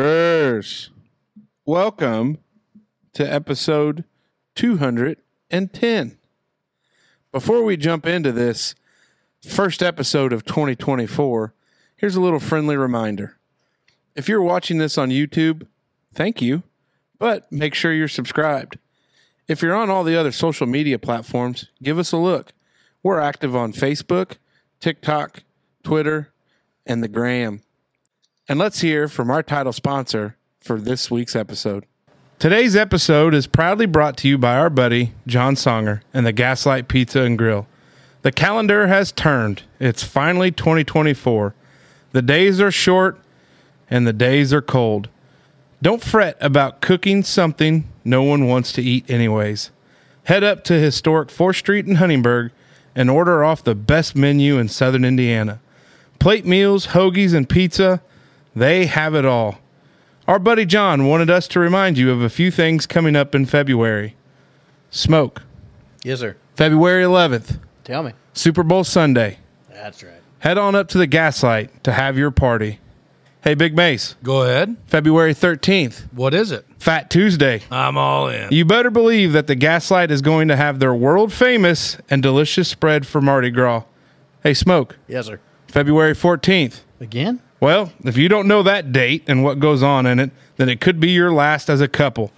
Wanderers, welcome to episode 210. Before we jump into this first episode of 2024, here's a little friendly reminder. If you're watching this on YouTube, thank you, but make sure you're subscribed. If you're on all the other social media platforms, give us a look. We're active on Facebook, TikTok, Twitter, and the Gram. And let's hear from our title sponsor for this week's episode. Today's episode is proudly brought to you by our buddy, John Songer, and the Gaslight Pizza and Grill. The calendar has turned. It's finally 2024. The days are short and the days are cold. Don't fret about cooking something no one wants to eat, anyways. Head up to historic 4th Street in Huntingburg and order off the best menu in southern Indiana. Plate meals, hoagies, and pizza, they have it all. Our buddy John wanted us to remind you of a few things coming up in February Smoke, Yes, sir. February 11th, Tell me. Super Bowl Sunday. That's right. Head on up to the Gaslight to have your party. Hey, Big Mace, Go ahead. February 13th, What is it? Fat Tuesday. I'm all in. You better believe that the Gaslight is going to have their world famous and delicious spread for Mardi Gras. Hey, Smoke, Yes, sir. February 14th. Again? Well, if you don't know that date and what goes on in it, then it could be your last as a couple.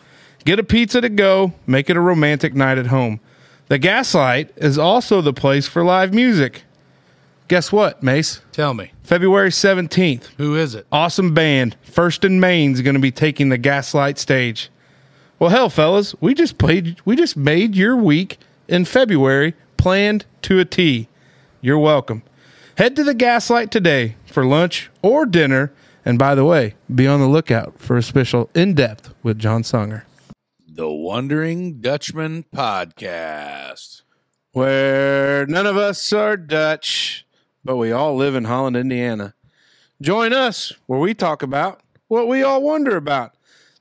Get a pizza to go, make it a romantic night at home. The Gaslight is also the place for live music. Guess what, Mace? Tell me, February 17th, who is it? awesome band, First and Main's going to be taking the Gaslight stage. Well, hell, fellas, we just played, we just made your week in February planned to a T. You're welcome. Head to the Gaslight today for lunch or dinner. And by the way, be on the lookout for a special in depth with John Songer. The Wandering Dutchman Podcast. where none of us are Dutch, but we all live in Holland, Indiana. Join us where we talk about what we all wonder about.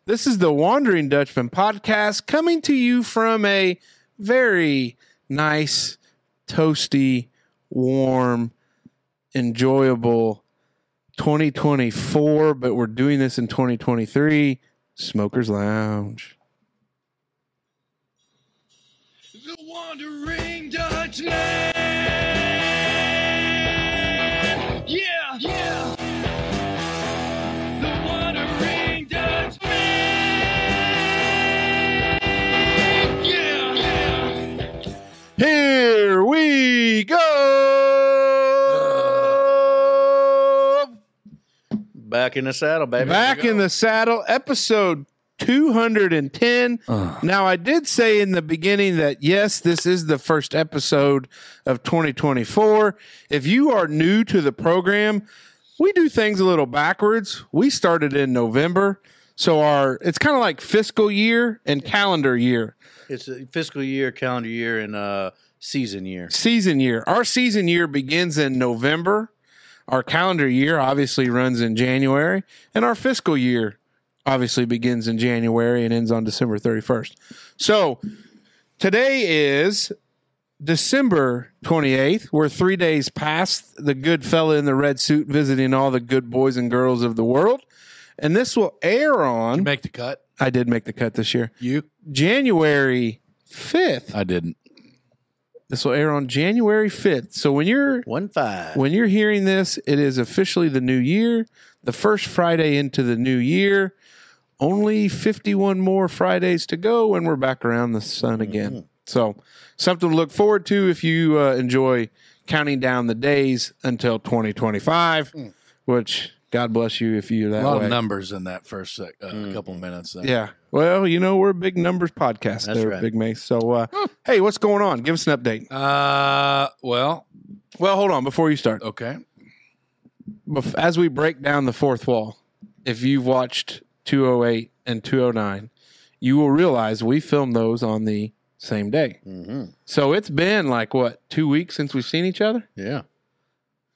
This is the Wandering Dutchman podcast coming to you from a very nice, toasty, warm, enjoyable 2024, but we're doing this in 2023 Smokers Lounge. The Wandering Dutchman. Yeah, yeah. The Wandering Dutchman. Yeah, yeah. Here we go. Back in the saddle, baby. Back in the saddle, episode 210. Now, I did say in the beginning that yes, this is the first episode of 2024. If you are new to the program, we do things a little backwards. We started in November. So our it's kind of like fiscal year and calendar year. It's a fiscal year, calendar year, and uh, season year. season year. Our season year begins in November. Our calendar year obviously runs in January, and our fiscal year obviously begins in January and ends on December 31st. So today is December 28th. We're three days past the good fella in the red suit visiting all the good boys and girls of the world. And this will air on. Make the cut. I did make the cut this year. You? January 5th. I didn't. This will air on January 5th. So when you're One five. when you're hearing this, it is officially the new year, the first Friday into the new year. Only 51 more Fridays to go and we're back around the sun again. So, something to look forward to if you uh, enjoy counting down the days until 2025, which God bless you if you're that A lot way. of numbers in that first sec- uh, Mm. couple minutes. There. Yeah. Well, you know, we're a big numbers podcast That's there, right. Big Mace. So, uh, hey, what's going on? Give us an update. Uh. Well. Well, hold on before you start. Okay. bef- as we break down the fourth wall, if you've watched 208 and 209, you will realize we filmed those on the same day. Mm-hmm. So it's been like what two weeks since we've seen each other. Yeah.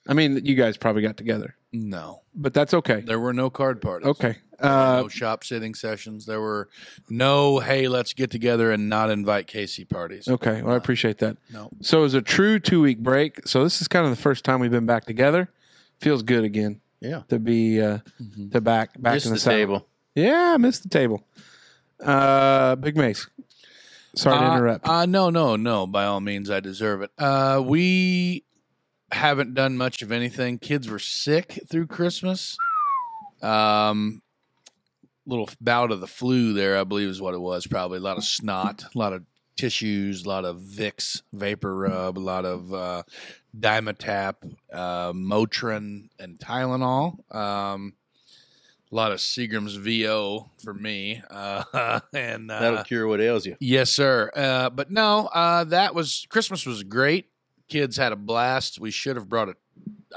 I mean, you guys probably got together, No, but that's okay. there were no card parties. Okay. Uh, no shop sitting sessions. There were no. Hey, let's get together and not invite Casey parties. okay. Well, I appreciate that. No. So it was a true two week break. So this is kind of the first time we've been back together. Feels good again. Yeah. to be uh, to back back Just in the, the saddle. table. Yeah, I missed the table. Uh, Big Mace. Sorry to Uh, interrupt. Uh, no, no, no. By all means, I deserve it. Uh, we haven't done much of anything. Kids were sick through Christmas. Um, little bout of the flu there, I believe, is what it was. Probably a lot of snot, a lot of tissues, a lot of Vicks vapor rub, a lot of uh, Dimetapp, uh, Motrin, and Tylenol. Um, a lot of Seagram's VO for me, uh, and uh, That'll cure what ails you. Yes, sir. Uh, but no, uh, that was Christmas was great. Kids had a blast. We should have brought a.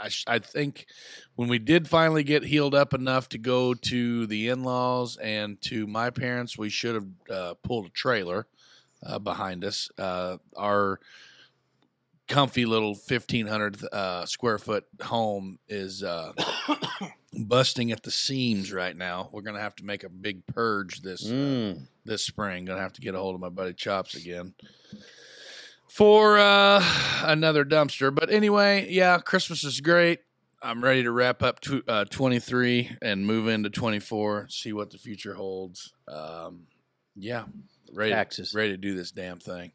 I, sh- I think when we did finally get healed up enough to go to the in laws and to my parents, we should have uh, pulled a trailer uh, behind us. Uh, our comfy little 1500 uh, square foot home is uh, busting at the seams right now. We're going to have to make a big purge this Mm. this spring. Gonna have to get a hold of my buddy Chops again for uh, another dumpster. But anyway, yeah, Christmas is great. I'm ready to wrap up to, uh, 23 and move into 24. See what the future holds. Um, yeah, ready, Taxes. ready to do this damn thing.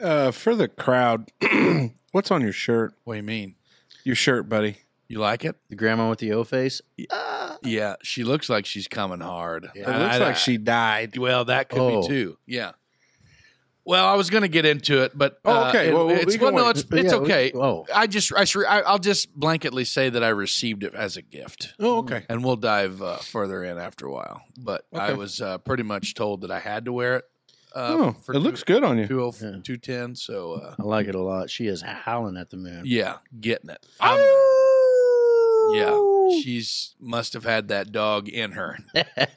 Uh, for the crowd, what's on your shirt? What do you mean? Your shirt, buddy. You like it? The grandma with the O face. Uh, Yeah, she looks like she's coming hard. Yeah. It looks like she died. Well, that could Oh. be too. Yeah. Well, I was going to get into it, but Oh, uh, okay. it- Well, we it's, can well, no, wait. it's it's Yeah, we- okay. oh, I just I should, I, I'll just blanketly say that I received it as a gift, Oh, okay. and we'll dive uh, further in after a while. But I Okay. was uh, pretty much told that I had to wear it. Uh, oh, it looks good on you. 210, Yeah. 210 oh, So uh, I like it a lot. She is howling at the moon. yeah, getting it. Ah! I'm- yeah, Oh! she's must have had that dog in her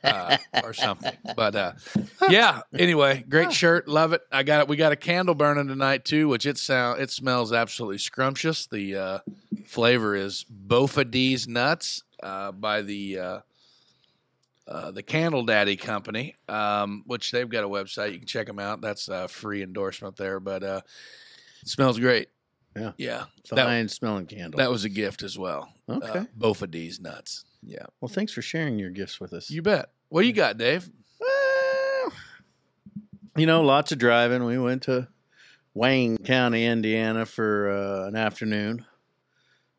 uh, or something. But uh, yeah, anyway, great shirt, love it. I got it. We got a candle burning tonight too, which it sound it smells absolutely scrumptious. The uh, flavor is Bofa-D's nuts uh, by the uh, uh, the Candle Daddy Company, um, which they've got a website. You can check them out. That's a free endorsement there, but uh, it smells great. Yeah. yeah, that- Fine smelling candle. that was a gift as well. okay. Uh, both of these nuts. Yeah. Mm-hmm. well, thanks for sharing your gifts with us. You bet. What you got, Dave? you know, lots of driving. We went to Wayne County, Indiana for uh, an afternoon.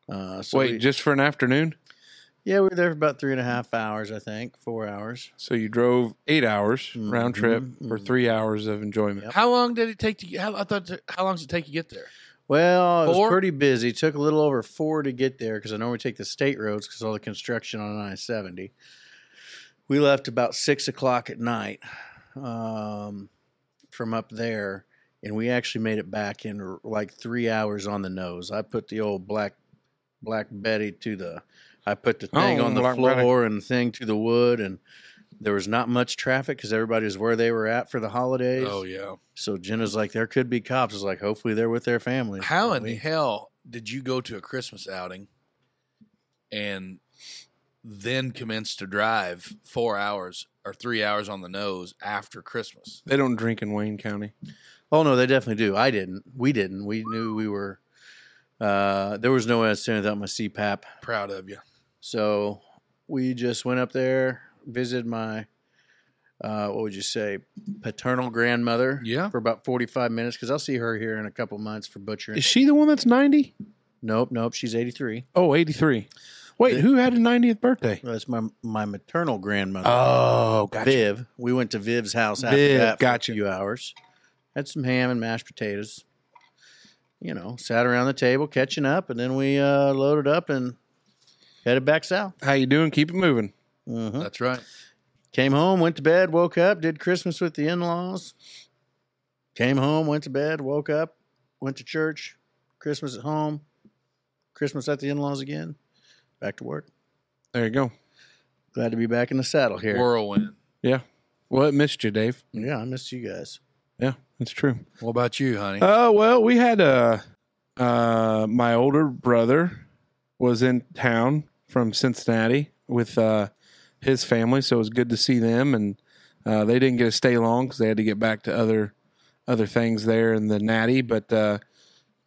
Uh, so Wait, we- just for an afternoon? yeah, we were there for about three and a half hours, I think, four hours. So you drove eight hours round trip Mhm, for mhm. three hours of enjoyment. Yep. How long did it take to get how I thought how long does it take to get there? Well, it Four? was pretty busy. Took a little over four to get there because I normally take the state roads because all the construction on I seventy. We left about six o'clock at night um, from up there, and we actually made it back in r- like three hours on the nose. I put the old black Black Betty to the, I put the thing Oh, on the Black floor Betty. and the thing to the wood, and there was not much traffic because everybody was where they were at for the holidays. Oh, yeah. So Jenna's like, there could be cops. It's like, hopefully they're with their families. How But in the we- hell did you go to a Christmas outing and then commence to drive four hours or three hours on the nose after Christmas? They don't drink in Wayne County. Oh no, they definitely do. I didn't. We didn't. We knew we were. Uh, there was no way I was standing without my CPAP. Proud of you. So we just went up there, visited my, uh, what would you say, paternal grandmother Yeah. for about forty-five minutes because I'll see her here in a couple months for butchering. Is she the one that's 90? nope, nope. She's eighty-three. Oh, 83. Wait, The- who had a 90th birthday? That's my my maternal grandmother. Oh, gotcha. Viv. We went to Viv's house after Viv, that for gotcha. a few hours. Had some ham and mashed potatoes. You know, sat around the table catching up, and then we uh, loaded up and headed back south. How you doing? Keep it moving. hmm That's right. Came home, went to bed, woke up, did Christmas with the in laws. Came home, went to bed, woke up, went to church, Christmas at home, Christmas at the in laws again, back to work. There you go. Glad to be back in the saddle here. Whirlwind. Well, it missed you, Dave. yeah, I missed you guys. Yeah, that's true. What about you, honey? Oh, well, we had uh uh, my older brother was in town from Cincinnati with uh, his family, so it was good to see them. And uh, they didn't get to stay long because they had to get back to other other things there in the Natty. But uh,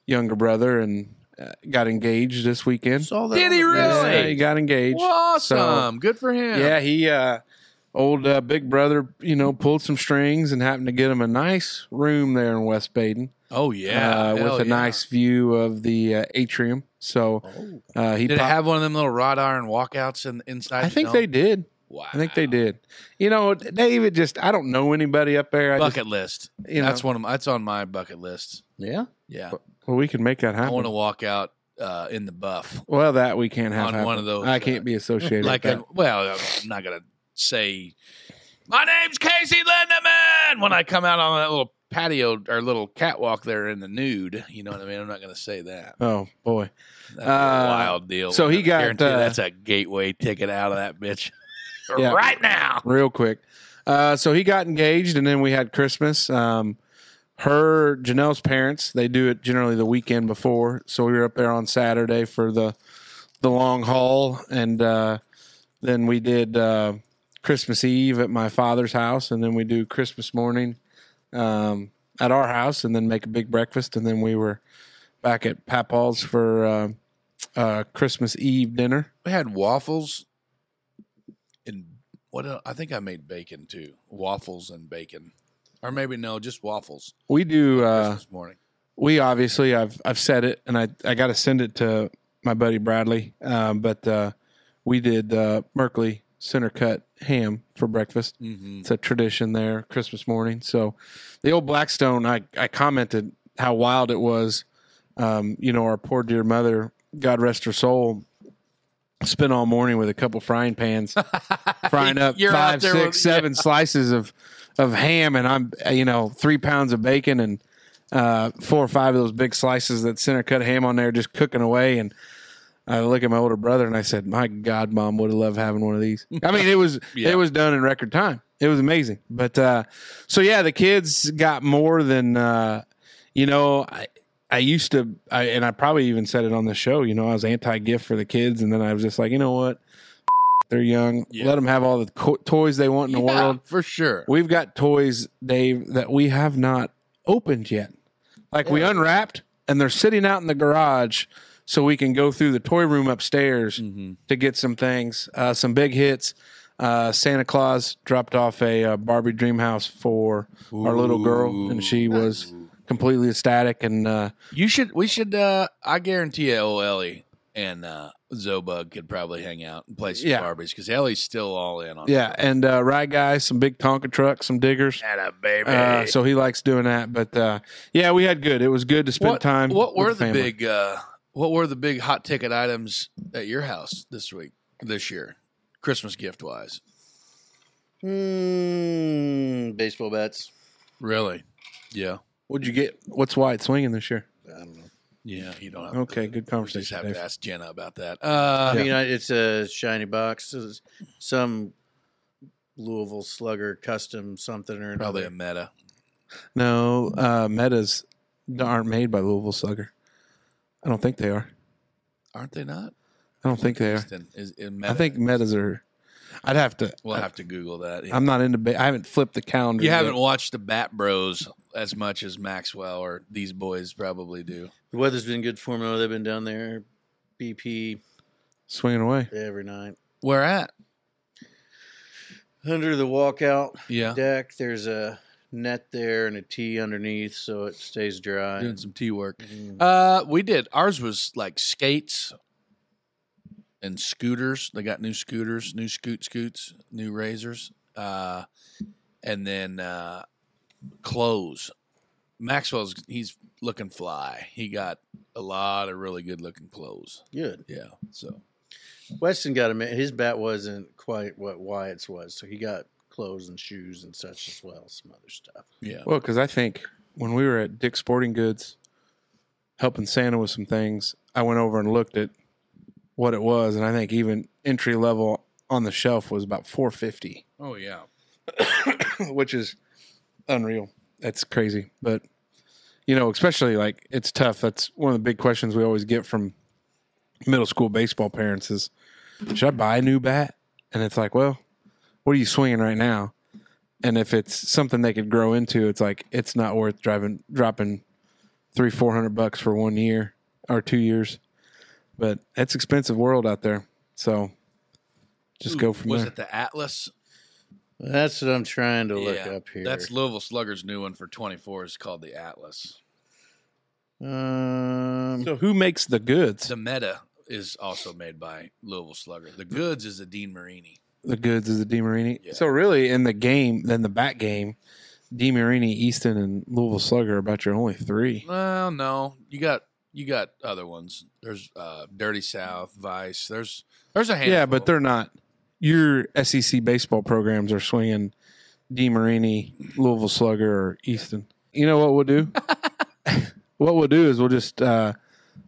younger brother and uh, got engaged this weekend. Saw that Did he on the- really? Yeah, he got engaged. Awesome. Good for him. Yeah, he uh old uh, big brother, you know, pulled some strings and happened to get him a nice room there in West Baden. Oh yeah. uh, Hell with a yeah. nice view of the uh, atrium. So Oh. uh, he Did it pop- have one of them little wrought iron walkouts in inside? I the think dome? they did. Wow. I think they did. You know, David just I don't know anybody up there. I Bucket just list. you know, That's one of my, that's on my bucket list. Yeah. Yeah. well, we can make that I want happen. to walk out uh, in the buff. well, that we can't have on happen. one of those, I uh, can't be associated Like, with a, well, I'm not gonna say my name's Casey Lindeman when I come out on that little patio or little catwalk there in the nude. You know what I mean? I'm not gonna say that. that. Oh boy. That's Uh, a wild deal. so he I got, guarantee uh, that's a gateway ticket out of that bitch Yeah. right now. real quick. Uh, so he got engaged, and then we had Christmas. Um, her Janelle's parents they do it generally the weekend before, so we were up there on Saturday for the the long haul, and uh, then we did uh, Christmas Eve at my father's house, and then we do Christmas morning um, at our house, and then make a big breakfast, and then we were back at Papaw's for uh, uh, Christmas Eve dinner. We had waffles and what el I think I made bacon too. Waffles and bacon. Or maybe no, just waffles We do. Uh, Christmas morning. we obviously I've I've said it and I I got to send it to my buddy Bradley. Um, but uh, we did uh, Merkley center cut ham for breakfast. hmm It's a tradition there Christmas morning. So the old Blackstone, I I commented how wild it was. Um, you know, our poor dear mother, God rest her soul, spent all morning with a couple frying pans frying up You're out five, there six, seven with- yeah. slices of of ham, and I'm uh, you know three pounds of bacon and uh, four or five of those big slices that center cut ham on there, just cooking away. And I look at my older brother and I said, "My God, mom would have loved having one of these." I mean, it was Yeah. it was done in record time. It was amazing. But uh, so yeah, the kids got more than uh, you know. I, I used to, I, and I probably even said it on the show. You know, I was anti-gift for the kids, and then I was just like, you know what? They're young. Yeah. Let them have all the co- toys they want in the Yeah, world. for sure. We've got toys, Dave, that we have not opened yet. Like we unwrapped, and they're sitting out in the garage, so we can go through the toy room upstairs Mhm. to get some things, uh, some big hits. Uh, Santa Claus dropped off a uh, Barbie dream house for our little girl, and she was completely ecstatic. And uh, You should. We should. uh I guarantee you, old Ellie and uh Zobug could probably hang out and play some Yeah. Barbies because Ellie's still all in on. yeah, and uh, Ride Guys, some big Tonka trucks, some diggers. that a baby. Uh, so he likes doing that. But uh, yeah, we had good. It was good to spend what, time. What with were the, family. big? uh What were the big hot ticket items at your house this week? This year, Christmas gift wise. Mm, baseball bats. Really? Yeah. What'd you get? What's White swinging this year? I don't know. Yeah. You don't. Have Okay, good To, just conversation. have Dave. to ask Jenna about that. Uh, I mean, I- it's a shiny box. It's Some Louisville Slugger custom something or another. Probably a meta. No, uh, metas aren't made by Louisville Slugger. I don't think they are. Aren't they not? I don't think they are. Is, is, is I meta- think metas are. I'd have to. we'll have to Google that. I'm not into. Ba- I haven't flipped the calendar. You yet. haven't watched the Bat Bros as much as Maxwell or these boys probably do. The weather's been good for them. They've been down there, BP swinging away. every night. Where at? Under the walkout Yeah. deck, there's a net there and a tee underneath, so it stays dry. Doing some tea work. Mm. Uh, we did. Ours was like skates and scooters. They got new scooters, new scoot scoots, new razors, uh, and then uh, clothes. Maxwell's he's looking fly. He got a lot of really good looking clothes. Good. Yeah. So Weston got a ma- his bat wasn't quite what Wyatt's was, so he got clothes and shoes and such as well, some other stuff. yeah. Well, because I think when we were at Dick's Sporting Goods helping Santa with some things, I went over and looked at what it was, and I think even entry level on the shelf was about 450. Oh yeah. which is unreal. That's crazy. But you know, especially like it's tough. That's one of the big questions we always get from middle school baseball parents is should I buy a new bat? And it's like, well, what are you swinging right now? And if it's something they could grow into, it's like it's not worth driving dropping three four hundred bucks for one year or two years. But it's expensive world out there. So just go from was there. it the Atlas? That's what I'm trying to look Yeah, up here. That's Louisville Slugger's new one for 24 is called the Atlas. um, so who makes the goods? The Meta is also made by Louisville Slugger. The Goods is a Dean Marini. The goods is the DeMarini. Yeah. So really in the game, then the back game, DeMarini, Easton, and Louisville Slugger are about your only three. Well, no, you got you got other ones. There's uh, Dirty South, Vice. There's there's a handful. Yeah, but they're not. Your SEC baseball programs are swinging DeMarini, Louisville Slugger, or Easton. You know what we'll do? what we'll do is we'll just uh,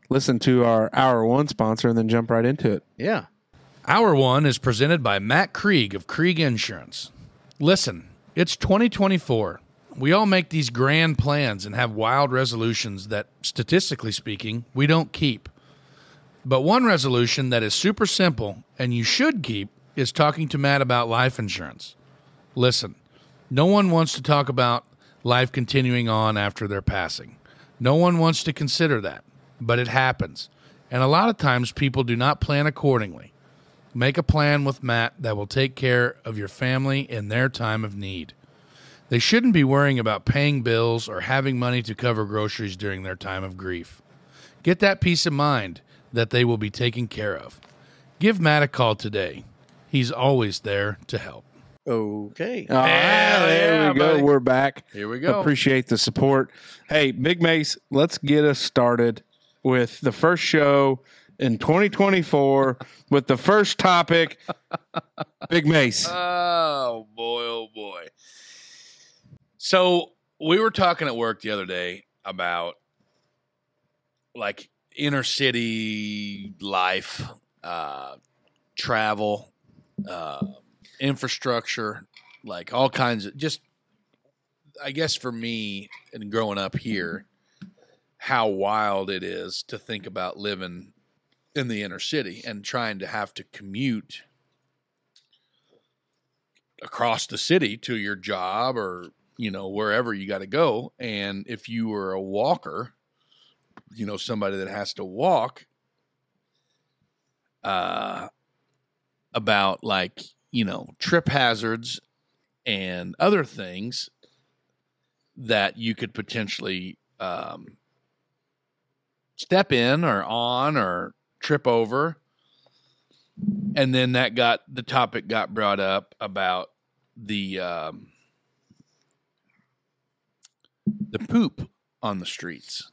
listen to our hour one sponsor and then jump right into it. yeah. Hour one is presented by Matt Krieg of Krieg Insurance. Listen, it's 2024. We all make these grand plans and have wild resolutions that, statistically speaking, we don't keep. But one resolution that is super simple and you should keep is talking to Matt about life insurance. Listen, no one wants to talk about life continuing on after their passing. No one wants to consider that, but it happens. And a lot of times people do not plan accordingly. Make a plan with Matt that will take care of your family in their time of need. They shouldn't be worrying about paying bills or having money to cover groceries during their time of grief. Get that peace of mind that they will be taken care of. Give Matt a call today. He's always there to help. Okay. All right, Yeah, there we go. buddy. We're back. Here we go. Appreciate the support. Hey, Big Mace, let's get us started with the first show in 2024 with the first topic Big Mace. Oh boy, oh boy. So we were talking at work the other day about like inner city life, uh, travel, uh, infrastructure, like all kinds of just. I guess for me and growing up here, how wild it is to think about living in the inner city and trying to have to commute across the city to your job or you know wherever you got to go and if you were a walker you know somebody that has to walk uh about like you know trip hazards and other things that you could potentially um step in or on or trip over and then that got the topic got brought up about the um, the poop on the streets.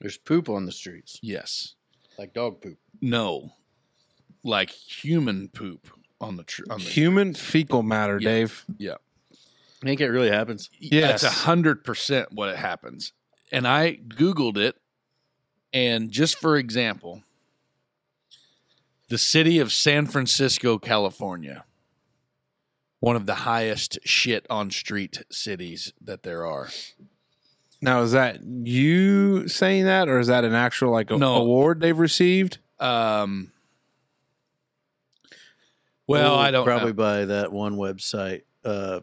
There's poop on the streets, Yes. like dog poop. No. Like human poop on the Um, tr- on the Human fecal matter, Yeah. Dave. I think it really happens. Yes. That's a hundred percent what it happens. And I Googled it, and just for example, the city of San Francisco, California, one of the highest shit on street cities that there are. Now, is that you saying that, or is that an actual like a- No. award they've received? Um well, Oh, I don't probably know. by that one website, uh,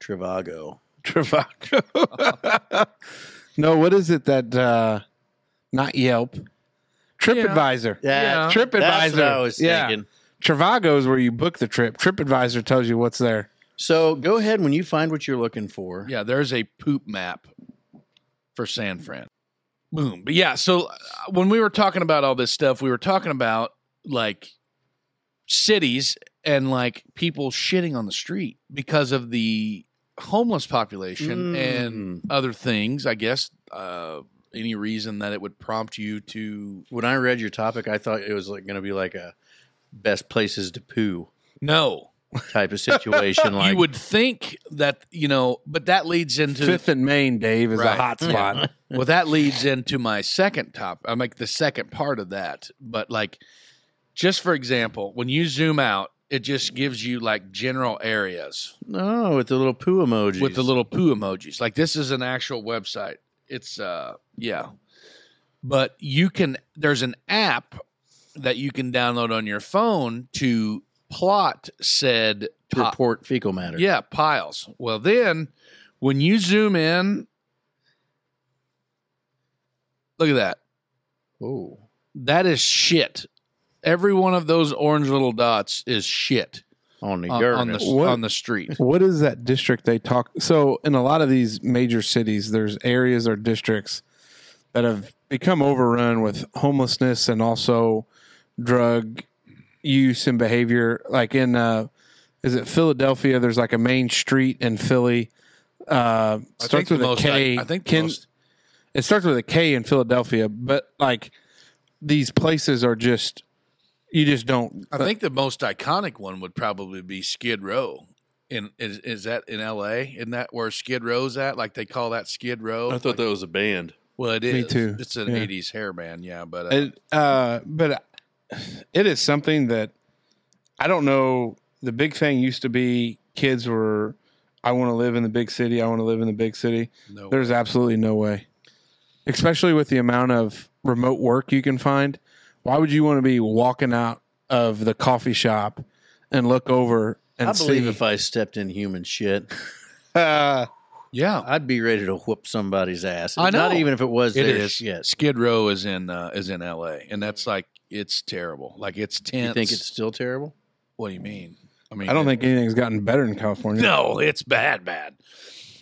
Trivago. Trivago. no, what is it that uh not Yelp? TripAdvisor. Yeah. TripAdvisor. That's what I was yeah. thinking. Trivago is where you book the trip. TripAdvisor tells you what's there. So go ahead when you find what you're looking for. Yeah, there's a poop map for San Fran. Boom. But yeah, so uh, when we were talking about all this stuff, we were talking about like cities and like people shitting on the street because of the homeless population and other things, I guess. Uh, any reason that it would prompt you to When I read your topic, I thought it was like going to be like a best places to poo no type of situation. like you would think that you know but that leads into Fifth and Main, Dave, is Right. a hot spot. well, that leads into my second top. I'm like the second part of that. But like, just for example, when you zoom out, it just gives you like general areas no, with the little poo emojis. with the little poo emojis. Like this is an actual website. It's uh yeah. But you can there's an app that you can download on your phone to plot said top report fecal matter. yeah, piles. Well, then when you zoom in, look at that. Oh, That is shit. Every one of those orange little dots is shit on the on, on the Uranus. What? on the street. What is that district they talk? So in a lot of these major cities, there's areas or districts that have become overrun with homelessness and also drug use and behavior. Like in, uh, is it Philadelphia? There's like a main street in Philly. Uh, I starts think the with a K. most- I- I think the Ken- most- it starts with a K in Philadelphia, but like these places are just you just don't. I think the most iconic one would probably be Skid Row. In is, is that in L.A. Isn't that where Skid Row's at? Like they call that Skid Row. I thought that was a band. Well, it is. Me too. It's an Yeah. '80s hair band, yeah. But uh, It, uh, but it is something that I don't know. The big thing used to be kids were, I want to live in the big city. I want to live in the big city. no, There's absolutely no way, especially with the amount of remote work you can find. Why would you want to be walking out of the coffee shop and look over and I believe see? if I stepped in human shit, Uh, yeah. I'd be ready to whoop somebody's ass. I Not know. even if it was It their is. shit. Skid Row is in uh, is in L.A. and that's like it's terrible. Like it's tense. You think it's still terrible? What do you mean? mean, I don't it- think anything's gotten better in California. No, it's bad, bad.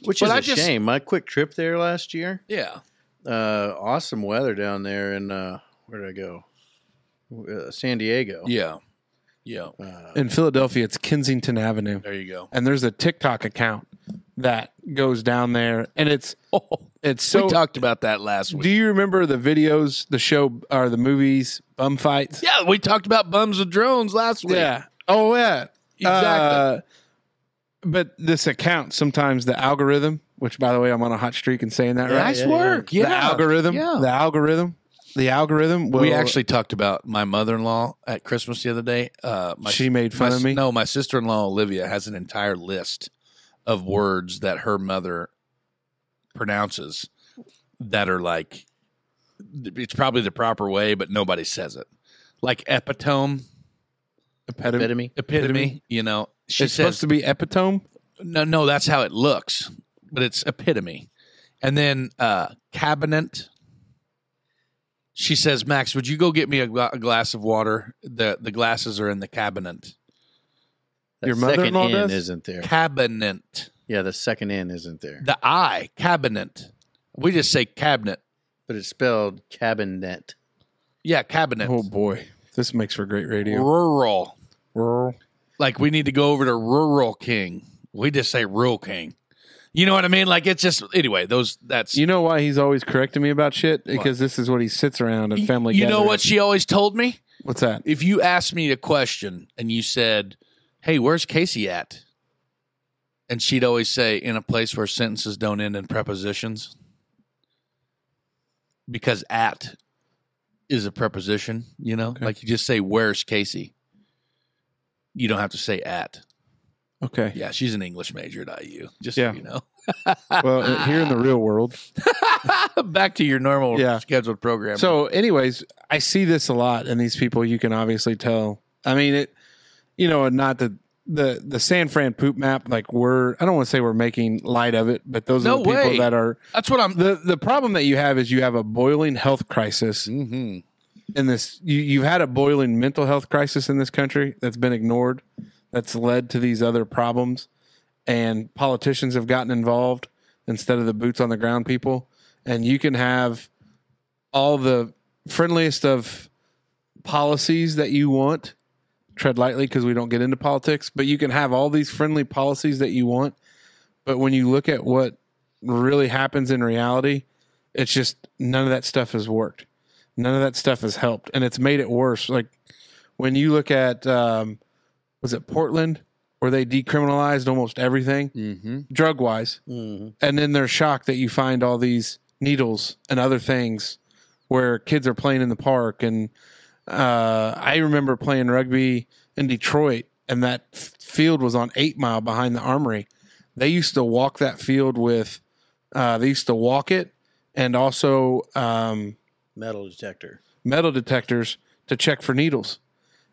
Which But is a I just- shame. My quick trip there last year, Yeah. uh, awesome weather down there in uh, where did I go? Uh, San Diego. Yeah. Yeah. Uh, In Philadelphia, it's Kensington Avenue. There you go. and there's a TikTok account that goes down there, and it's it's we so. talked about that last Do week. you remember the videos, the show, or the movies, bum fights? yeah, we talked about bums with drones last week. Yeah. Oh yeah. Exactly. Uh, but this account sometimes the algorithm, which by the way, I'm on a hot streak in saying that. Right. nice yeah, yeah. work. Yeah. The algorithm. Yeah. The algorithm. The algorithm. Will, we actually talked about my mother-in-law at Christmas the other day. Uh, my she made fun my- of me. No, my sister in law Olivia has an entire list of words that her mother pronounces that are like it's probably the proper way, but nobody says it. Like epitome, Epitome. epitome. epitome. You know, she It's supposed says to be epitome. no, no. That's how it looks, but it's epitome. And then uh cabinet. She says, "Max, would you go get me a, gla- a glass of water? The the glasses are in the cabinet. That Your second mother-in-law in does? isn't there. Cabinet." Yeah, the second in isn't there. The I cabinet. We just say cabinet. but it's spelled cabinet. Yeah, cabinet. Oh boy, this makes for great radio. rural. Rural. Like we need to go over to rural king. We just say rural king. You know what I mean? Like it's just anyway. Those that's You know why he's always correcting me about shit? Because this is what he sits around and family. You know gatherings. what she always told me? What's that? If you asked me a question and you said, "Hey, where's Casey at?" and she'd always say, "In a place where sentences don't end in prepositions," because "at" is a preposition. You know, Okay. like you just say, "Where's Casey?" You don't have to say "at." Okay. Yeah, she's an English major at IU. Just Yeah. so you know. Well, uh, here in the real world. Back to your normal Yeah. scheduled program. So, anyways, I see this a lot in these people. You can obviously tell. I mean, it. You know, and not the the the San Fran poop map. Like we're. I don't want to say we're making light of it, but those No are the people way. that are. that's what I'm. the The problem that you have is you have a boiling health crisis Mhm. in this. You you've had a boiling mental health crisis in this country that's been ignored, that's led to these other problems, and politicians have gotten involved instead of the boots on the ground people. And you can have all the friendliest of policies that you want. Tread lightly because we don't get into politics, but you can have all these friendly policies that you want. But when you look at what really happens in reality, it's just none of that stuff has worked. None of that stuff has helped. And it's made it worse. Like when you look at, um, was it Portland where they decriminalized almost everything Mm-hmm. drug wise? Mm-hmm. and then they're shocked that you find all these needles and other things where kids are playing in the park and uh, i remember playing rugby in detroit and that f- field was on eight mile behind the armory they used to walk that field with uh, they used to walk it and also um, Metal detector. metal detectors to check for needles.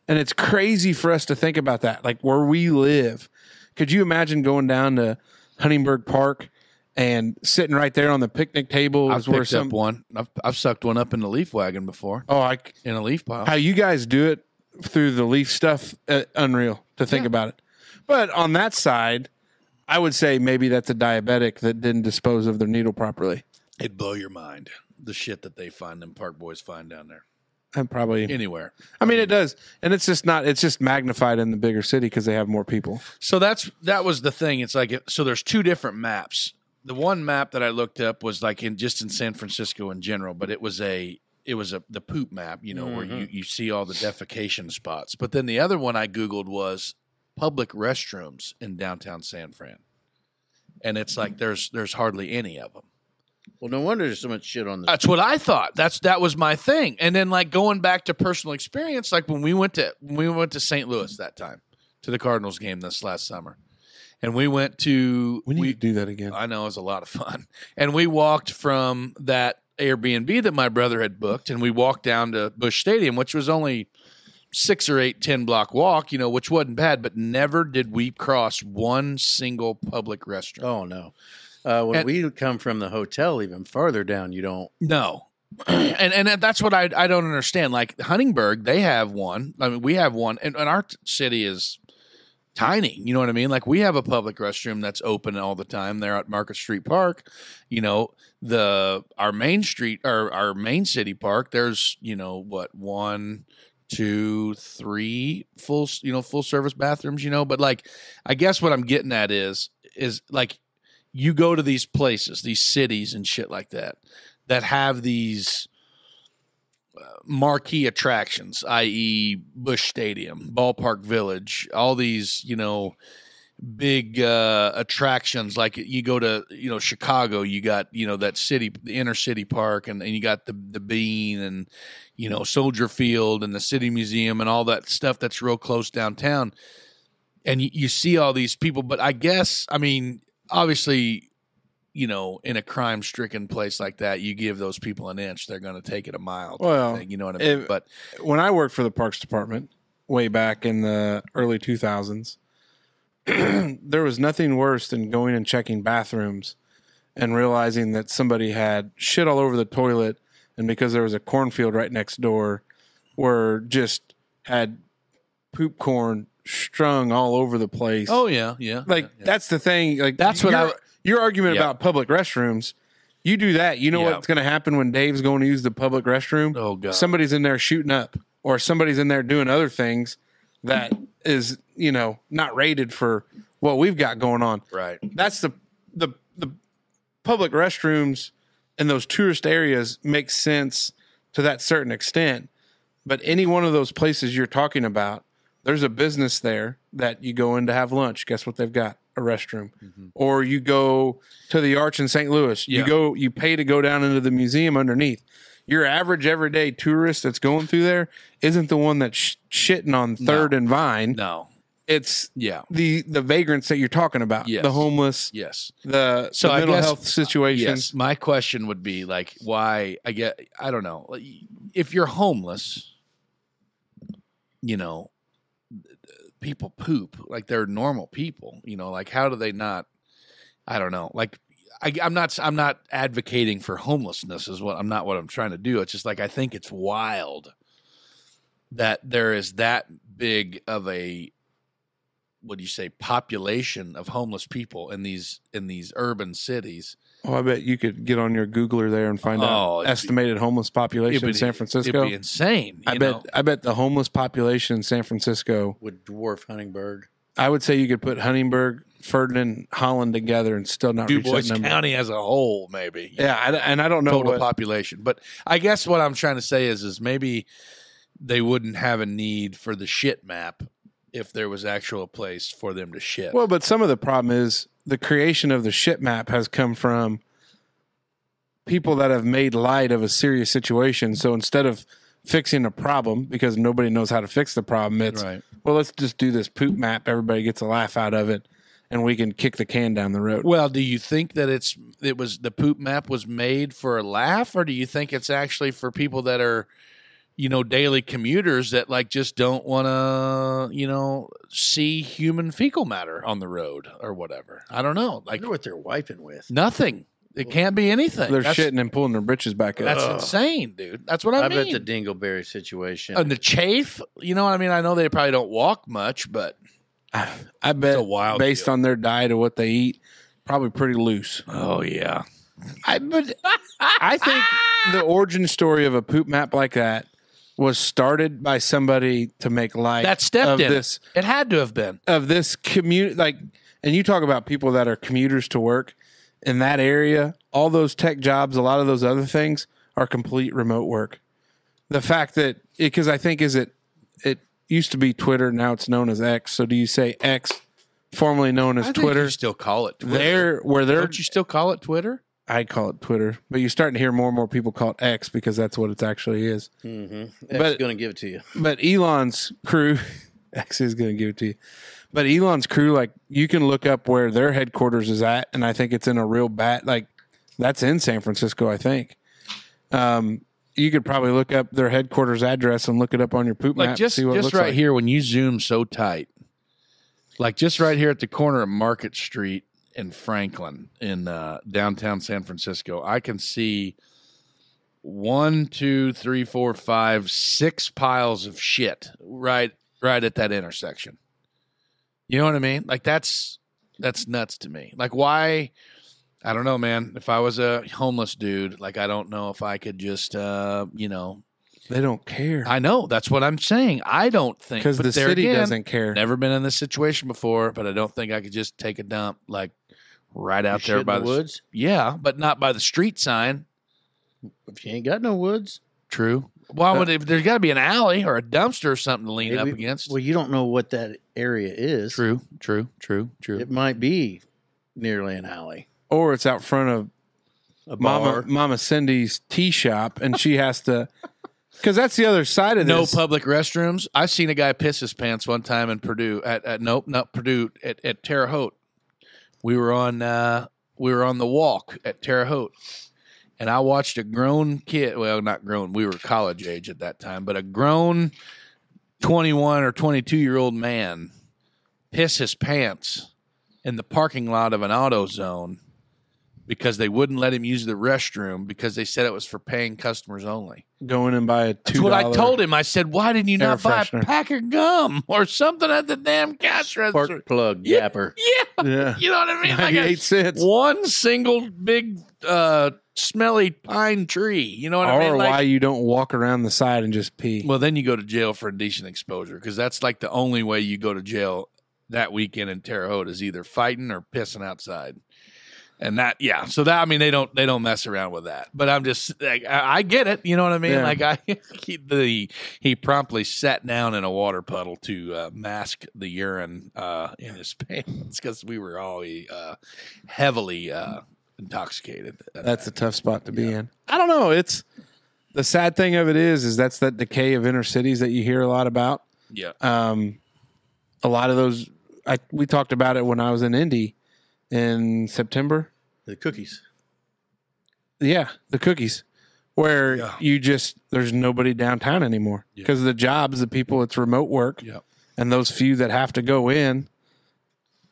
And it's crazy for us to think about that. Like where we live, could you imagine going down to Huntingburg Park and sitting right there on the picnic table I've is where picked some. up one. I've, I've sucked one up in the leaf wagon before Oh, I, in a leaf pile. how you guys do it through the leaf stuff, uh, unreal to think about it. But on that side, I would say maybe that's a diabetic that didn't dispose of their needle properly. It'd blow your mind the shit that they find them park boys find down there And probably, anywhere. I mean, it does, and it's just not. It's just magnified in the bigger city because they have more people. So that's that was the thing. It's like so there's two different maps. The one map that I looked up was like in just in San Francisco in general, but it was a it was a the poop map, you know, where you you see all the defecation spots. But then the other one I googled was public restrooms in downtown San Fran. And it's like there's there's hardly any of them. Well, no wonder there's so much shit on the That's what I thought. That's that was my thing. And then like going back to personal experience, like when we went to when we went to St. Louis that time to the Cardinals game this last summer, and we went to We need to do that again. I know it was a lot of fun, and we walked from that Airbnb that my brother had booked, and we walked down to Bush Stadium, which was only six or eight ten block walk, you know, which wasn't bad, but never did we cross one single public restroom. Oh no. Uh, when And- we come from the hotel, even farther down, you don't. No. and and that's what I I don't understand. Like Huntingburg, they have one. I mean, we have one, and, and our t- city is tiny. You know what I mean? Like we have a public restroom that's open all the time there at Market Street Park. You know the our main street or our main city park. There's you know what one, two, three full s- you know full service bathrooms. You know, but like I guess what I'm getting at is is like you go to these places, these cities and shit like that that have these uh, marquee attractions, i.e., Bush Stadium, Ballpark Village, all these, you know, big uh, attractions. Like you go to, you know, Chicago, you got, you know, that city, the inner city park, and, and you got the, the Bean and, you know, Soldier Field and the City Museum and all that stuff that's real close downtown. And you, you see all these people, but I guess, I mean, obviously, you know, in a crime stricken place like that, you give those people an inch, they're going to take it a mile. type Well, thing, you know what I mean? if- but when I worked for the Parks Department way back in the early 2000s, there was nothing worse than going and checking bathrooms and realizing that somebody had shit all over the toilet. And because there was a cornfield right next door, were just had poop corn strung all over the place. oh yeah, yeah, like yeah. that's the thing. Like That's what your, I- your argument Yeah. about public restrooms. You do that, you know Yeah. what's going to happen when Dave's going to use the public restroom oh god, somebody's in there shooting up or somebody's in there doing other things that is you know not rated for what we've got going on right. that's the the the public restrooms in those tourist areas make sense to that certain extent but any one of those places you're talking about there's a business there that you go in to have lunch guess what they've got a restroom or you go to the arch in St. Louis you Mm-hmm. Yeah. go you pay to go down into the museum underneath your average everyday tourist that's going through there isn't the one that's sh- shitting on third and vine No, it's yeah, the the vagrants that you're talking about Yes. the homeless yes. the, So the I mental guess- health situation. Yes. My question would be like, why? I get. I don't know. Like, If you're homeless, you know, people poop like they're normal people. You know, like how do they not? I don't know. Like. I, I'm not. I'm not advocating for homelessness. Is what I'm not. What I'm trying to do. It's just like I think it's wild that there is that big of a what do you say population of homeless people in these in these urban cities Oh, I bet you could get on your Googler there and find Oh, out it'd be- estimated homeless population in It'd be- San Francisco. It'd be insane. I you bet know? I bet the homeless population in San Francisco. Would dwarf Huntingburg. I would say you could put Huntingburg, Ferdinand, Holland together and still not Du reach Bois that number. County as a whole, maybe. Yeah, I, and I don't know total what population. But I guess what I'm trying to say is, is maybe they wouldn't have a need for the shit map if there was actual place for them to shit. Well, but some of the problem is the creation of the ship map has come from people that have made light of a serious situation. So instead of fixing a problem because nobody knows how to fix the problem, it's Right. well, let's just do this poop map. Everybody gets a laugh out of it, and we can kick the can down the road. Well, do you think that it's it was the poop map was made for a laugh, or do you think it's actually for people that are, you know, daily commuters that like just don't want to, you know, see human fecal matter on the road or whatever. I don't know. I Like wonder what they're wiping with. nothing. It can't be anything. They're that's, shitting and pulling their britches back up. That's Ugh. insane, dude. That's what I, I, mean. bet the dingleberry situation. and the chafe, you know what I mean? I know they probably don't walk much, but I it's a bet wild based on their diet of what they eat, probably pretty loose. Oh yeah. I but I think the origin story of a poop map like that was started by somebody to make light That stepped of in it. this It had to have been. of this commute like and you talk about people that are commuters to work in that area all those tech jobs a lot of those other things are complete remote work the fact that because i think is it it used to be twitter now it's known as x so do you say x formerly known as I think twitter you still call it Twitter. there where they're Don't you still call it Twitter? i call it twitter but you're starting to hear more and more people call it x because that's what it actually is mm-hmm. but- going to give it to you. but Elon's crew actually is going to give it to you. But Elon's crew, like you can look up where their headquarters is at, and I think it's in a real bat. Like that's in San Francisco, I think. Um, you could probably look up their headquarters address and look it up on your poop Like map. just see what it just looks right like. here when you zoom so tight. Like just right here at the corner of Market Street and Franklin in uh, downtown San Francisco, I can see one, two, three, four, five, six piles of shit right right at that intersection. You know what I mean? Like that's that's nuts to me. Like why I don't know, man. If I was a homeless dude, like I don't know if I could just uh, you know, They don't care I know that's what I'm saying. I don't think because but the there city again, doesn't care. Never been in this situation before, but I don't think I could just take a dump like right out You shit there in by the the, woods. yeah, but not by the street sign. If you ain't got no woods, True. Why Uh, would it, there's got to be an alley or a dumpster or something to lean up Maybe- against? well, you don't know what that area is. true. True. True. True. It might be nearly an alley. or it's out front of A Mama bar. Mama Cindy's tea shop, and she has to. Because that's the other side of no this. public restrooms. I seen a guy piss his pants one time in Purdue at, at nope, not Purdue at, at Terre Haute. We were on uh, we were on the walk at Terre Haute, and I watched a grown kid. Well, not grown. We were college age at that time, but a grown twenty one or twenty two year old man piss his pants in the parking lot of an auto zone because they wouldn't let him use the restroom because they said it was for paying customers only. going and buy a two. That's what I told him. I said, "Why didn't you air not buy freshener." a pack of gum or something at the damn gas register?" Spark plug Yeah. yapper. Yeah, Yeah, you know what I mean. Like a- ninety-eight cents. one single big uh, smelly pine tree. You know what I or mean? Like- why you don't walk around the side and just pee. well, then you go to jail for indecent exposure because that's like the only way you go to jail that weekend in Terre Haute is either fighting or pissing outside. And that, yeah. So that, I mean, they don't they don't mess around with that. But I'm just, like, I, I get it. You know what I mean? Yeah. Like I, he, the he promptly sat down in a water puddle to uh, mask the urine uh, in his pants because we were all uh, heavily uh, intoxicated. that's a tough spot to be in. I don't know. It's the sad thing of it is, is that's that decay of inner cities that you hear a lot about. yeah. Um, a lot of those, I we talked about it when I was in Indy in September. The cookies. Yeah, the cookies, where Yeah. you just there's nobody downtown anymore Yeah. because of the jobs, the people, it's remote work, Yeah. and those few that have to go in,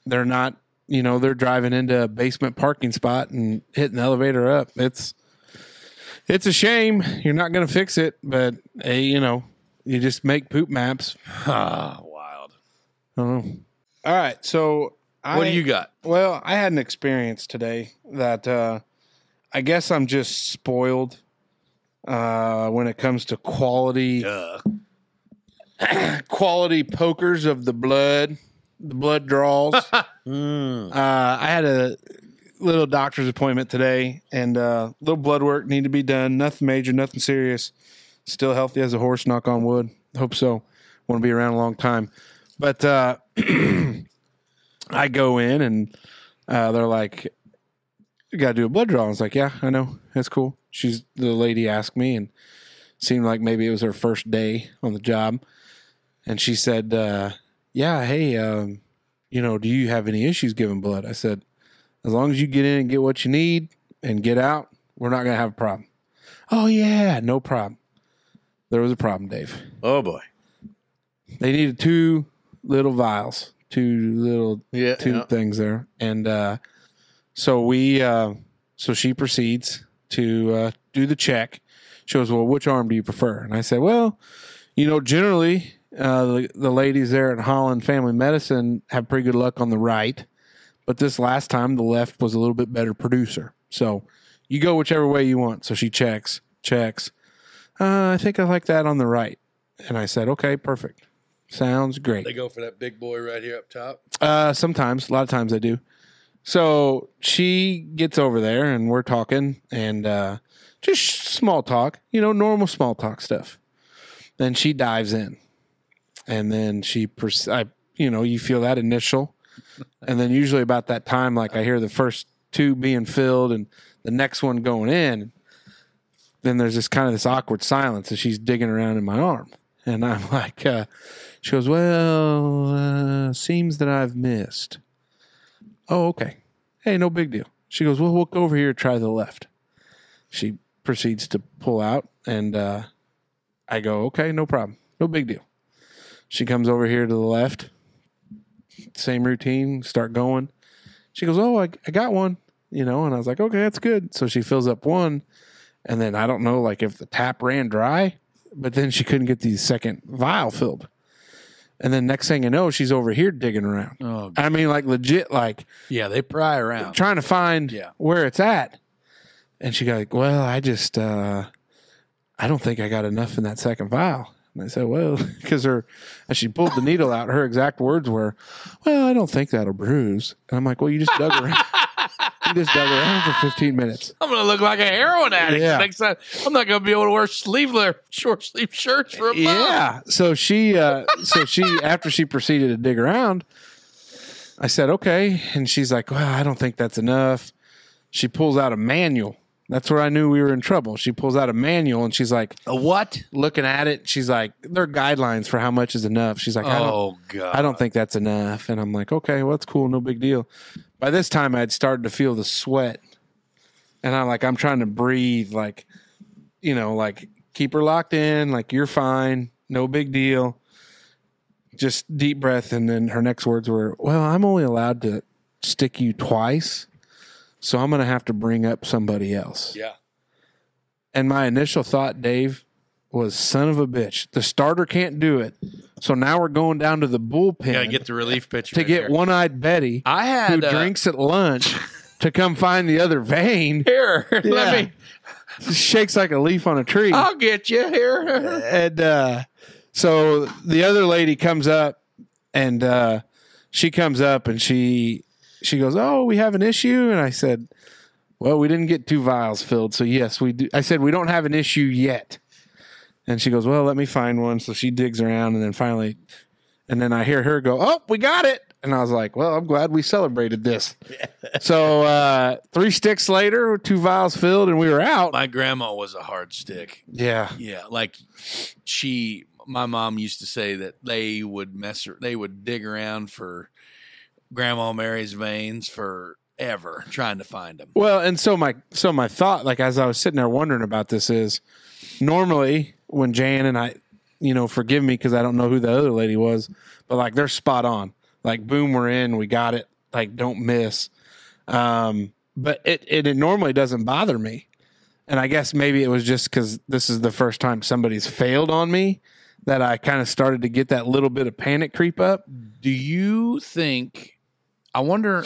they're not. You know, they're driving into a basement parking spot and hitting the elevator up. It's it's a shame. You're not going to fix it, but hey, you know, you just make poop maps. Ah, wild. I don't know. All right, so What do you got? well, I had an experience today that uh, I guess I'm just spoiled uh, when it comes to quality Uh, quality pokers of the blood, the blood draws. uh, Mm. I had a little doctor's appointment today, and uh, little blood work needed to be done. Nothing major, nothing serious. Still healthy as a horse. Knock on wood. Hope so. Want to be around a long time, but uh, I go in and uh, they're like, "You got to do a blood draw." I was like, "Yeah, I know. That's cool." She's the lady asked me, and seemed like maybe it was her first day on the job, and she said, uh, "Yeah, hey, um, you know, do you have any issues giving blood?" I said, "As long as you get in and get what you need and get out, we're not gonna have a problem." Oh yeah, no problem. There was a problem, Dave. Oh boy. They needed two little vials, two little Yeah. two yeah. things there, and uh, so we, uh, so she proceeds to uh, do the check. She goes, "Well, which arm do you prefer?" And I said, "Well, you know, generally, uh, the, the ladies there at Holland Family Medicine have pretty good luck on the right, but this last time the left was a little bit better producer. So you go whichever way you want." So she checks, checks. Uh, I think I like that on the right, and I said, "Okay, perfect." Sounds great. They go for that big boy right here up top. Uh, sometimes, a lot of times I do. So she gets over there and we're talking and uh, just small talk, you know, normal small talk stuff. Then she dives in, and then she, pers- I, you know, you feel that initial, and then usually about that time, like I hear the first two being filled and the next one going in. Then there's this kind of this awkward silence as she's digging around in my arm, and I'm like, uh, she goes, Well, uh, seems that I've missed. Oh, okay. Hey, no big deal. She goes, Well, we'll go over here, try the left. She proceeds to pull out, and uh, I go, Okay, no problem. No big deal. She comes over here to the left. Same routine, start going. She goes, Oh, I, I got one, you know, and I was like, Okay, that's good. So she fills up one, and then I don't know, like if the tap ran dry, but then she couldn't get the second vial filled. And then next thing you know, she's over here digging around. Oh, I mean, like legit, like yeah, they pry around. trying to find Yeah. where it's at. And she got like, well, I just, uh, I don't think I got enough in that second vial. And I said, well, because her, as she pulled the needle out, her exact words were, well, I don't think that'll bruise. And I'm like, well, you just dug around. you just dug around for 15 minutes. I'm gonna look like a heroin addict Yeah. next time. I'm not gonna be able to wear sleeveless short sleeve shirts for a month. Yeah. So she, uh, so she, after she proceeded to dig around, I said, okay. And she's like, well, I don't think that's enough. She pulls out a manual. That's where I knew we were in trouble. She pulls out a manual and she's like, A what? looking at it. She's like, there are guidelines for how much is enough. She's like, I don't, Oh god. I don't think that's enough. And I'm like, okay, well, that's cool. No big deal. By this time, I'd started to feel the sweat. And I'm like, I'm trying to breathe, like, you know, like keep her locked in, like, you're fine. No big deal. Just deep breath. And then her next words were, well, I'm only allowed to stick you twice. So I'm going to have to bring up somebody else. Yeah. And my initial thought, Dave, was son of a bitch. The starter can't do it. So now we're going down to the bullpen Gotta get the relief pitcher to in get there. one eyed Betty I had who uh, drinks at lunch to come find the other vein. here. Let Yeah. me. Oh, Shakes like a leaf on a tree. I'll get you here. and uh, so the other lady comes up and uh, she comes up and she she goes oh we have an issue and i said well we didn't get two vials filled so yes we do i said we don't have an issue yet and she goes well let me find one so she digs around and then finally and then i hear her go oh we got it and i was like well i'm glad we celebrated this so uh, three sticks later two vials filled and we were out My grandma was a hard stick. yeah Yeah, like she, my mom used to say that they would mess her, they would dig around for Grandma Mary's veins forever, trying to find them. Well, and so my so my thought, like as I was sitting there wondering about this, is normally when Jan and I, you know, forgive me because I don't know who the other lady was, but like they're spot on. Like boom, we're in, we got it. Like don't miss. Um, but it, it it normally doesn't bother me, and I guess maybe it was just because this is the first time somebody's failed on me that I kind of started to get that little bit of panic creep up. Do you think? I wonder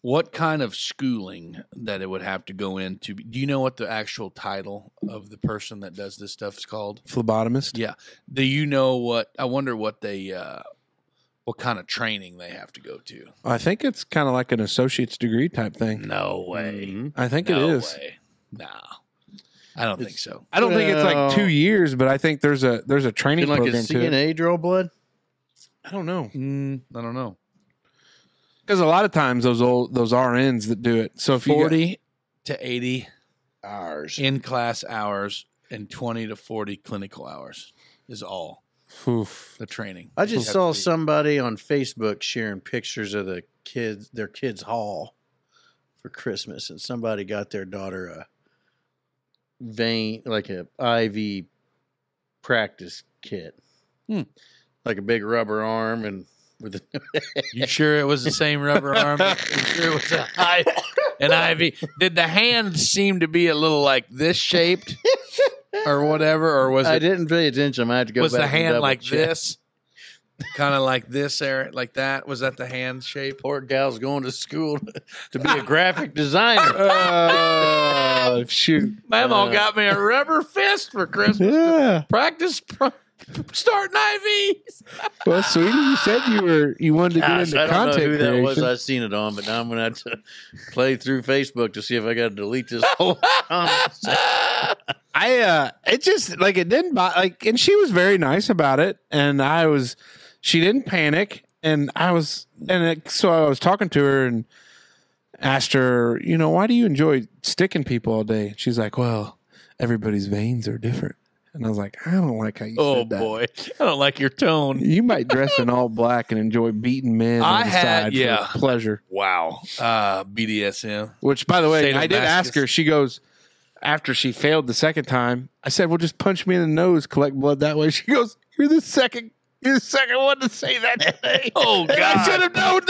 what kind of schooling that it would have to go into. Do you know what the actual title of the person that does this stuff is called? Phlebotomist. Yeah. Do you know what? I wonder what they, uh, what kind of training they have to go to. I think it's kind of like an associate's degree type thing. No way. Mhm. Mm-hmm. I think no it is. Way. No, I don't think so. I don't think it's like Well- two years, but I think there's a there's a training Like a program to it. CNA draw blood. I don't know Mm, I don't know. because a lot of times those old those RNs that do it. So if you Forty to eighty Ours. in class hours and twenty to forty clinical hours is all got, oof, the training. I just Have saw to be. somebody on Facebook sharing pictures of the kids, their kids' haul for Christmas, and somebody got their daughter a vein, like a IV practice kit, Hmm. like a big rubber arm and with a, You sure it was the same rubber arm? You sure it was a high, an IV? Did the hand seem to be a little like this shaped, or whatever, or was I it didn't pay attention. I had to go. was back the and hand double like check. this, kind of like this, Eric, like that? Was that the hand shape? Poor gal's going to school to be a graphic designer. Oh, shoot. Mama Uh. got me a rubber fist for Christmas. Yeah. Practice pro- starting IVs. Well, sweetie, you said you were you wanted to Gosh, get I into don't know content who that was. creation. I've seen it on, but now I'm gonna have to play through Facebook to see if I got to delete this whole. conversation. I uh it just like it didn't bo- like and she was very nice about it and I was she didn't panic and I was and it, so I was talking to her and asked her, you know, why do you enjoy sticking people all day? She's like, "Well, everybody's veins are different." And I was like, "I don't like how you Oh said that." boy, I don't like your tone. You might dress in all black and enjoy beating men on I the had- side yeah. for pleasure. Wow, uh, BDSM. Which, by the way, I did Sadomasochism. ask her. She goes, after she failed the second time, I said, well, just punch me in the nose, collect blood that way. She goes, you're the second, you're the second one to say that today. Oh And I should God. have known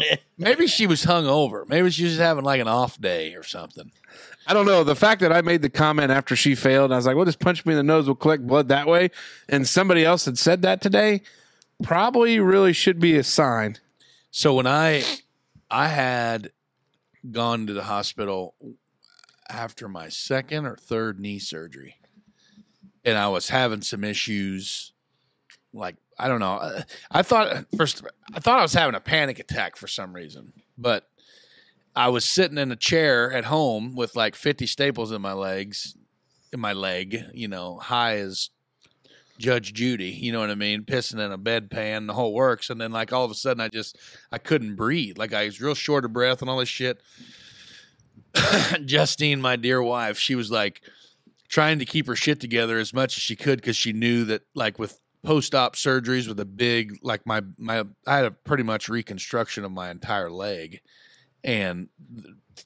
then. Maybe she was hungover. Maybe she was having like an off day or something. I don't know. The fact that I made the comment after she failed, and I was like, well, just punch me in the nose, we'll collect blood that way. And somebody else had said that today, probably really should be a sign. So when I I had gone to the hospital after my second or third knee surgery and I was having some issues like I don't know. I, I thought first I thought I was having a panic attack for some reason, but I was sitting in a chair at home with like 50 staples in my legs in my leg, you know, high as Judge Judy, you know what I mean, pissing in a bedpan, the whole works. And then like all of a sudden I just I couldn't breathe. Like I was real short of breath and all this shit. Justine, my dear wife, she was like trying to keep her shit together as much as she could because she knew that like with post-op surgeries with a big like my my I had a pretty much reconstruction of my entire leg and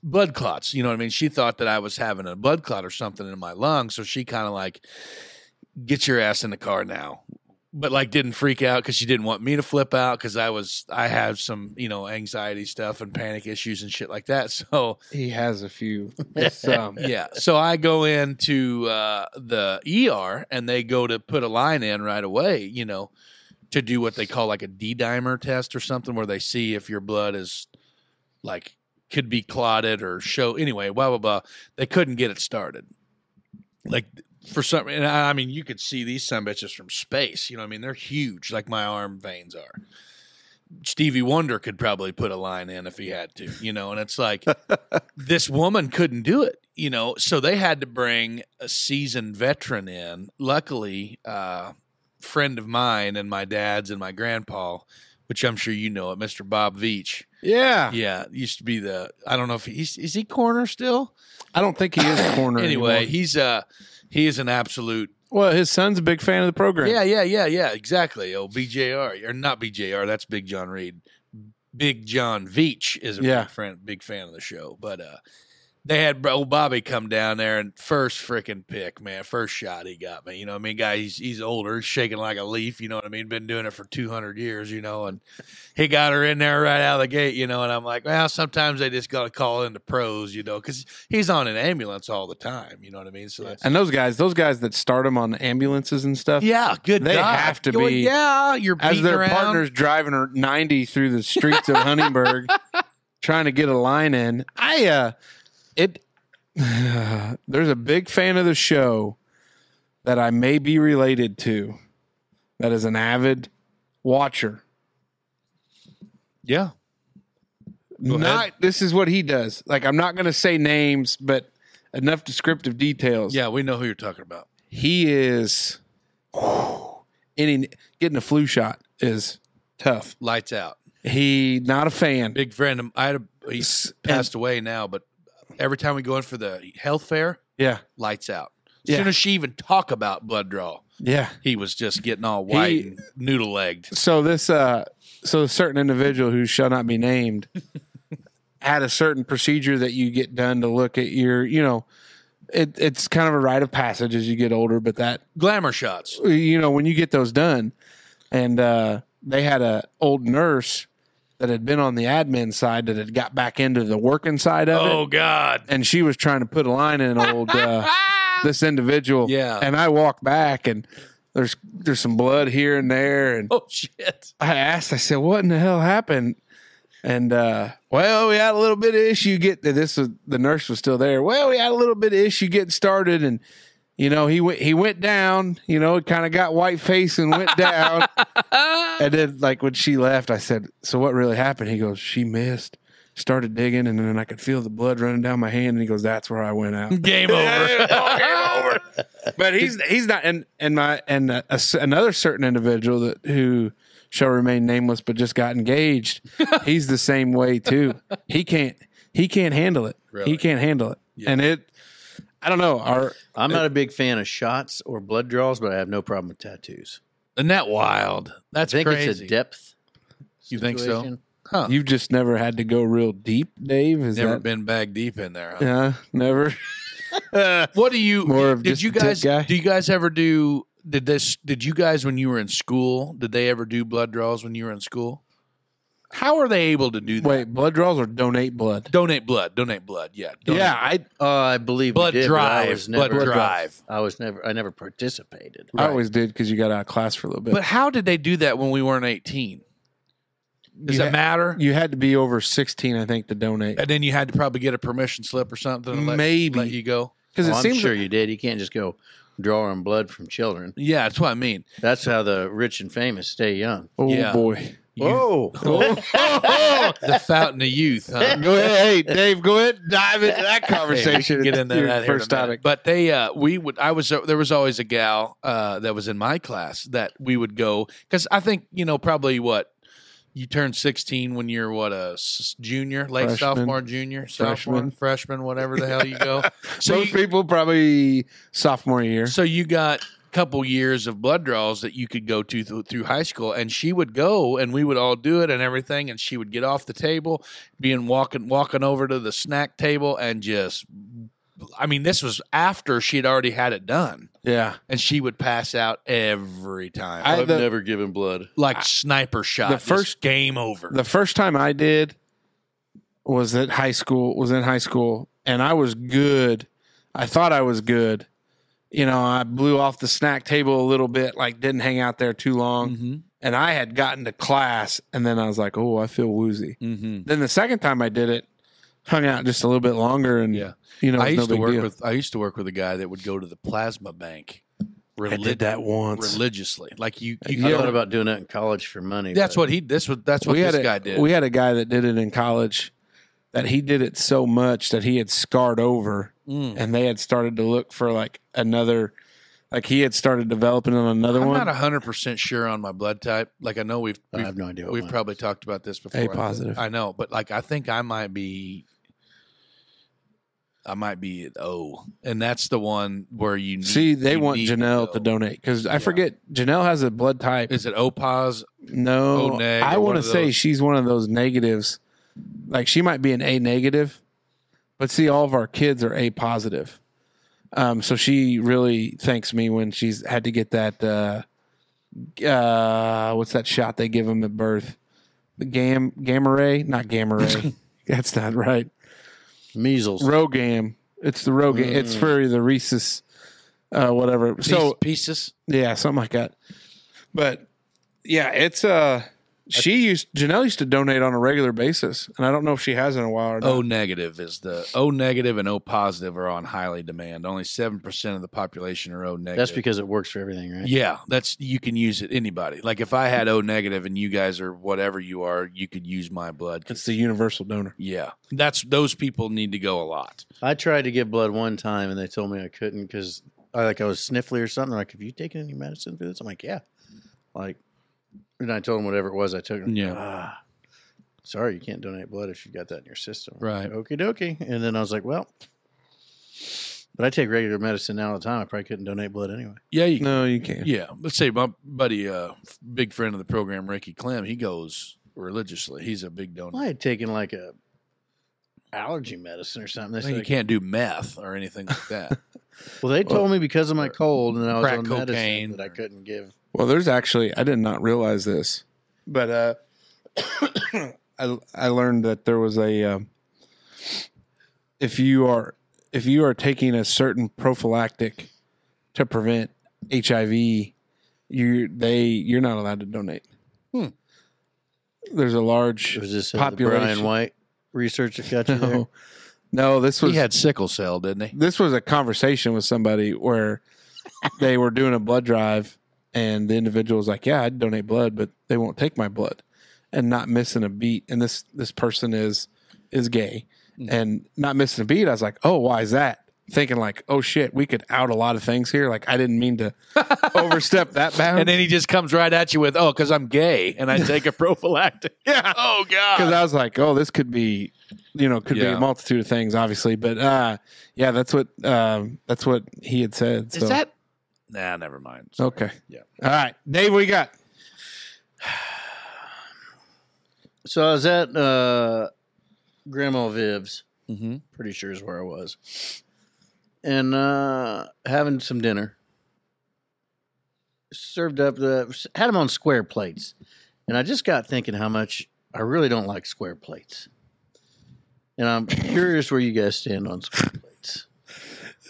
blood clots. You know what I mean? She thought that I was having a blood clot or something in my lung, so she kind of like get your ass in the car now. But like didn't freak out because she didn't want me to flip out because I was I have some you know anxiety stuff and panic issues and shit like that. So He has a few. Some. yeah. So I go into uh, the ER and they go to put a line in right away, you know, to do what they call like a D dimer test or something where they see if your blood is like could be clotted or show anyway, blah blah blah. They couldn't get it started. Like for some and I I mean you could see these some bitches from space. You know, what I mean they're huge, like my arm veins are. Stevie Wonder could probably put a line in if he had to, you know, and it's like this woman couldn't do it, you know, so they had to bring a seasoned veteran in. Luckily, uh, friend of mine and my dad's and my grandpa, which I'm sure you know it, Mr. Bob Veach. Yeah. Yeah, used to be the I don't know if he's is he corner still. I don't think he is corner. Anyway, anymore. he's uh he is an absolute Well, his son's a big fan of the program. Yeah, yeah, yeah, yeah, exactly. Oh, BJR or not BJR? That's Big John Reed. Big John Veach is a Yeah. big, friend, big fan of the show, but uh, they had old Bobby come down there and first freaking pick, man, first shot he got me. You know, what I mean, guy, he's he's older, he's shaking like a leaf. You know what I mean? Been doing it for two hundred years. You know, and he got her in there right out of the gate. You know, and I'm like, well, sometimes they just got to call in the pros. You know, because he's on an ambulance all the time. You know what I mean? So that's And those guys, those guys that start him on ambulances and stuff, yeah, good. They God. have to Well, be- Yeah, you're as beating their around. partner's driving her 90 through the streets of Huntingburg trying to get a line in. I, uh, it, there's a big fan of the show that I may be related to that is an avid watcher. Yeah. Go ahead. Not, this is what he does. Like, I'm not going to say names, but enough descriptive details. Yeah, we know who you're talking about. he is whew, any getting a flu shot is tough. Lights out. He not a fan. Big friend. of- I had a, he's S- and- passed away now, but every time we go in for the health fair, yeah, lights out. As Yeah. soon as she even talk about blood draw, yeah. he was just getting all white, He- and noodle legged. So this uh so a certain individual who shall not be named had a certain procedure that you get done to look at your, you know, it, it's kind of a rite of passage as you get older, but that Glamour shots. you know when you get those done and uh they had a old nurse that had been on the admin side that had got back into the working side of Oh it God. and she was trying to put a line in old uh this individual Yeah. and i walked back and there's there's some blood here and there and Oh shit. i asked i said what in the hell happened and uh well we had a little bit of issue get this was the nurse was still there well we had a little bit of issue getting started and you know he went he went down you know it kind of got white face and went down and then like when she left i said so what really happened he goes she missed started digging and then i could feel the blood running down my hand and he goes that's where i went out Game over. but he's he's not and and my and uh, a s another certain individual that who shall remain nameless but just got engaged he's the same way too he can't he can't handle it Really? he can't handle it Yeah. and it i don't know our I'm not a big fan of shots or blood draws, but I have no problem with tattoos. Isn't that wild? That's I think crazy. it's a depth. You think so? situation. Huh. you've just never had to go real deep dave is Uh. Never that been bag deep in there. Huh? yeah never What do you? More of did just you a tip guys? guy? Do you guys ever do? Did this? Did you guys when you were in school? Did they ever do blood draws when you were in school? How are they able to do that? wait blood draws or donate blood Donate blood. Donate blood. Yeah. Donate yeah i Oh, I believe we Blood did, but I drive, was blood never- drive. Oh, I was never. I never participated. I always did because you got out of class for a little bit But how did they do that when we weren't 18? Does You it ha- matter? you had to be over 16 i think to donate and then you had to probably get a permission slip or something. and Let, Maybe. let you go. because it Well, Oh, I'm seems sure you did. You can't just go drawing blood from children. Yeah, that's what I mean. That's how the rich and famous stay young. Oh! oh Yeah. boy Oh. You- Whoa. the fountain of youth. Huh? go ahead, hey Dave. Go ahead, dive into that conversation. Hey, get into Your that here in a first minute. topic. But they, uh, we would. I was there was always a gal uh, that was in my class that we would go because I think you know probably what you turn sixteen when you're what a s- junior, late Freshman. sophomore, junior, sophomore, Freshman. freshman, whatever the hell you go. So Most you- people probably sophomore year. So you got a couple years of blood draws that you could go to th- through high school, and she would go, and we would all do it and everything, and she would get off the table, being walking walking over to the snack table, and just, I mean, this was after she had already had it done, Yeah, and she would pass out every time, I- the- never given blood. like sniper shot. the just first- game over. the first time I did was at high school. Was in high school, and I was good. I thought I was good. You know, I blew off the snack table a little bit. Like, didn't hang out there too long. Mhm, And I had gotten to class, and then I was like, "Oh, I feel woozy." mhm. Then the second time I did it, hung out just a little bit longer, and Yeah. you know, it I was no used to big work deal. with I used to work with a guy that would go to the plasma bank. I relig- did that once. religiously, like you. you I Yeah. thought about doing that in college for money. That's but what he. This was. That's what we this had a, guy did. We had a guy that did it in college that he did it so much that he had scarred over Mm. and they had started to look for like another like he had started developing on another I'm one. not hundred percent sure on my blood type. Like I know we've I we've, have no idea. What we've mine- probably talked about this before. A positive. I know, but like I think I might be. I might be at O, and that's the one where you need, See, they you want need Janelle go. to donate because I Yeah. forget Janelle has a blood type. Is it O pos? no, O Oh, neg I or one want to of say those. she's one of those negatives. Like she might be an A negative, but see, all of our kids are A positive. Um, so she really thanks me when she's had to get that. Uh, uh, what's that shot they give them at birth? The gam gamma ray, not gamma ray. That's not right. measles. Rogam. It's the Rogam. It's Mm. for the rhesus, uh, whatever. So pieces. yeah, something like that. But yeah, it's uh she used Janelle used to donate on a regular basis, and I don't know if she has in a while or not. O negative is the O negative and O positive are on highly demand. Only seven percent of the population are O negative. That's because it works for everything, right? Yeah, that's you can use it anybody. Like if I had O negative and you guys are whatever you are, you could use my blood. it's the universal donor. Yeah, that's those people need to go a lot. I tried to get blood one time, and they told me I couldn't because I like I was sniffly or something. They're like, have you taken any medicine for this? I'm like, yeah. Like, and I told them whatever it was I took. Yeah. Ah, sorry, you can't donate blood if you've got that in your system. Right. Okie dokie. And then I was like, well, but I take regular medicine now all the time. I probably couldn't donate blood anyway. Yeah, you, No, you can't. yeah. Let's say my buddy, uh, f- big friend of the program, Ricky Clem. He goes religiously. He's a big donor. I had taken like a allergy medicine or something. They I think you said- can't do meth or anything like that. well, they told me because of my cold and I was crack on cocaine medicine that I or- couldn't give. Well, there's actually I did not realize this, but uh, I I learned that there was a um, if you are if you are taking a certain prophylactic to prevent HIV, you they you're not allowed to donate. Hmm. There's a large Was this uh, the Brian Brian White research that got you no, no. This was he had sickle cell, didn't he? this was a conversation with somebody where they were doing a blood drive and the individual was like yeah i'd donate blood but they won't take my blood and not missing a beat and this this person is is gay Mm. and not missing a beat i was like oh why is that thinking like oh shit we could out a lot of things here like i didn't mean to overstep that bound And then he just comes right at you with, "Oh, because I'm gay and I take a prophylactic." yeah oh because God! I was like, oh, this could be, you know, could be Yeah. a multitude of things, obviously. But uh, yeah, that's what um, that's what he had said. so. Is that? Nah, never mind. Sorry. okay? Yeah. All right, Dave, what you got? So I was at uh, Grandma Viv's, Mm-hmm. pretty sure is where I was, and uh, having some dinner. Served up the had them on square plates, and I just got thinking how much I really don't like square plates, and I'm curious where you guys stand on square plates.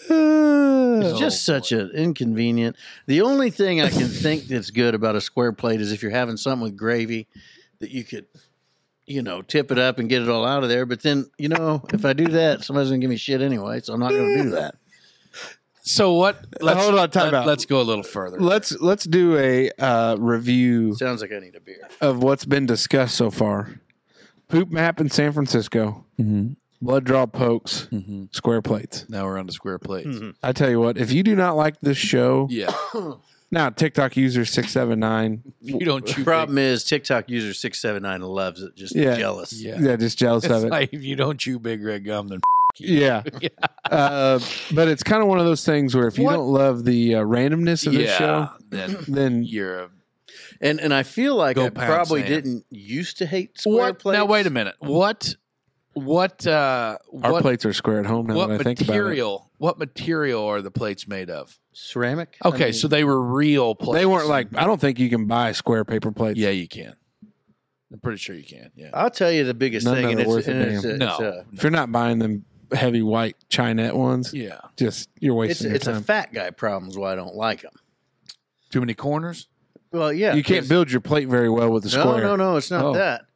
It's just Oh, such an inconvenient. The only thing I can think that's good about a square plate is if you're having something with gravy that you could, you know, tip it up and get it all out of there. But then, you know, if I do that, somebody's gonna give me shit anyway, so I'm not gonna do that. So what? Hold on, time let, out. Let's go a little further. Let's let's do a uh, review Sounds like I need a beer. of what's been discussed so far. Poop map in San Francisco, Mm-hmm. blood draw pokes, Mm-hmm. square plates. Now we're on to square plates. Mm-hmm. I tell you what, if you do not like this show, Yeah, now TikTok user six seven nine, you don't chew. Problem is TikTok user six seven nine loves it, just Yeah. jealous. big, yeah. yeah. just jealous It's of it. like if you don't chew big red gum, then yeah, Yeah. Uh, but it's kind of one of those things where if you What? don't love the uh, randomness of this show, then then you're a And and I feel like Go I pound probably sand. didn't used to hate square what? plates. Now wait a minute. What? What? uh our What? plates are square at home. Now what that I think about it, material? What material are the plates made of? Ceramic? I Okay, mean, so they were real plates. they weren't like I don't think you can buy square paper plates. Uh, Yeah, you can. I'm pretty sure you can. Yeah. I'll tell you the biggest None thing, of and it it's, worth a and it's, damn. it's, no. uh, if you're not buying them heavy white chinette ones, yeah. just you're it's, wasting it's your a time. fat guy problem is why I don't like them. Too many corners. Well, yeah, you can't 'cause- build your plate very well with a No, square. no, no, it's not Oh. that.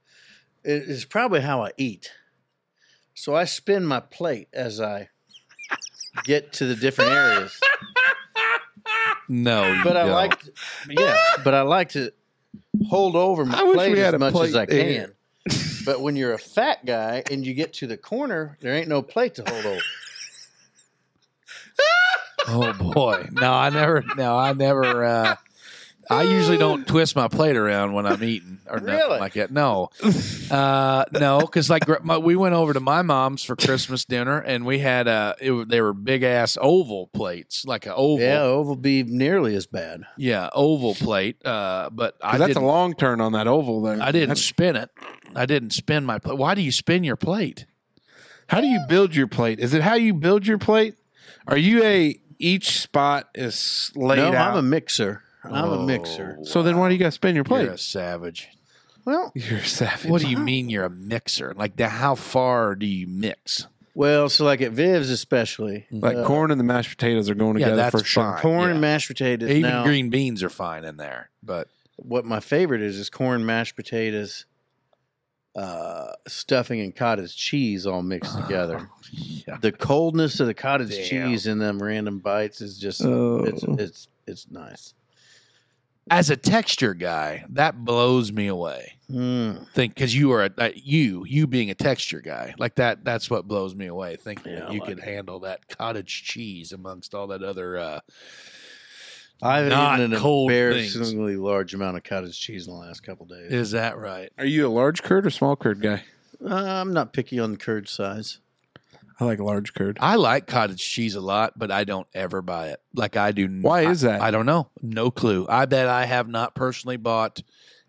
It- It's probably how I eat. So I spin my plate as I get to the different areas. No, you But I don't. like, yeah, but I like to hold over my I wish plate we had as a much plate as I there. can. but when you're a fat guy and you get to the corner, there ain't no plate to hold over. Oh boy. No, I never. No, I never. uh I usually don't twist my plate around when I'm eating or Really? nothing like that. No, uh, no, because like gr- my, we went over to my mom's for Christmas dinner and we had uh, it, w- they were big ass oval plates, like an oval, Yeah, yeah, oval be nearly as bad. oval plate. Uh, but I 'Cause that's a didn't- long turn on that oval there. I didn't That's- spin it. I didn't spin my plate. Why do you spin your plate? How do you build your plate? Is it how you build your plate? Are you a each spot is laid no, out? I'm a mixer. I'm a mixer. Oh, so then why do you got to spin your plate? You're a savage. Well, You're savage. What do you mean you're a mixer? Like, the, how far do you mix? well, so like at Viv's especially, Mm-hmm. Like uh, corn and the mashed potatoes are going Yeah, together that's for sure. fine. corn Yeah. and mashed potatoes. Even now, green beans are fine in there, but what my favorite is is corn, mashed potatoes, uh, stuffing, and cottage cheese all mixed together. Yeah. The coldness of the cottage Damn. cheese in them random bites is just Oh. it's it's it's nice. As a texture guy, that blows me away. Mm. Think because you are a that- you you being a texture guy like that. That's what blows me away. Thinking Yeah, I that you like could handle that cottage cheese amongst all that other. uh I haven't Not eaten an cold embarrassingly large amount of cottage cheese in the last couple days. Is that right? Are you a large curd or small curd guy? Uh, I'm not picky on the curd size. I like large curd. I like cottage cheese a lot, but I don't ever buy it. Like I do. Why I- is that? I don't know. No clue. I bet I have not personally bought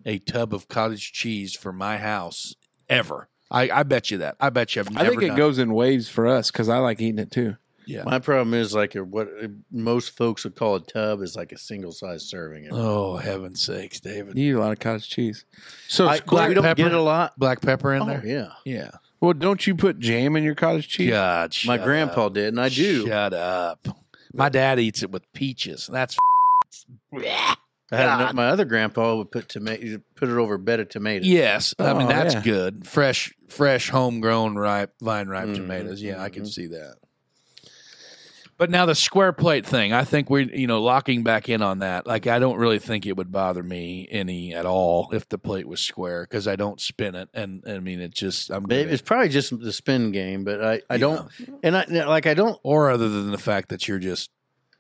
a tub of cottage cheese for my house ever. I, I bet you that. I bet you I've never I think it done goes in waves for us because I like eating it too. Yeah. My problem is like a, what uh, most folks would call a tub is like a single size serving. Oh, heaven's sakes, David. You eat a lot of cottage cheese. So I, square- we don't pepper get a lot. Black pepper in Oh there? yeah, Yeah. well, don't you put jam in your cottage cheese? God, shut my grandpa up. did, and I do. Shut up. My dad eats it with peaches. That's I had God. an- my other grandpa would put tomato, put it over a bed of tomatoes. yes. I mean Oh, that's yeah. good. Fresh, fresh, homegrown, ripe, vine ripe Mhm, tomatoes. Yeah, I can mhm. see that. But now the square plate thing, I think we, you know, locking back in on that. Like, I don't really think it would bother me any at all if the plate was square because I don't spin it, and I mean, it just I'm But it- it's probably just the spin game. But I, I Yeah. don't, and I like I don't. or other than the fact that you're just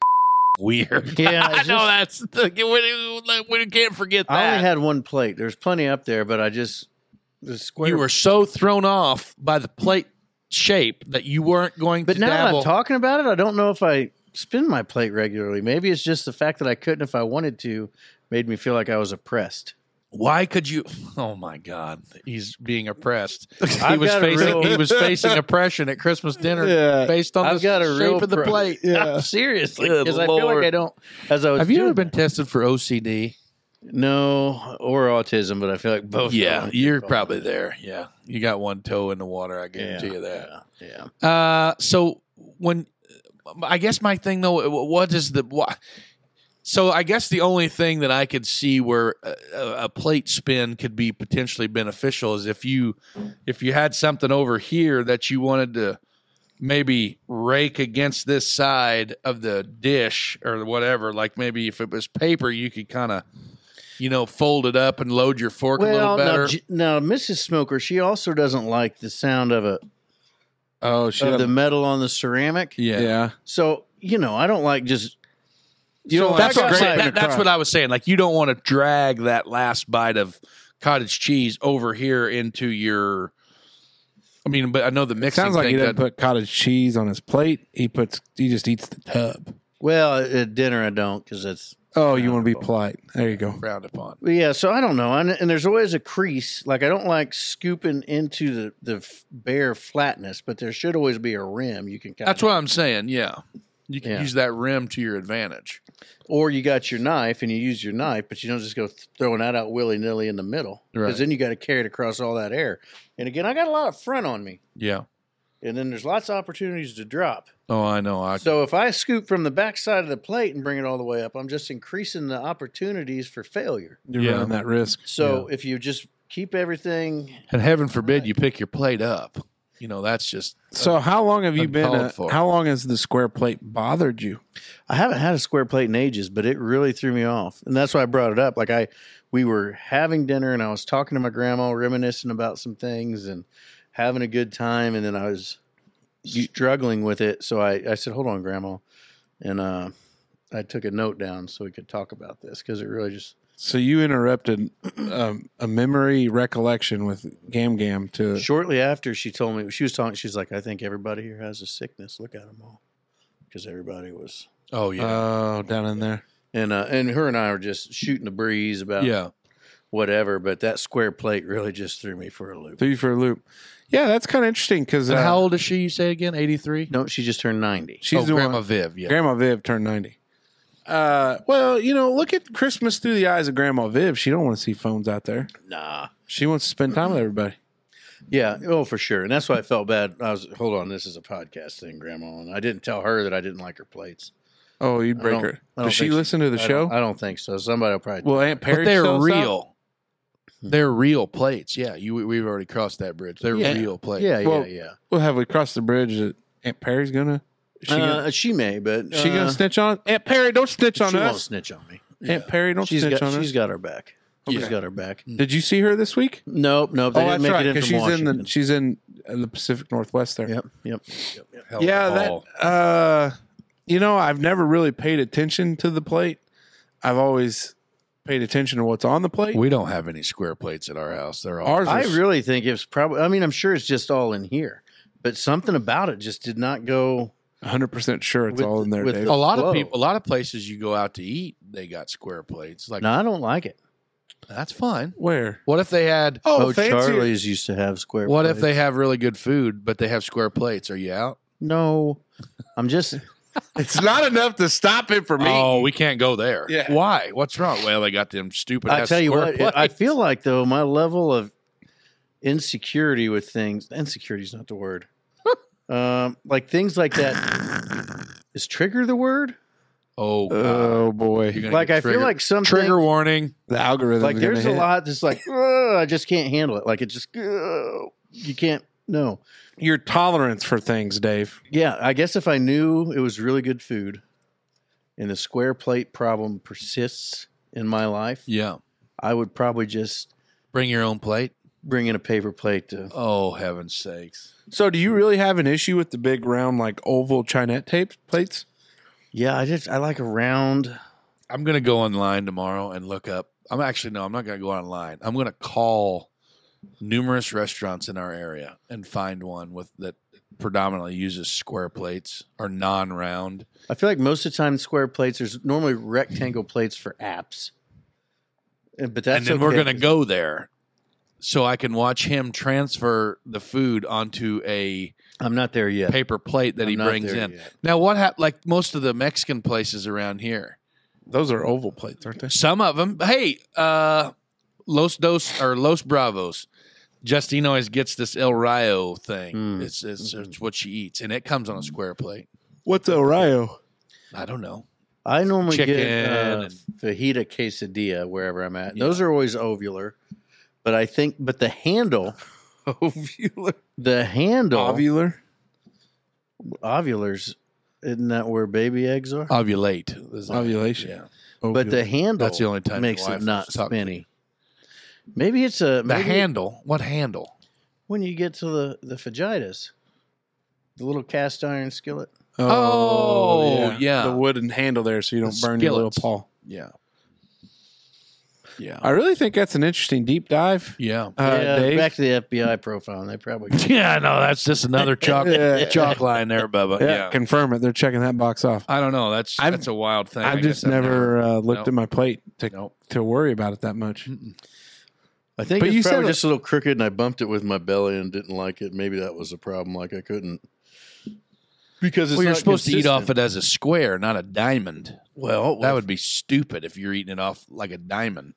weird. Yeah, I it's know that's just- the, we, like, we can't forget I only that. had one plate. There's plenty up there, but I just the square. you were so thrown off by the plate shape that you weren't going but to now that dabble. I'm talking about it, I don't know if I spin my plate regularly. Maybe it's just the fact that I couldn't if I wanted to, made me feel like I was oppressed. Why could you? Oh my God, he's being oppressed. He I've was got a facing real- he was facing oppression at Christmas dinner Yeah. based on I've the got a shape real of the pro- plate. Yeah. Seriously, Good because I feel Lord. like I don't. As I was, Have you ever doing been tested for OCD? that. No, or autism, but I feel like both. Oh, yeah, of them. you're probably there. Yeah, you got one toe in the water. I guarantee you that. Yeah, yeah. Uh, so when I guess my thing though, what is the what? So I guess the only thing that I could see where a, a- a plate spin could be potentially beneficial is if you if you had something over here that you wanted to maybe rake against this side of the dish or whatever. Like maybe if it was paper, you could kind of you know fold it up and load your fork a little Well, better. now, J- now Mrs. Smoker, she also doesn't like the sound of a Oh, shit. of the metal on the ceramic. yeah. So you know, I don't like just. You don't So like that's I what, I'm got- saying. scraping That- that's across. what I was saying. Like you don't want to drag that last bite of cottage cheese over here into your. I mean, but I know the It mixing sounds like he thing. doesn't that- put cottage cheese on his plate. He puts. He just eats the tub. Well, at dinner I don't because it's Oh, you want to be Understandable. polite. There you go. frowned upon. Well, yeah. So I don't know, and, and there's always a crease. Like I don't like scooping into the the f- bare flatness, but there should always be a rim you can. Kind That's what I'm saying. Yeah, you can Yeah. use that rim to your advantage. Or you got your knife and you use your knife, but you don't just go th- throwing that out willy nilly in the middle because Right. then you got to carry it across all that air. And again, I got a lot of front on me, Yeah. and then there's lots of opportunities to drop. Oh, I know. I So if I scoop from the back side of the plate and bring it all the way up, I'm just increasing the opportunities for failure. You're Yeah. running that risk. So if you just keep everything and heaven forbid you pick your plate up. You know that's just So how long have you been? Uncalled uh, for. how long has the square plate bothered you? I haven't had a square plate in ages, but it really threw me off, and that's why I brought it up. Like I, we were having dinner, and I was talking to my grandma, reminiscing about some things and having a good time, and then I was struggling with it. So I, I said, "Hold on, grandma," and uh, I took a note down so we could talk about this because it really just So you interrupted um, a memory recollection with Gam Gam to Shortly after she told me she was talking, she's like, "I think everybody here has a sickness. Look at them all," because everybody was. oh yeah oh down in there. And, uh, and her and I were just shooting the breeze about yeah. whatever, but that square plate really just threw me for a loop. Threw you for a loop. Yeah, that's kind of interesting because And uh, how old is she? You say again? Eighty three. No, she just turned 90. she's oh, the Grandma one. Viv. Yeah. Grandma Viv turned ninety. Uh, well, you know, look at Christmas through the eyes of Grandma Viv. She don't want to see phones out there. Nah. She wants to spend time with everybody. Yeah, oh, for sure. And that's why I felt bad. I was, hold on, this is a podcast thing, Grandma. And I didn't tell her that I didn't like her plates. Oh, you'd I break don't- her. I don't Does she think she- listen to the I show? Don't, I don't think so. Somebody will probably. Well, Aunt Perry. but they're sells out? real. Hmm. They're real plates. Yeah, you we've already crossed that bridge. They're Yeah. real plates. yeah, yeah, well, yeah. Well, have we crossed the bridge that Aunt Perry's gonna? She She, gonna, uh, she may, but. she gonna uh, snitch on Aunt Perry? Don't snitch on she won't us. snitch on me. Aunt Perry, don't She's snitch got, on she's us. got her back. She's got her back. Did you see her this week? Nope, nope. They oh, didn't that's make right. it in Because from she's Washington. in the she's in uh, the Pacific Northwest there. Yep, yep. Hell Yeah, of a haul. that. Uh, you know, I've never really paid attention to the plate. I've always paid attention to what's on the plate. we don't have any square plates at our house. They're all Ours I is- really think it's probably. I mean, I'm sure it's just all in here, but something about it just did not go. 100 percent sure it's With- all in there, with- oh, Dave. a lot of Whoa. people. A lot of places you go out to eat, they got square plates. Like No, I don't like it. That's fine. Where? What if they had? Oh, Oh, fancy- Charlie's used to have square. What if plates. they have really good food, but they have square plates? Are you out? No, I'm just. It's not enough to stop him from Oh, we can't go there. Yeah. Why? What's wrong? Well, they got them stupid. I ass tell you square what, plates. I feel like though my level of insecurity with things. Insecurity is not the word. um, like things like that. Is trigger the word? Oh, Uh, God. Oh You're boy, gonna Like get I feel triggered. like some trigger things- warning. the algorithm. like is there's gonna a hit. lot that's like "Ugh, I just can't handle it. Like it just ugh, you can't. No, Your tolerance for things, Dave. yeah. I guess if I knew it was really good food, and the square plate problem persists in my life, Yeah. I would probably just Bring your own plate. bring in a paper plate to. Oh, heaven's sakes. So, do you really have an issue with the big round, like oval Chinette tape plates? Yeah, I just I like a round. I'm going to go online tomorrow and look up. I'm actually, no, I'm not going to go online. I'm going to call numerous restaurants in our area and find one with that predominantly uses square plates or non round. I feel like most of the time square plates. There's normally rectangle plates for apps. And- But that's and then okay. we're going to go there so I can watch him transfer the food onto a I'm not there yet. paper plate that I'm he not brings there in. yet. Now, what hap- like most of the Mexican places around here, Those are oval plates, aren't they? Some of them. Hey, uh, Los Dos or Los Bravos. Justine always gets this El Rayo thing. Mm. It's, it's it's what she eats, and it comes on a square plate. What's Ohio? I don't know. I normally get Chicken uh, and- fajita quesadilla wherever I'm at. Yeah. Those are always ovular, but I think but the handle, Ovular. the handle Ovular. ovulars, isn't that where baby eggs are? Ovulate. Oh, Is that- Ovulation. Yeah. but the handle Oh, That's the only time makes my it wife not has talked to me. spinny. Maybe it's a The maybe handle. What handle? when you get to the the fajitas, the little cast iron skillet. Oh, yeah. The wooden handle there, so you don't The burn your little skillets. paw. Yeah. Yeah. I really think that's an interesting deep dive, Yeah. uh, yeah, Dave. back to the FBI profile, and they probably Yeah. No, that's just another chalk Yeah. chalk line there, Bubba. yeah, Yeah. confirm it. They're checking that box off. I don't know. That's I've- that's a wild thing. I I've just guess never uh, looked Nope. at my plate to, Nope. to worry about it that Hmm. much. I think But it's you said probably it- just a little crooked, and I bumped it with my belly and didn't like it. Maybe that was a problem. Like I couldn't because it's Well, you're not supposed to eat off consistent. it as a square, not a diamond. Well, That would be stupid if you're eating it off like a diamond.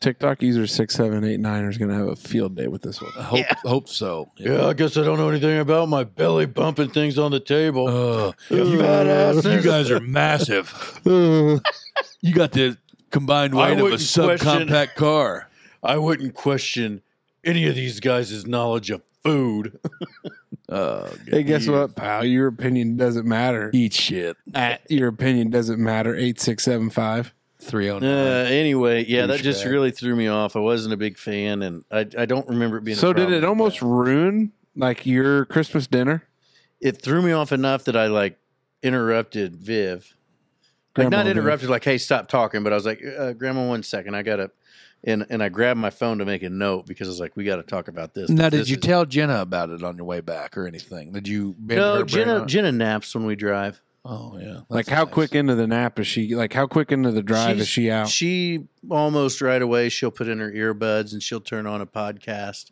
TikTok user six seven eight nine is going to have a field day with this one. I hope, hope so. yeah. I guess I don't know anything about my belly bumping things on the table. Ugh. You Uh, you, badasses. you guys are massive. You got the combined I weight of a wouldn't question- subcompact car. I wouldn't question any of these guys' knowledge of food. Oh, God. Hey, guess what, pal? Your opinion doesn't matter. Eat shit. At your opinion doesn't matter. Eight six seven five. Uh, 309. anyway, yeah, that just Douchebag. really threw me off. I wasn't a big fan, and I, I don't remember it being. a So did problem it like almost that. ruin like your Christmas dinner? It threw me off enough that I like interrupted Viv. like Grandma not did. interrupted like hey stop talking but i was like uh, grandma one second i gotta and and i grabbed my phone to make a note because i was like we gotta talk about this now, did This you is- tell Jenna about it on your way back or anything? Did you? bend her brain no on jenna it? jenna naps when we drive oh, yeah. That's Like how nice. quick into the nap is she? Like how quick into the drive She's- is she out? she almost right away she'll put in her earbuds and she'll turn on a podcast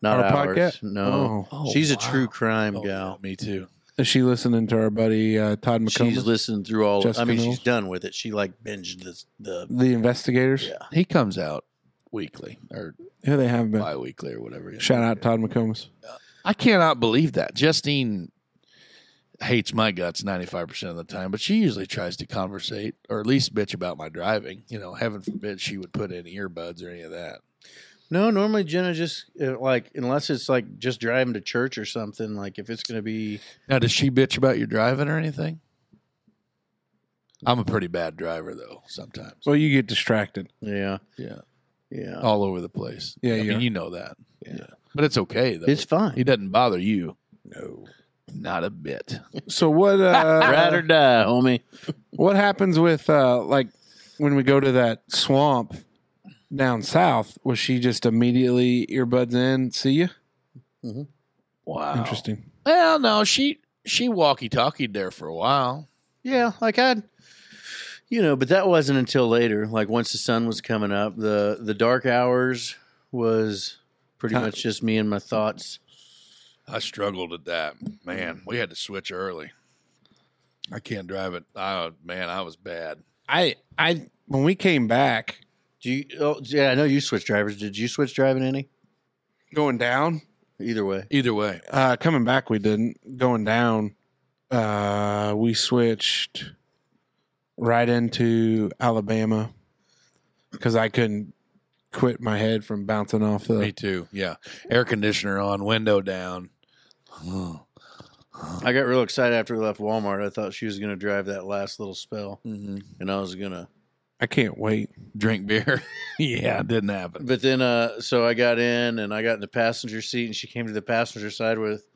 not Our ours podcast? no Oh. Oh, she's a wow. true crime Oh, yeah, gal me too. Is she listening to our buddy uh, Todd she's McCombs, listened through all i Jessica mean Knowles? she's done with it she like binged this the the investigators? Yeah. He comes out weekly or Yeah, they have been. bi weekly or whatever. yeah. Shout out Todd McCombs. I cannot believe that. Justine hates my guts 95% of the time, but she usually tries to conversate or at least bitch about my driving. You know, heaven forbid she would put in earbuds or any of that. no normally jenna just uh, like unless it's like just driving to church or something like if it's gonna be Now, does she bitch about your driving or anything? I'm a pretty bad driver, though, sometimes. Well, you get distracted. yeah Yeah. yeah All over the place. Yeah, I you mean, are. you know that. Yeah. But it's okay, though. It's fine. he doesn't bother you. no. Not a bit. So what? Ride Uh, or die, homie. What happens with uh like when we go to that swamp down south? Was she just immediately earbuds in? See you. Oh. Wow. Interesting. Well, no, she she walkie talkied there for a while. Yeah, like I'd You know, but that wasn't until later. Like once the sun was coming up, the the dark hours was pretty Huh. much just me and my thoughts. I struggled at that. Man, we had to switch early. I can't drive it. I man, I was bad. I I when we came back Do you? Oh, yeah, I know you switched drivers. Did you switch driving any? going down, Either way, Either way, uh coming back we didn't. Going down, uh we switched right into Alabama cuz I couldn't quit my head from bouncing off me the too. Yeah, air conditioner on, window down. Mm-hmm. I got real excited after we left Walmart. I thought she was going to drive that last little spell, Mm-hmm. and I was going to. I can't wait. Drink beer. yeah, it didn't happen. But then, uh, so I got in and I got in the passenger seat, and she came to the passenger side with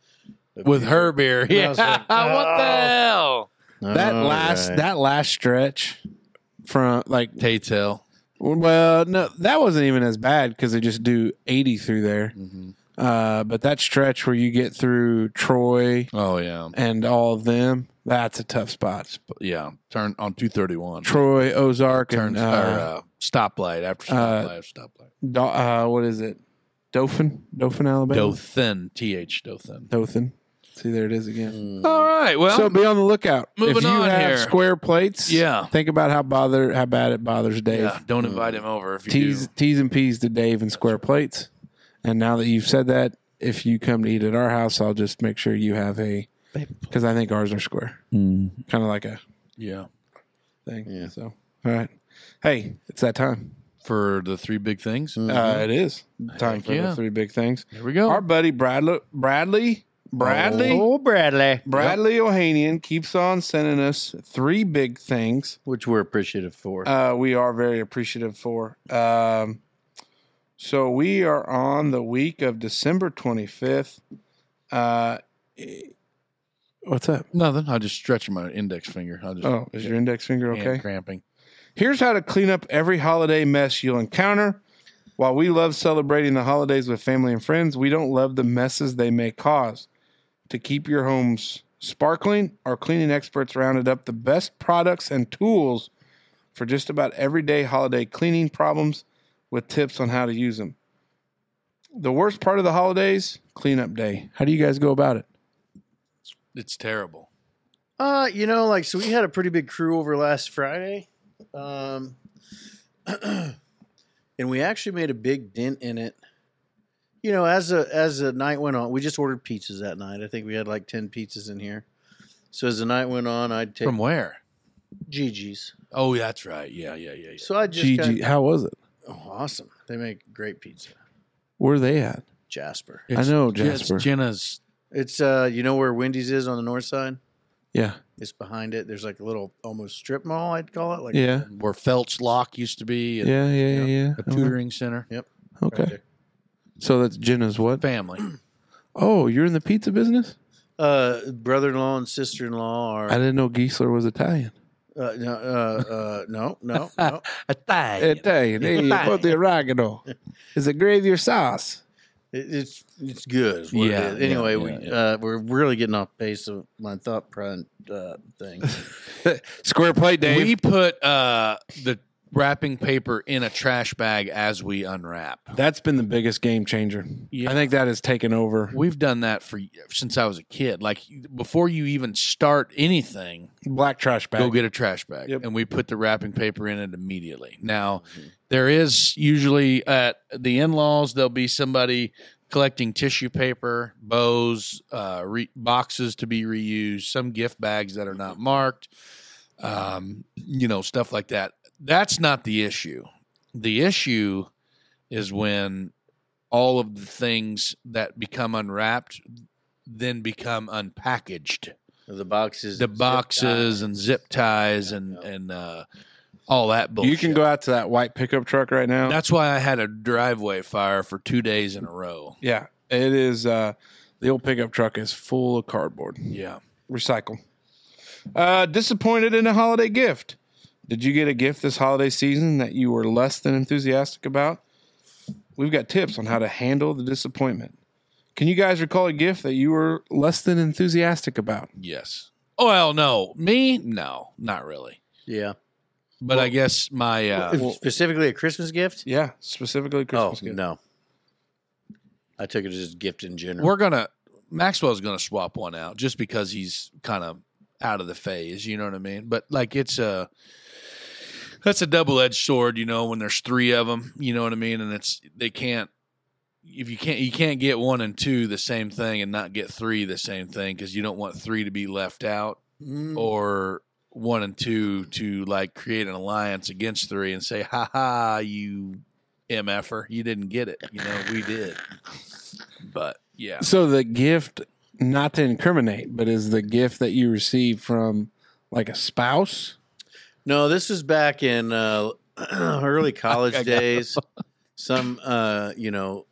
With her beer. I Yeah. was like, uh, "Oh, what the hell? That All last right. that last stretch from like Taytel. well no that wasn't even as bad cuz they just do 80 through there. Mm-hmm. Uh, but that stretch where you get through Troy Oh yeah, and all of them, that's a tough spot. yeah. Turn on two thirty one. Troy, Ozark, Turn and or, uh, uh, stoplight after uh, stoplight. after stoplight. Do- uh, what is it? Dothan, Dothan, Alabama. Dothan. Th. Dothan. Dothan. See, there it is again. Mm. All right. Well. so be on the lookout. moving if you on have here. square plates, yeah. Think about how bother how bad it bothers Dave. Yeah. Don't invite him over if you T's do. T's and P's to Dave and square plates. And now that you've said that, if you come to eat at our house, I'll just make sure you have a because I think ours are square, kind of like a Yeah. thing. Yeah. So, all right. Hey, it's that time. For the three big things. Uh, it is time Mm-hmm. Heck for yeah. Oh. the three big things. Here we go. Our buddy Bradley, Bradley, Bradley, Oh, Bradley. Bradley Ohanian keeps on sending us three big things. Which we're appreciative for. Uh, we are very appreciative for. Um, so we are on the week of December twenty fifth. Uh, what's up? Nothing. I just stretching my index finger. I just Oh, is your index finger hand okay? cramping. Here's how to clean up every holiday mess you'll encounter. While we love celebrating the holidays with family and friends, we don't love the messes they may cause. To keep your homes sparkling, our cleaning experts rounded up the best products and tools for just about everyday holiday cleaning problems with tips on how to use them. The worst part of the holidays, cleanup day. How do you guys go about it? It's terrible. Uh, you know, like so we had a pretty big crew over last Friday. Um and we actually made a big dent in it. You know, as the as the night went on, we just ordered pizzas that night. I think we had like 10 pizzas in here. So as the night went on, I'd take From where? Gigi's. Oh, that's right. Yeah, yeah, yeah. yeah. So I just Gigi, got, how was it? oh, awesome. They make great pizza. Where are they at? Jasper. It's- I know, it's Jasper. Jenna's. It's uh you know where Wendy's is on the north side? Yeah. It's behind it. There's like a little almost strip mall, I'd call it. Like Yeah. Where Phelps Lock used to be. and Yeah. Yeah. Yeah. A tutoring center. right Okay. there. So that's Jenna's what? Family. Oh, you're in the pizza business? Uh, brother-in-law and sister-in-law are I uh, didn't know Geisler was Italian. no, uh, uh, no, no, no. A thigh. Italian. Hey, you put the oregano. Is it gravy or sauce? It, it's it's good. is what it Yeah, is. Anyway, yeah, we yeah, Uh, we're really getting off base of my thought prime uh, thing. Square plate, Dave. We put uh, the wrapping paper in a trash bag as we unwrap. That's been the biggest game changer. Yeah. I think that has taken over. We've done that for since I was a kid. Like before you even start anything, Black trash bag. go get a trash bag Yep. and we put the wrapping paper in it immediately now Mhm. there is usually at the in-laws there'll be somebody collecting tissue paper bows uh, re- boxes to be reused some gift bags that are not marked um, you know stuff like that that's not the issue the issue is when all of the things that become unwrapped then become unpackaged The boxes, the boxes and zip ties and Yeah. and uh, all that bullshit. you can go out to that white pickup truck right now. That's why I had a driveway fire for two days in a row. yeah. It is uh the old pickup truck is full of cardboard. Yeah, Recycle. Uh disappointed in a holiday gift. Did you get a gift this holiday season that you were less than enthusiastic about? We've got tips on how to handle the disappointment. Can you guys recall a gift that you were less than enthusiastic about? yes. Well, no, me, no, not really. Yeah, But I guess my uh, Specifically, a Christmas gift? Yeah, specifically Christmas oh gift. no, I took it as a gift in general. we're gonna Maxwell's gonna swap one out just because he's kind of out of the phase. You know what I mean? But like it's a that's a double edged sword. You know when there's three of them. You know what I mean? And it's they can't if you can't you can't get one and two the same thing and not get three the same thing because you don't want three to be left out Mm. or one and two to like create an alliance against three and say ha ha you mf'er you didn't get it you know we did but yeah So the gift, not to incriminate, but is the gift that you receive from like a spouse. No, this is back in uh, early college I got- days. Some, uh, you know,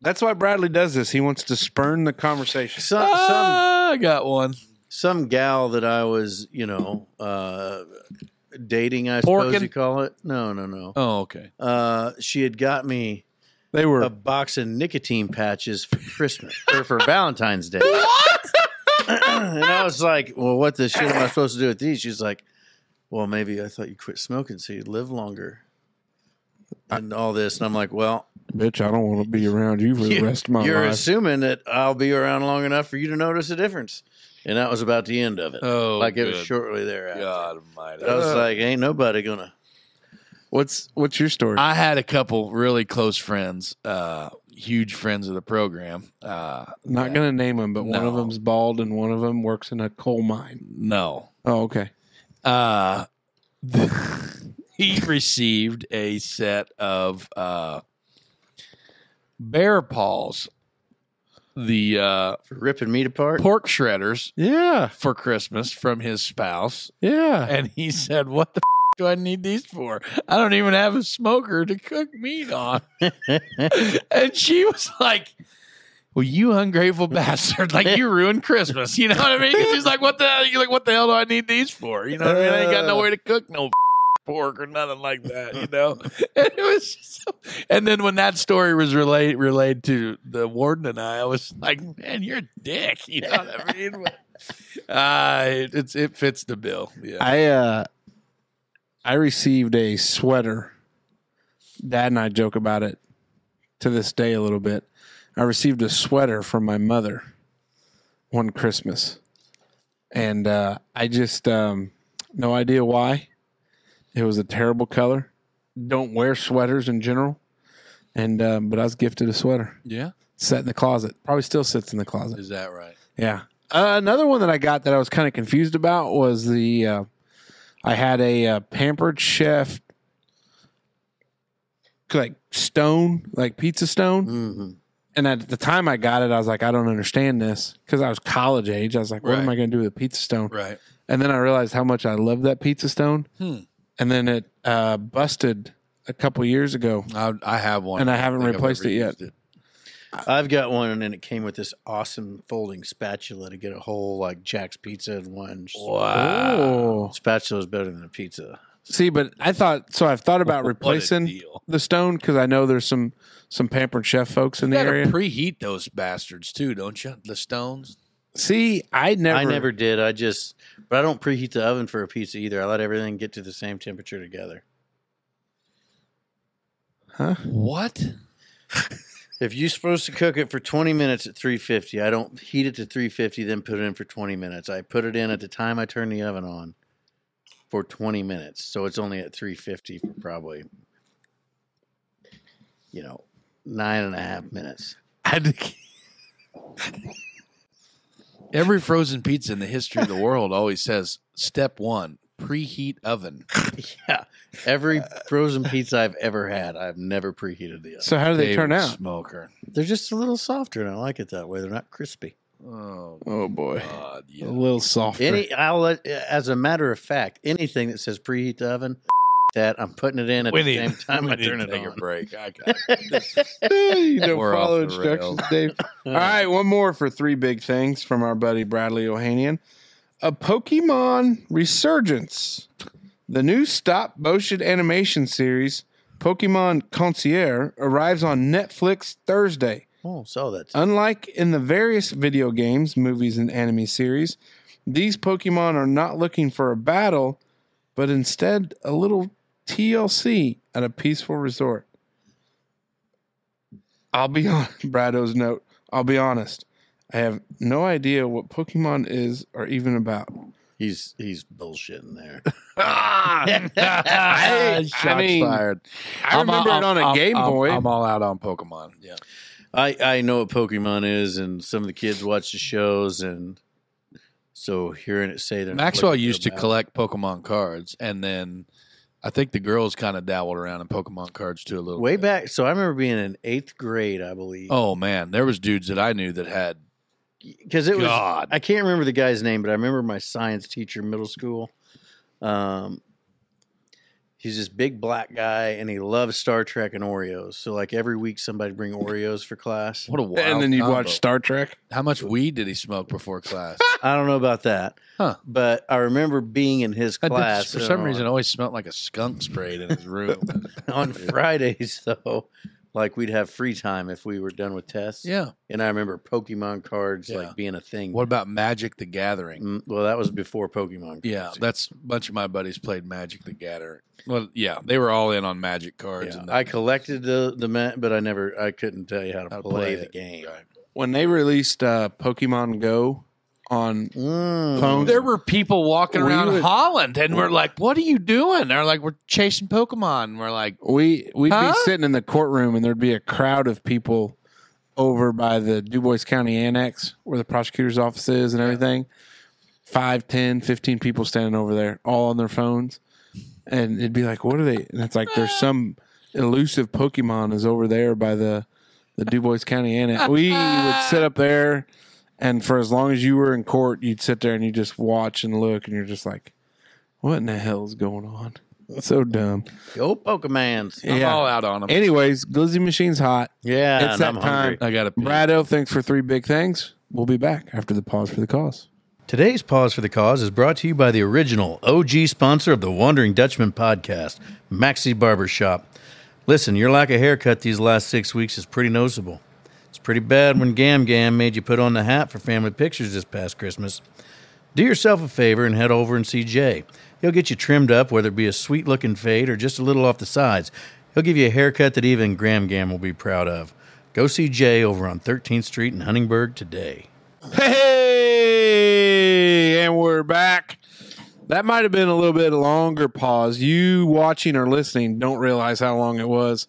That's why Bradley does this. He wants to spurn the conversation. some some Ah, I got one. some gal that I was, you know, uh, dating. I suppose Porking? you call it. No, no, no. Oh, okay. Uh, she had got me They were a box of nicotine patches for Christmas or for Valentine's Day. and I was like, "Well, what the shit am I supposed to do with these?" She's like, "Well, maybe I thought you quit smoking so you'd live longer." And all this, and I'm like, "Well, bitch. I don't want to be around you for the You- rest of my you're life. assuming that I'll be around long enough for you to notice a difference." And that was about the end of it. Oh, like it was good. shortly thereafter. God almighty. I was like, "Ain't nobody gonna." what's what's your story? I had a couple really close friends, uh, huge friends of the program. Uh, Not gonna name them, but one of No. them's bald and one of them works in a coal mine. no. Oh, okay. Uh, he received a set of uh, bear paws, the uh, For ripping meat apart. pork shredders Yeah, for Christmas from his spouse. yeah. and he said, "What the f- do I need these for? I don't even have a smoker to cook meat on." and she was like, "Well, you ungrateful bastard! Like you ruined Christmas. You know what I mean?" 'Cause she's like, "What the hell? You're like, what the hell do I need these for? You know what I mean? I ain't got no way to cook no." f- Pork or nothing like that, you know. And it was, just so, and then when that story was relayed relayed to the warden and I, I was like, "Man, you're a dick." You know what I mean? Uh, it, it's it fits the bill. Yeah. I uh, I received a sweater. Dad and I joke about it to this day a little bit. I received a sweater from my mother one Christmas, and uh, I just um, no idea why. It was a terrible color. Don't wear sweaters in general, and um, but I was gifted a sweater. Yeah, Sat in the closet. Probably still sits in the closet. is that right? Yeah. Uh, another one that I got that I was kind of confused about was the uh, I had a uh, pampered chef like stone, like pizza Mm-hmm. stone, hmm and at the time I got it, I was like, I don't understand this because I was college age. I was like, what am Right. I going to do with a pizza stone? Right. And then I realized how much I love that pizza stone, Hmm. and then it uh, busted a couple years ago, I, I have one, and I haven't think I've replaced ever it yet. used I've got one, and it came with this awesome folding spatula to get a whole like Jack's Pizza in one. Wow. Oh, Spatula is better than a pizza. see, but I thought so. I've thought about What a replacing. deal. the stone because I know there's some some pampered chef folks in You the gotta area. preheat those bastards too, don't you? The stones. See, I never, I never did. I just, but I don't preheat the oven for a pizza either. I let everything get to the same temperature together. huh? What? If you're supposed to cook it for 20 minutes at 350, I don't heat it to 350, then put it in for 20 minutes. I put it in at the time I turn the oven on for 20 minutes. So it's only at 350 for probably, you know, nine and a half minutes. Every frozen pizza in the history of the world always says step one: preheat oven. Yeah. Every frozen pizza I've ever had, I've never preheated the oven. So how do they turn David out? Smoker. They're just a little softer, and I like it that way. They're not crispy. Oh Oh boy, God! a Yeah. little softer. Any, I'll let, as a matter of fact, anything that says preheat the oven, that I'm putting it in at We the need- same time we I need turn to it take on. a break. I got you don't We're follow off the rails. instructions, Dave. All right, one more for three big things from our buddy Bradley Ohanian. A Pokemon resurgence. The new stop motion animation series, Pokemon Concierge, arrives on Netflix Thursday. Oh, saw that. Unlike in the various video games, movies, and anime series, these Pokemon are not looking for a battle, but instead a little TLC at a peaceful resort. I'll be on Brado's note. I'll be honest. I have no idea what Pokemon is or even about. He's he's bullshitting there. I- I Shots mean, fired. I I'm all- remember it on a I'm- Game I'm- Boy. I'm all out on Pokemon. Yeah. I I know what Pokemon is, and some of the kids watch the shows, and so hearing it say that Maxwell used to collect Pokemon cards, and then I think the girls kind of dabbled around in Pokemon cards too a little. way bit. back. So I remember being in eighth grade, I believe. Oh man, there was dudes that I knew that had because it was God. I can't remember the guy's name, but I remember my science teacher in middle school. Um, he's this big black guy, and he loves Star Trek and Oreos. So like every week, somebody bring Oreos for class. what a wild. and then you'd combo. watch Star Trek. How much weed did he smoke before class? I don't know about that, Huh. but I remember being in his I did- class oh. for some reason, it always smelled like a skunk sprayed in his room. on Fridays though. Like we'd have free time if we were done with tests. yeah. and I remember Pokemon cards Yeah. like being a thing. What about Magic the Gathering? Mm, Well, that was before Pokemon. Yeah, cards. that's a bunch of my buddies played Magic the Gathering. Well, yeah, they were all in on Magic cards. Yeah, and I collected the the ma but I never I couldn't tell you how to How to play, play the it. game. Right. When they released uh, Pokemon Go on Mm. Phone. There were people walking We around would- Holland, and we're like, "What are you doing?" They're like, "We're chasing Pokemon." And we're like, We we'd Huh? be sitting in the courtroom and there'd be a crowd of people over by the DuBois County Annex where the prosecutor's office is and everything. Five, ten, fifteen people standing over there, all on their phones. And it'd be like, what are they? And it's like there's some elusive Pokemon is over there by the the DuBois County Annex. We would sit up there and for as long as you were in court, you'd sit there and you just watch and look and you're just like, What in the hell is going on? So dumb. Go Pokemans. "I'm all out on them." Anyways, Glizzy Machine's hot. Yeah, It's and that I'm time. hungry. I got to Brado, thanks for three big things. We'll be back after the pause for the cause. Today's Pause for the Cause is brought to you by the original OG sponsor of the Wandering Dutchman podcast, Maxi Barbershop. Listen, your lack of haircut these last six weeks is pretty noticeable. It's pretty bad when Gam Gam made you put on the hat for family pictures this past Christmas. Do yourself a favor and head over and see Jay. He'll get you trimmed up, whether it be a sweet looking fade or just a little off the sides. He'll give you a haircut that even Graham Gam will be proud of. Go see Jay over on 13th Street in Huntingburg today. Hey, and we're back. That might have been a little bit longer pause. You watching or listening don't realize how long it was,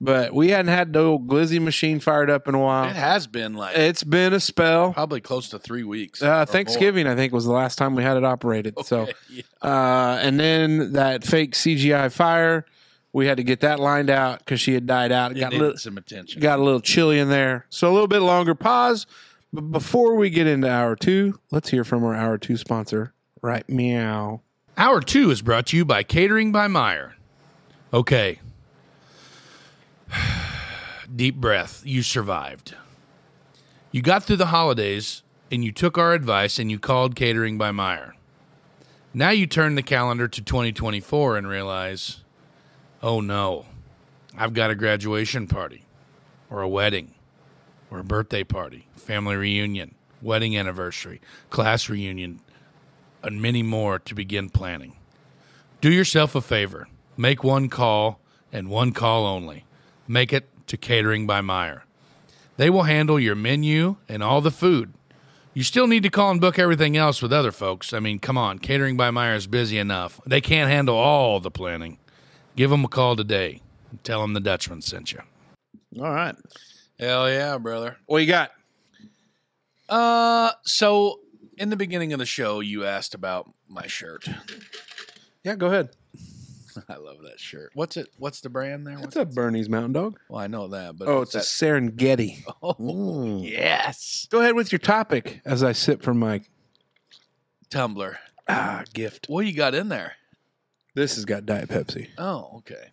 but we hadn't had the old Glizzy machine fired up in a It while. has been like It's been a spell. probably close to three weeks. or Uh, Thanksgiving, I think, was the last time we had it operated. more. So, Okay, yeah. uh, and then that fake CGI fire, we had to get that lined out because she had died out. It It got a needed little, some attention. got a little chilly in there. So a little bit longer pause. But before we get into hour two, let's hear from our hour two sponsor, right? Meow. Hour two is brought to you by Catering by Meyer. Okay. Deep breath. You survived. You got through the holidays and you took our advice and you called Catering by Meyer. Now you turn the calendar to 2024 and realize, oh no, I've got a graduation party or a wedding or a birthday party, family reunion, wedding anniversary, class reunion, and many more to begin planning. Do yourself a favor. Make one call and one call only. Make it to Catering by Meyer. They will handle your menu and all the food. You still need to call and book everything else with other folks. I mean, come on, Catering by Meyer is busy enough. They can't handle all the planning. Give them a call today. and Tell them the Dutchman sent you. All right. Hell yeah, brother. What you got? Uh, so in the beginning of the show, you asked about my shirt. Yeah, go ahead. I love that shirt. What's it? What's the brand there? What's What's up, Bernie's Mountain Dog? Well, I know that, but Oh, what's it's a Serengeti. that? Oh, Mm. yes, Go ahead with your topic as I sip from my Tumblr. ah gift. What you got in there? This has got Diet Pepsi. Oh, okay.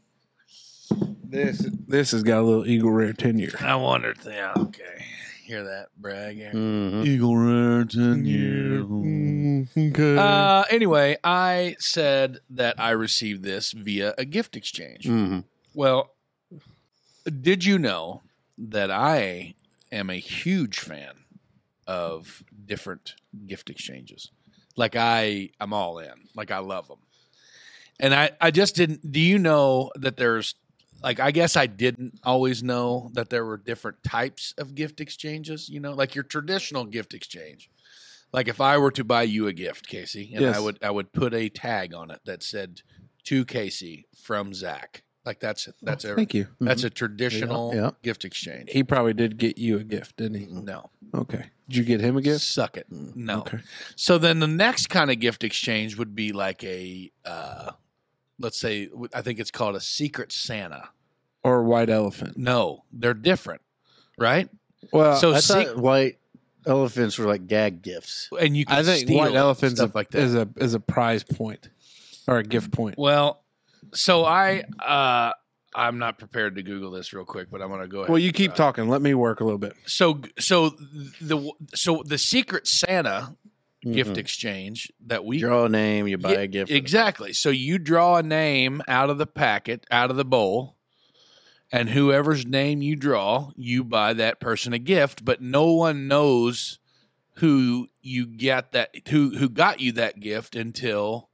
This this has got a little Eagle Rare tenure. I wondered. Yeah, okay. Hear that brag? Aaron? Mhm. Mm-hmm. Eagle Rare tenure. Mm-hmm. Okay. Mm-hmm. Uh, anyway, I said that I received this via a gift exchange. Mhm. Well, did you know that I am a huge fan of different gift exchanges? Like I, I'm all in. Like I love them. And I, I just didn't. Do you know that there's, like, I guess I didn't always know that there were different types of gift exchanges, you know, like your traditional gift exchange. Like if I were to buy you a gift, Casey, and Yes. I would I would put a tag on it that said to Casey from Zach. Like that's that's a Oh, Thank you. Mm-hmm. that's a traditional Yeah, yeah. gift exchange. He probably did get you a gift, didn't he? No. Okay. Did you get him a gift? Suck it. Mm-hmm. No. Mm, Okay. So then the next kind of gift exchange would be like a, uh, let's say, I think it's called a secret Santa. Or a white elephant? No, they're different, right? Well, so I sec- thought white elephants were like gag gifts. and you can I think steal white it, elephants stuff like that. is a is a prize point or a gift point. well, so I, uh, I'm not prepared to Google this real quick, but I'm going to go ahead. Well, and you keep try. talking. Let me work a little bit. So, so the so the secret Santa gift Mhm. exchange that we Draw a name, you buy Yeah, a gift. Exactly. So you draw a name out of the packet, out of the bowl, and whoever's name you draw, you buy that person a gift, but no one knows who you get that who who got you that gift until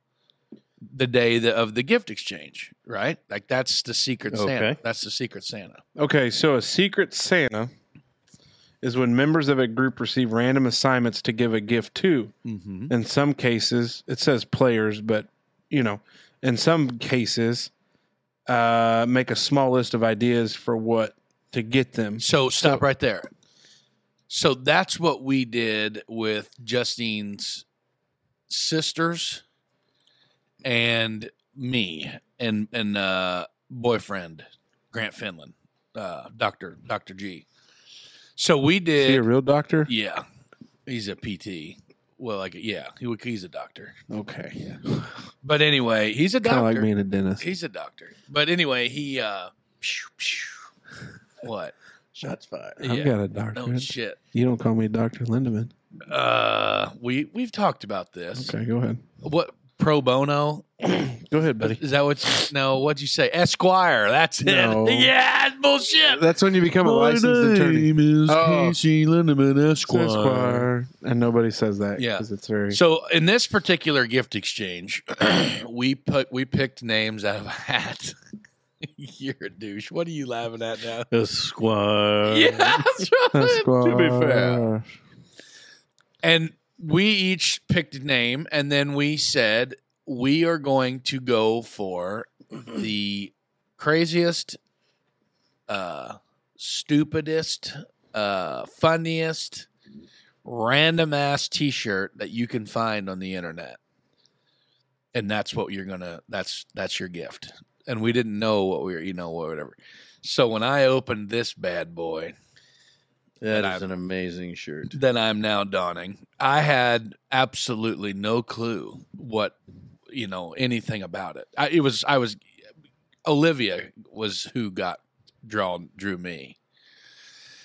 the day the, of the gift exchange, right? Like that's the secret Santa. Okay. That's the secret Santa. Okay, so a secret Santa is when members of a group receive random assignments to give a gift to. Mm-hmm. In some cases, it says players, but you know, in some cases, uh, make a small list of ideas for what to get them. So stop right there. So that's what we did with Justine's sisters and me and and uh, boyfriend Grant Finland, uh, Doctor Doctor G. So we Is he a did. real doctor? Yeah, he's a PT. Well, like yeah, he would, he's a doctor. Okay, But anyway, he's a kind doctor. of like being a dentist. He's a doctor. But anyway, he uh, phew, phew. what? Shots fired. I've Yeah. got a doctorate. No shit. You don't call me Doctor Lindemann. Uh, we we've talked about this. Okay, go ahead. What pro bono? Go ahead, buddy. Is that what? You, no, what'd you say? Esquire. That's it. No. Yeah, it's bullshit. That's when you become a licensed attorney. is Oh. Casey Lindeman Esquire. And nobody says that Yeah. because it's very So in this particular gift exchange, we put we picked names out of a hat. You're a douche. What are you laughing at now? Esquire. yeah, that's right. Esquire. fair. And we each picked a name, and then we said we are going to go for the craziest, uh, stupidest, uh, funniest, random ass T-shirt that you can find on the internet, and that's what you're gonna. That's that's your gift. And we didn't know what we were, you know, whatever. So when I opened this bad boy, That And is an amazing shirt. that I'm now donning. I had absolutely no clue what you know anything about it. I, it was I was Olivia was who got drawn drew me.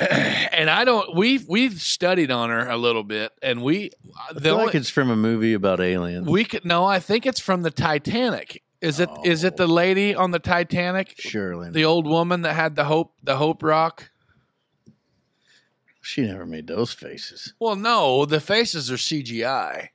and I don't we've we've studied on her a little bit and we I the feel only, like it's from a movie about aliens. we could no I think it's from the Titanic. Is it is Oh. it the lady on the Titanic? Surely. The old woman that had the hope the hope rock? she never made those faces. Well, no, the faces are CGI.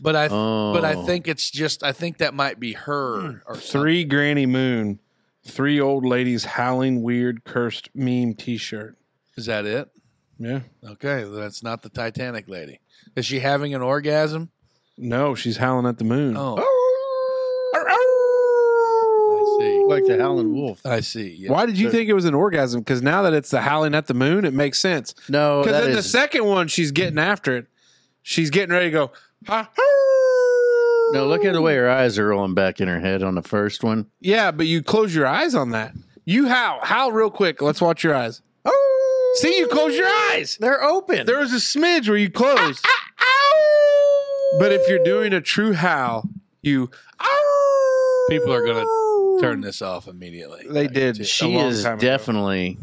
But I Oh. Hmm. but I think it's just I think that might be her or something. Three Granny Moon, three old ladies howling weird cursed meme t shirt. Is that it? Yeah. Okay, that's not the Titanic lady. Is she having an orgasm? No, she's howling at the Hmm. moon. Oh, I see. like the Howlin' Wolf. I see. Yeah. Why did you So- think it was an orgasm? Because now that it's the howling at the moon, it makes sense. No, Because Oh, that in the is second one, she's getting after it. She's getting ready to go. "Ha, ha." no. Look at the way her eyes are rolling back in her head on the first one. Yeah, but you close your eyes on that. You howl, howl real quick. Let's watch your eyes. Oh, see, you close your eyes. They're open. Ah, There was a smidge where you closed. But oh. if you're doing a true howl, you. Oh. People are gonna turn this off immediately? They did. a she long is time ago. definitely.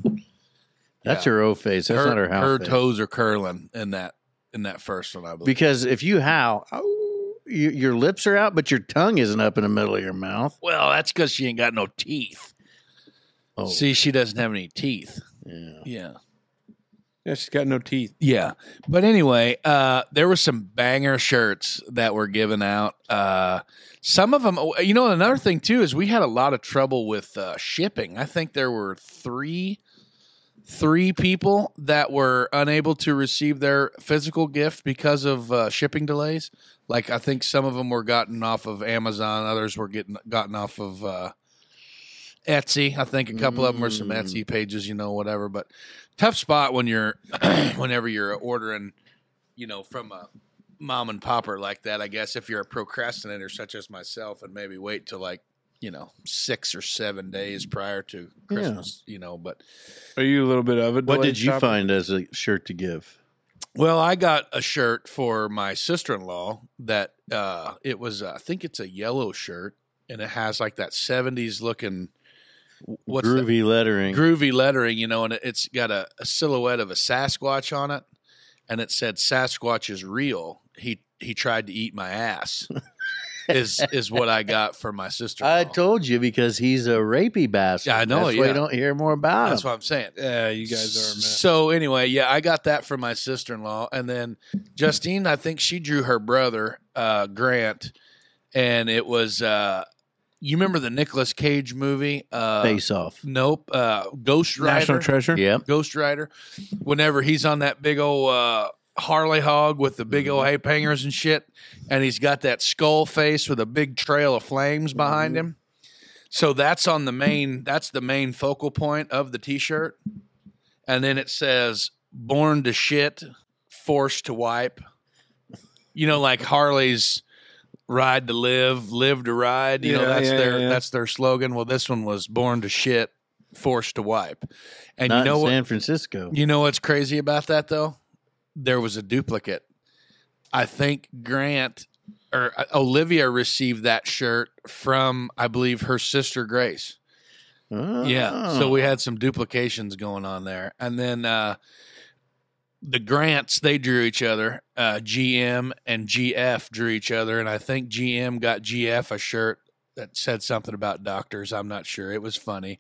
That's her O face. That's her, not her house. her face. toes are curling in that in that first one, I believe. Because if you howl, oh, you, your lips are out, but your tongue isn't up in the middle of your mouth. well, that's because she ain't got no teeth. Oh, See, she doesn't have any teeth. yeah. Yeah. Yeah, she's got no teeth. Yeah. But anyway, uh, there were some banger shirts that were given out. Uh, some of them, you know, another thing too is we had a lot of trouble with uh, shipping. I think there were three, three people that were unable to receive their physical gift because of uh, shipping delays. Like I think some of them were gotten off of Amazon, others were getting gotten off of uh, Etsy. I think a couple of them were some Mm. Etsy pages, you know, whatever. But tough spot when you're whenever you're ordering, you know, from a mom and popper like that. I guess if you're a procrastinator such as myself, and maybe wait till like you know six or seven days prior to Yeah. Christmas, you know. But Are you a little bit of a What delayed did you shopper? find as a shirt to give? well, I got a shirt for my sister in law that uh, it was uh, I think it's a yellow shirt, and it has like that '70s looking. What's that? Groovy lettering. groovy lettering, you know, and it- it's got a, a silhouette of a Sasquatch on it, and it said Sasquatch is real. He he tried to eat my ass. is is what I got for my sister. I told you because he's a rapey bastard. Yeah, I know, That's why yeah. you don't hear more about That's him. what I'm saying. Yeah, you guys are a mess. So anyway, yeah, I got that from my sister in law, and then Justine, I think she drew her brother uh, Grant, and it was uh, you remember the Nicolas Cage movie? Uh, Face off. Nope. Uh, Ghost Rider. National Treasure. Yep. Ghost Rider, whenever he's on that big old uh, Harley hog with the big old Mm-hmm. ape hangers and shit, and he's got that skull face with a big trail of flames behind Mm-hmm. him. So that's on the main. That's the main focal point of the T-shirt, and then it says "Born to shit, forced to wipe." You know, like Harley's "Ride to live, live to ride." You know, Yeah, that's yeah, their yeah, yeah. that's their slogan. Well, this one was "Born to shit, forced to wipe," and Not you know in what? San Francisco. You know what's crazy about that though? There was a duplicate. I think Grant or uh, Olivia received that shirt from I believe her sister Grace. Oh. Yeah. So we had some duplications going on there. And then uh the grants they drew each other. Uh GM and GF drew each other and I think GM got GF a shirt that said something about doctors. I'm not sure. It was funny.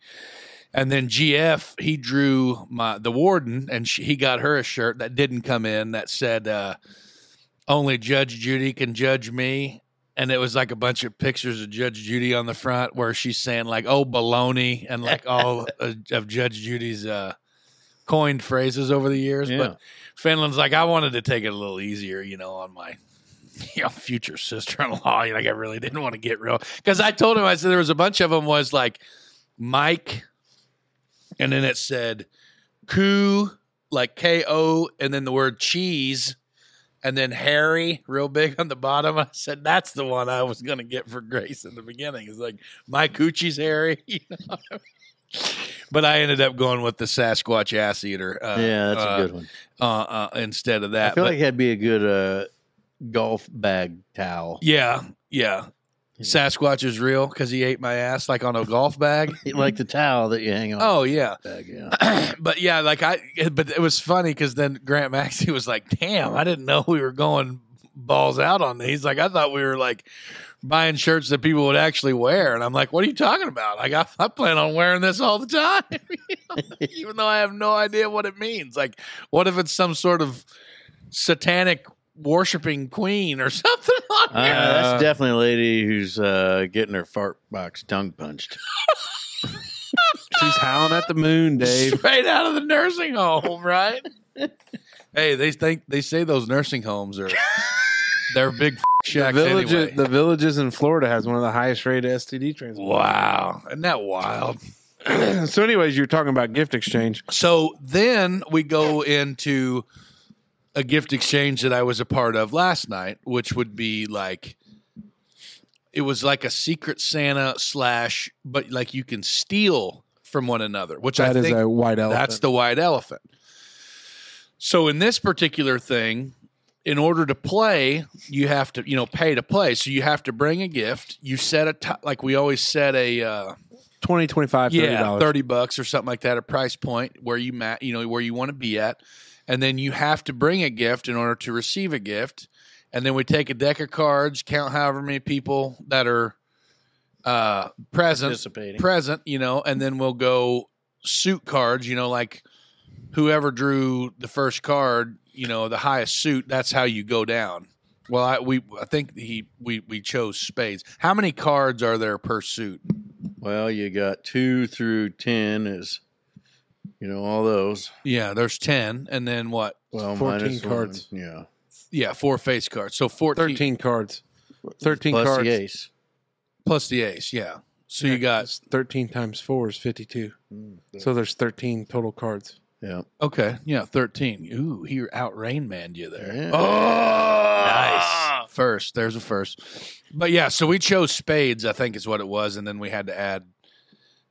And then GF he drew my the warden and she, he got her a shirt that didn't come in that said uh only Judge Judy can judge me. And it was like a bunch of pictures of Judge Judy on the front where she's saying like, oh, baloney, and like all uh, of Judge Judy's uh, coined phrases over the years. Yeah. But Finland's like, I wanted to take it a little easier, you know, on my you know, future sister in law. Like, I really didn't want to get real. Because I told him, I said, there was a bunch of them was like Mike, and then it said Koo, like K O, and then the word cheese and then Harry, real big on the bottom. I said, "That's the one I was gonna get for Grace in the beginning." It's like my coochie's Harry, you know? but I ended up going with the Sasquatch ass eater. Uh, yeah, that's uh, a good one. Uh, uh, instead of I that, feel But like that'd be a good uh, golf bag towel. yeah, yeah. Yeah. Sasquatch is real because he ate my ass like on a golf bag. like the towel that you hang on. Oh yeah, the bag, yeah. but yeah, like I, but it was funny because then Grant Maxey was like, "Damn, I didn't know we were going balls out on these." Like I thought we were like buying shirts that people would actually wear, and I'm like, "What are you talking about? Like I, I plan on wearing this all the time, you know? even though I have no idea what it means. Like, what if it's some sort of satanic worshiping queen or something on Uh, there? that's definitely a lady who's uh, getting her fart box tongue punched. She's howling at the moon, Dave. Straight out of the nursing home, right? hey, they think they say those nursing homes are they're big f- the shacks village, anyway. the villages in Florida has one of the highest rated STD transmissions. wow, isn't that wild? so, anyways, you're talking about gift exchange. So then we go into a gift exchange that I was a part of last night, which would be like it was like a secret Santa slash, but like you can steal from one another, which That I is think a white elephant. That's the white elephant. So in this particular thing, in order to play, you have to you know pay to play. So you have to bring a gift. You set a t- like we always set a uh, 20 25 30 yeah thirty bucks or something like that a price point where you ma- you know where you want to be at, and then you have to bring a gift in order to receive a gift, and then we take a deck of cards, count however many people that are uh, present Participating. present, you know, and then we'll go suit cards, you know, like whoever drew the first card, you know, the highest suit, that's how you go down. Well, I we I think he we we chose spades. How many cards are there per suit? Well, you got two through ten is, you know, all those. Yeah, there's 10 and then what? Well, 14 minus one. cards. Yeah, Yeah, four face cards. So 14 Thirteen cards. Thirteen plus cards. the ace. plus the ace, yeah. So you got thirteen times four is fifty-two. Mm, So there's thirteen total cards. yeah, okay, yeah, 13. Ooh, he out rain man you there. Yeah. Oh, nice. First, there's a first. But yeah, so we chose spades, I think is what it was, and then we had to add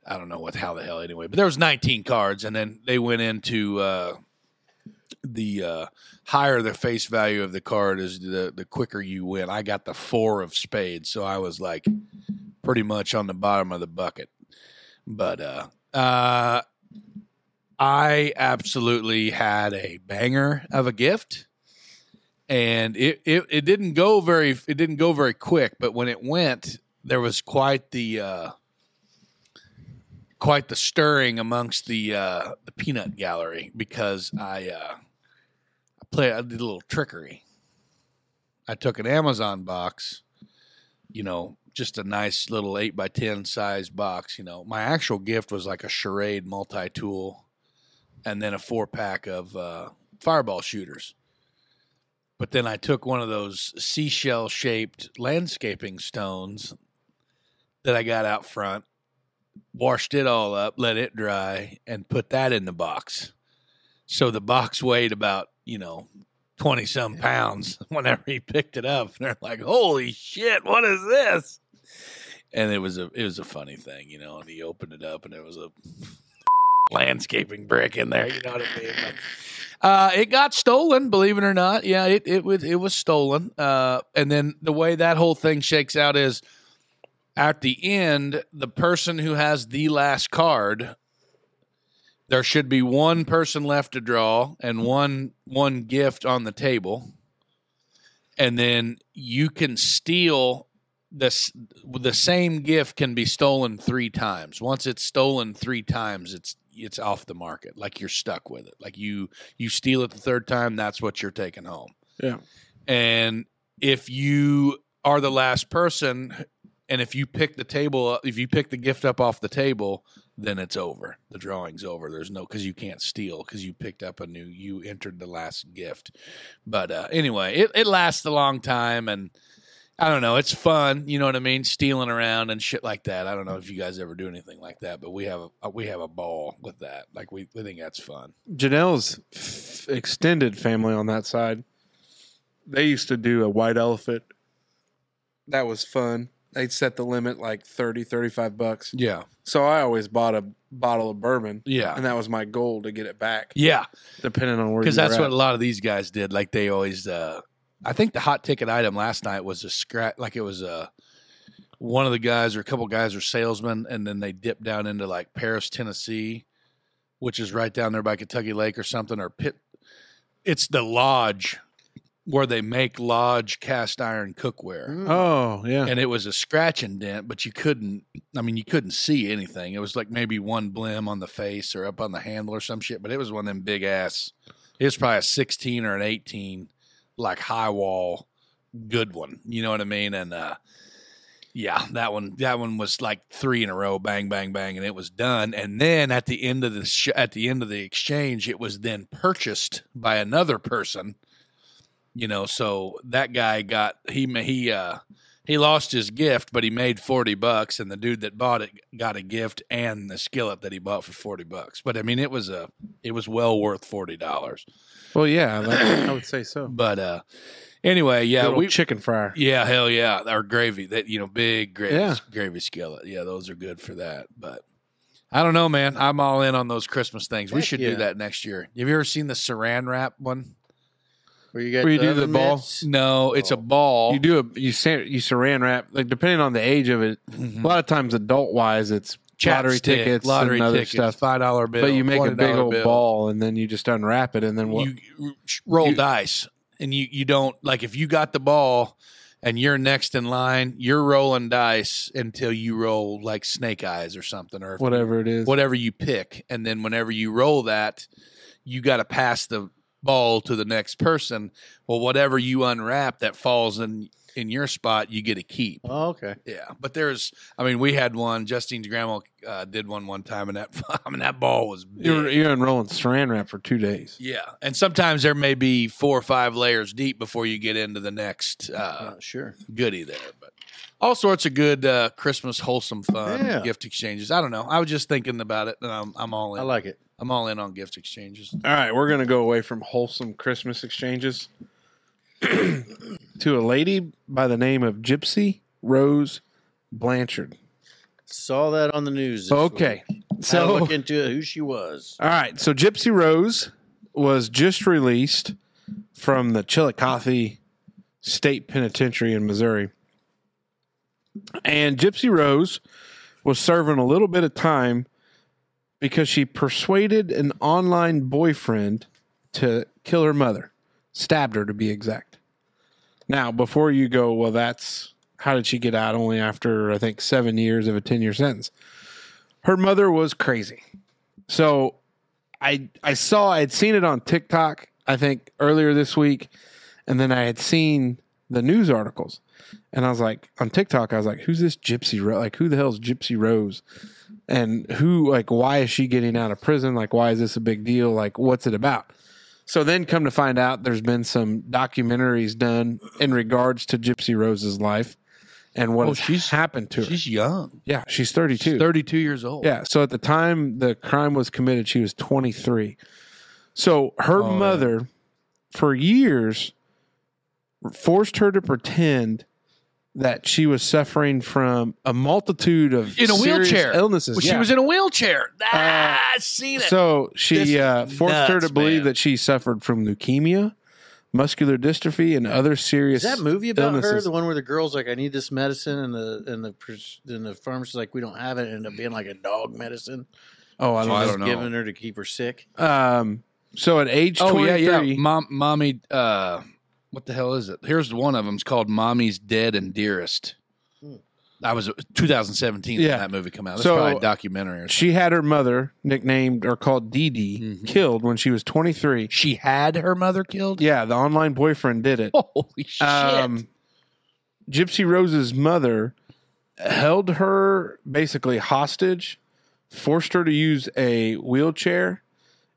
I don't know what how the hell anyway, but there was 19 cards and then they went into uh the uh higher the face value of the card is the the quicker you win. I got the 4 of spades, so I was like pretty much on the bottom of the bucket. But uh uh I absolutely had a banger of a gift and it, it it didn't go very it didn't go very quick but when it went there was quite the uh quite the stirring amongst the uh the peanut gallery because i uh i play i did a little trickery i took an amazon box you know just a nice little 8 by 10 size box you know my actual gift was like a charade multi-tool and then a four pack of uh fireball shooters but then I took one of those seashell shaped landscaping stones that I got out front, washed it all up, let it dry, and put that in the box. So the box weighed about, you know, 20 some pounds whenever he picked it up. And they're like, holy shit, what is this? And it was a it was a funny thing, you know, and he opened it up and there was a landscaping brick in there, you know what I mean? But uh, it got stolen, believe it or not. Yeah, it it was it was stolen. Uh, and then the way that whole thing shakes out is at the end, the person who has the last card, there should be one person left to draw and one one gift on the table. And then you can steal this the same gift can be stolen 3 times. Once it's stolen 3 times, it's it's off the market. Like you're stuck with it. Like you you steal it the third time, that's what you're taking home. Yeah. And if you are the last person and if you pick the table if you pick the gift up off the table, then it's over. The drawing's over. There's no cuz you can't steal cuz you picked up a new you entered the last gift. But uh anyway, it it lasts a long time and I don't know. It's fun, you know what I mean, stealing around and shit like that. I don't know if you guys ever do anything like that, but we have a we have a ball with that. Like we, we think that's fun. Janelle's f- extended family on that side. They used to do a white elephant. That was fun. They'd set the limit like 30, 35 bucks. Yeah. So I always bought a bottle of bourbon, Yeah. and that was my goal to get it back, Yeah, depending on where. because you that's were what at. a lot of these guys did. Like they always, uh, I think the hot ticket item last night was a scratch. Like it was a one of the guys or a couple guys are salesmen, and then they dip down into like Paris, Tennessee, which is right down there by Kentucky Lake or something, or Pitt. It's the lodge where they make lodge cast iron cookware. Oh yeah, and it was a scratch and dent, but you couldn't. I mean, you couldn't see anything. It was like maybe one blim on the face or up on the handle or some shit. But it was one of them big ass. It was probably a sixteen or an eighteen, like high wall, good one. You know what I mean? And uh, yeah, that one that one was like three in a row, bang bang bang, and it was done. And then at the end of the sh- at the end of the exchange, it was then purchased by another person. You know, so that guy got he ma- he uh he lost his gift, but he made forty bucks, and the dude that bought it got a gift and the skillet that he bought for forty bucks. But I mean, it was a it was well worth forty dollars. well yeah, that, I would say so. But uh, anyway, yeah, Good old we chicken fryer. yeah hell yeah our gravy that you know big gravy Yeah. gravy skillet yeah those are good for that. But I don't know, man, I'm all in on those Christmas things. we Heck should yeah. do that next year. Have you ever seen the Saran wrap one? Where you got Where you do the oven ball- Oh. mitts? No, it's a ball. You do a you sa- you saran wrap like depending on the age of it. A lot of times, adult wise, it's lottery Mm-hmm. Chapstick, tickets, lottery and other tickets, stuff. five dollar bill. but you make a big $20 old bill. ball and then you just unwrap it and then what? you you roll you- dice and you you don't like if you got the ball and you're next in line you're rolling dice until you roll like snake eyes or something or if- whatever it is. whatever you pick and then whenever you roll that you got to pass the ball to the next person. Well, whatever you unwrap that falls in in your spot, you get to keep. Oh, okay. Yeah, but there's, I mean, we had one. Justine's grandma uh, did one one time, and that, I mean, that ball was big. You're, you're unrolling saran wrap for two days. Yeah, and sometimes there may be four or five layers deep before you get into the next uh, Uh, sure. goodie there. But all sorts of good uh, Christmas wholesome fun Yeah. gift exchanges. I don't know. I was just thinking about it, and I'm, I'm all in. I like it. I'm all in on gift exchanges. All right, we're gonna go away from wholesome Christmas exchanges to a lady by the name of Gypsy Rose Blanchard. Saw that on the news. this Okay, week. Had to so look into who she was. All right. So Gypsy Rose was just released from the Chillicothe State Penitentiary in Missouri. And Gypsy Rose was serving a little bit of time because she persuaded an online boyfriend to kill her mother, stabbed her to be exact. Now, before you go, well, that's how did she get out only after, I think, seven years of a 10 year sentence? Her mother was crazy. So I I saw I had seen it on TikTok I think earlier this week, and then I had seen the news articles, and I was like on TikTok I was like, who's this Gypsy Rose? Like who the hell's Gypsy Rose? And who like why is she getting out of prison? Like why is this a big deal? Like what's it about? So then come to find out there's been some documentaries done in regards to Gypsy Rose's life and what Oh, has she's- happened to her. She's young. yeah, she's 32. She's 32 years old. Yeah. So at the time the crime was committed, she was 23. So her Oh, yeah. mother, for years, forced her to pretend that she was suffering from a multitude of In a serious wheelchair. illnesses. Well, she Yeah. Uh, was in a wheelchair. Ah, I seen it. so This is she uh, forced her nuts, to believe man. that she suffered from leukemia, muscular dystrophy, and other serious. Is that movie about her illnesses. the one where the girl's like, "I need this medicine," and the and the pres- and the pharmacist's like, "We don't have it," and end up being like a dog medicine. oh, I don't Oh, I know. Just don't know. Giving her to keep her sick. Um, so at age Oh, 23, Mom, mommy. Uh, what the hell is it? Here's one of them. It's called "Mommy's Dead and Dearest." Hmm. That was uh, 2017 Yeah. when that movie came out. That's So- probably a documentary. Or something. she had her mother nicknamed or called Dee Dee Mhm. killed when she was 23. She had her mother killed. Yeah, the online boyfriend did it. Um, Holy shit! Gypsy Rose's mother held her basically hostage, forced her to use a wheelchair,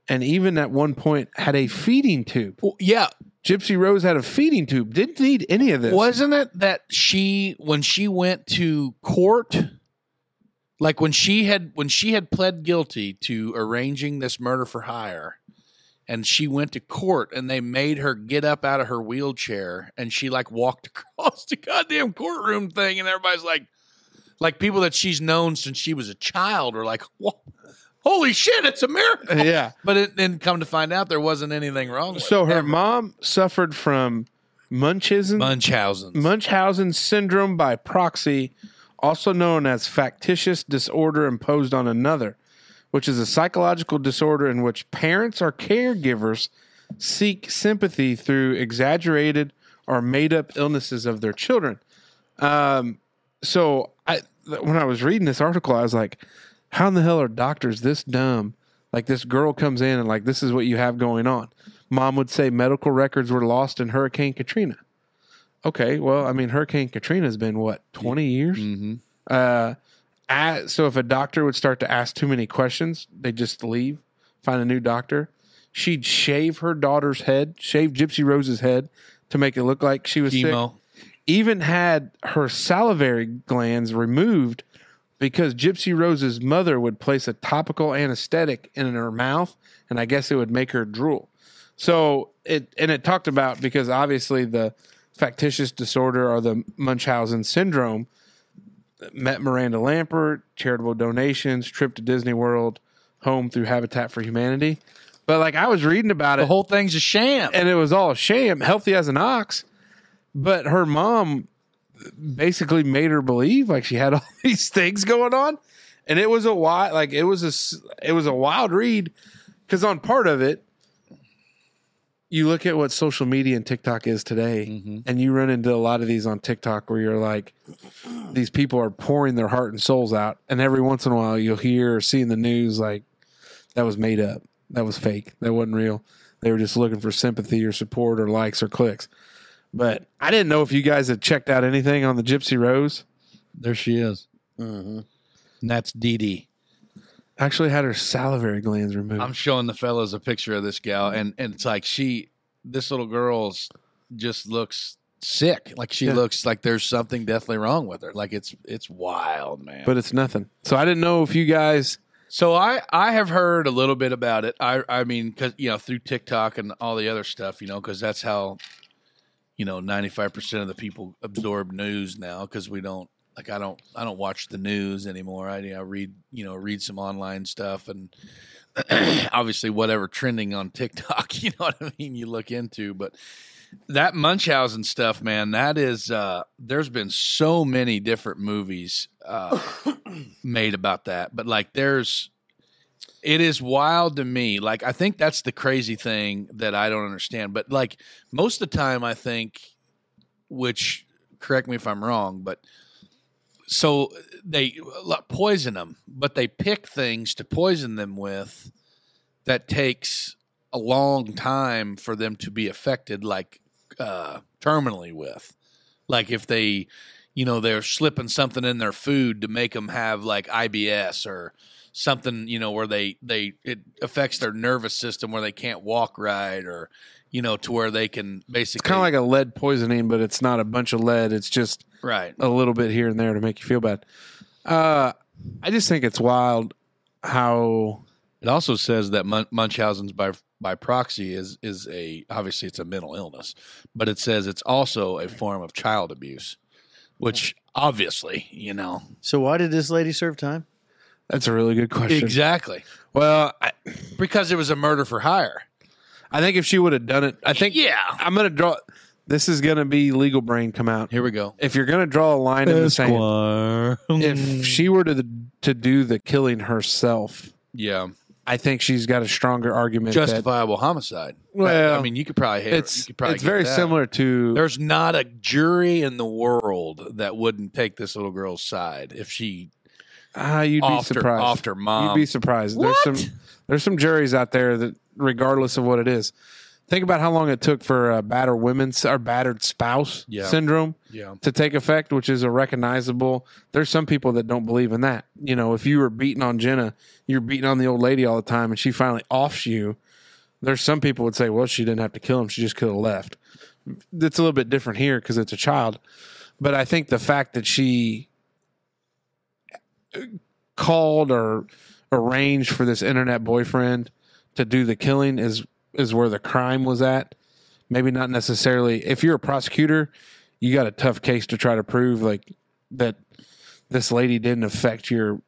and even at one point had a feeding tube. Well, yeah, Gypsy Rose had a feeding tube. Didn't need any of this. wasn't it that she when she went to court, like when she had when she had pled guilty to arranging this murder for hire, and she went to court and they made her get up out of her wheelchair and she like walked across the goddamn courtroom thing and everybody's like, like people that she's known since she was a child are like, "Whoa, holy shit, it's a miracle. Yeah. But it then come to find out there wasn't anything wrong. With So it, her ever. mom suffered from Munchausen Munchausen. Munchausen syndrome by proxy, also known as factitious disorder imposed on another, which is a psychological disorder in which parents or caregivers seek sympathy through exaggerated or made up illnesses of their children. Um, so I, th- when I was reading this article, I was like, how in the hell are doctors this dumb? Like this girl comes in and like, this is what you have going on. Mom would say medical records were lost in Hurricane Katrina. Okay, well, I mean, Hurricane Katrina's been what twenty years. Mhm. Uh, a- so if a doctor would start to ask too many questions, they just leave, find a new doctor. She'd shave her daughter's head, shave Gypsy Rose's head to make it look like she was sick Chemo. even had her salivary glands removed because Gypsy Rose's mother would place a topical anesthetic in her mouth, and I guess it would make her drool. So it and it talked about because obviously the factitious disorder or the Munchausen syndrome met Miranda Lampert, charitable donations, trip to Disney World, home through Habitat for Humanity. But like I was reading about The it, whole thing's a sham. and it was all a sham, healthy as an ox. But her mom basically made her believe like she had all these things going on, and it was a wild, like it was a s- it was a wild read because on part of it, you look at what social media and TikTok is today, and you run into a lot of these on TikTok where you're like, these people are pouring their heart and souls out, and every once in a while you'll hear or see in the news like that was made up. That was fake. That wasn't real. They were just looking for sympathy or support or likes or clicks. But I didn't know if you guys had checked out anything on the Gypsy Rose. There she is. Mm-hmm. And that's Dee Dee. Actually, had her salivary glands removed. I'm showing the fellas a picture of this gal, and, and it's like she, this little girl's just looks sick. Like she Yeah. looks like there's something definitely wrong with her. Like it's it's wild, man. but it's nothing. So I didn't know if you guys. So I I have heard a little bit about it. I I mean because you know through TikTok and all the other stuff, you know, because that's how you know ninety five percent of the people absorb news now. Because we don't like I don't I don't watch the news anymore. I, I read you know read some online stuff and obviously whatever trending on TikTok. You know what I mean? You look into, but that Munchausen stuff, man. That is uh there's been so many different movies. Uh, made about that, but like there's it is wild to me. Like I think that's the crazy thing that I don't understand. But like most of the time I think which correct me if I'm wrong, but so they lo- poison them, but they pick things to poison them with that takes a long time for them to be affected like uh terminally with. Like if they you know they're slipping something in their food to make them have like IBS or something you know where they they it affects their nervous system where they can't walk right or you know to where they can It's basically kind of like a lead poisoning, but it's not a bunch of lead. It's just right a little bit here and there to make you feel bad. Uh, I just think it's wild how It also says that Mun- Munchausen's by by proxy is is a obviously it's a mental illness, but it says it's also a form of child abuse, which obviously you know So why did this lady serve time? that's a really good question. exactly Well, I, because it was a murder for hire. I think if she would have done it, I think Yeah, I'm gonna draw. This is gonna be legal brain come out. here we go. If you're gonna draw a line in the sand, Mm. if she were to to do the killing herself, Yeah, I think she's got a stronger argument. that- justifiable homicide. Well, I mean you could probably hit, it's you could probably it's get very that. similar to There's not a jury in the world that wouldn't take this little girl's side if she Ah, you'd be offed her, surprised. offed her mom. You'd be surprised. um, What? There's some there's some juries out there that, regardless of what it is, think about how long it took for uh, battered women's or battered spouse Yeah. syndrome yeah, to take effect, which is a recognizable. There's some people that don't believe in that. You know, if you were beating on Jenna, you're beating on the old lady all the time, and she finally offs you. There's some people would say, well, she didn't have to kill him; she just could have left. That's a little bit different here because it's a child, but I think the fact that she called or arranged for this internet boyfriend to do the killing is is where the crime was at. Maybe not necessarily. If you're a prosecutor, you got a tough case to try to prove like that this lady didn't affect your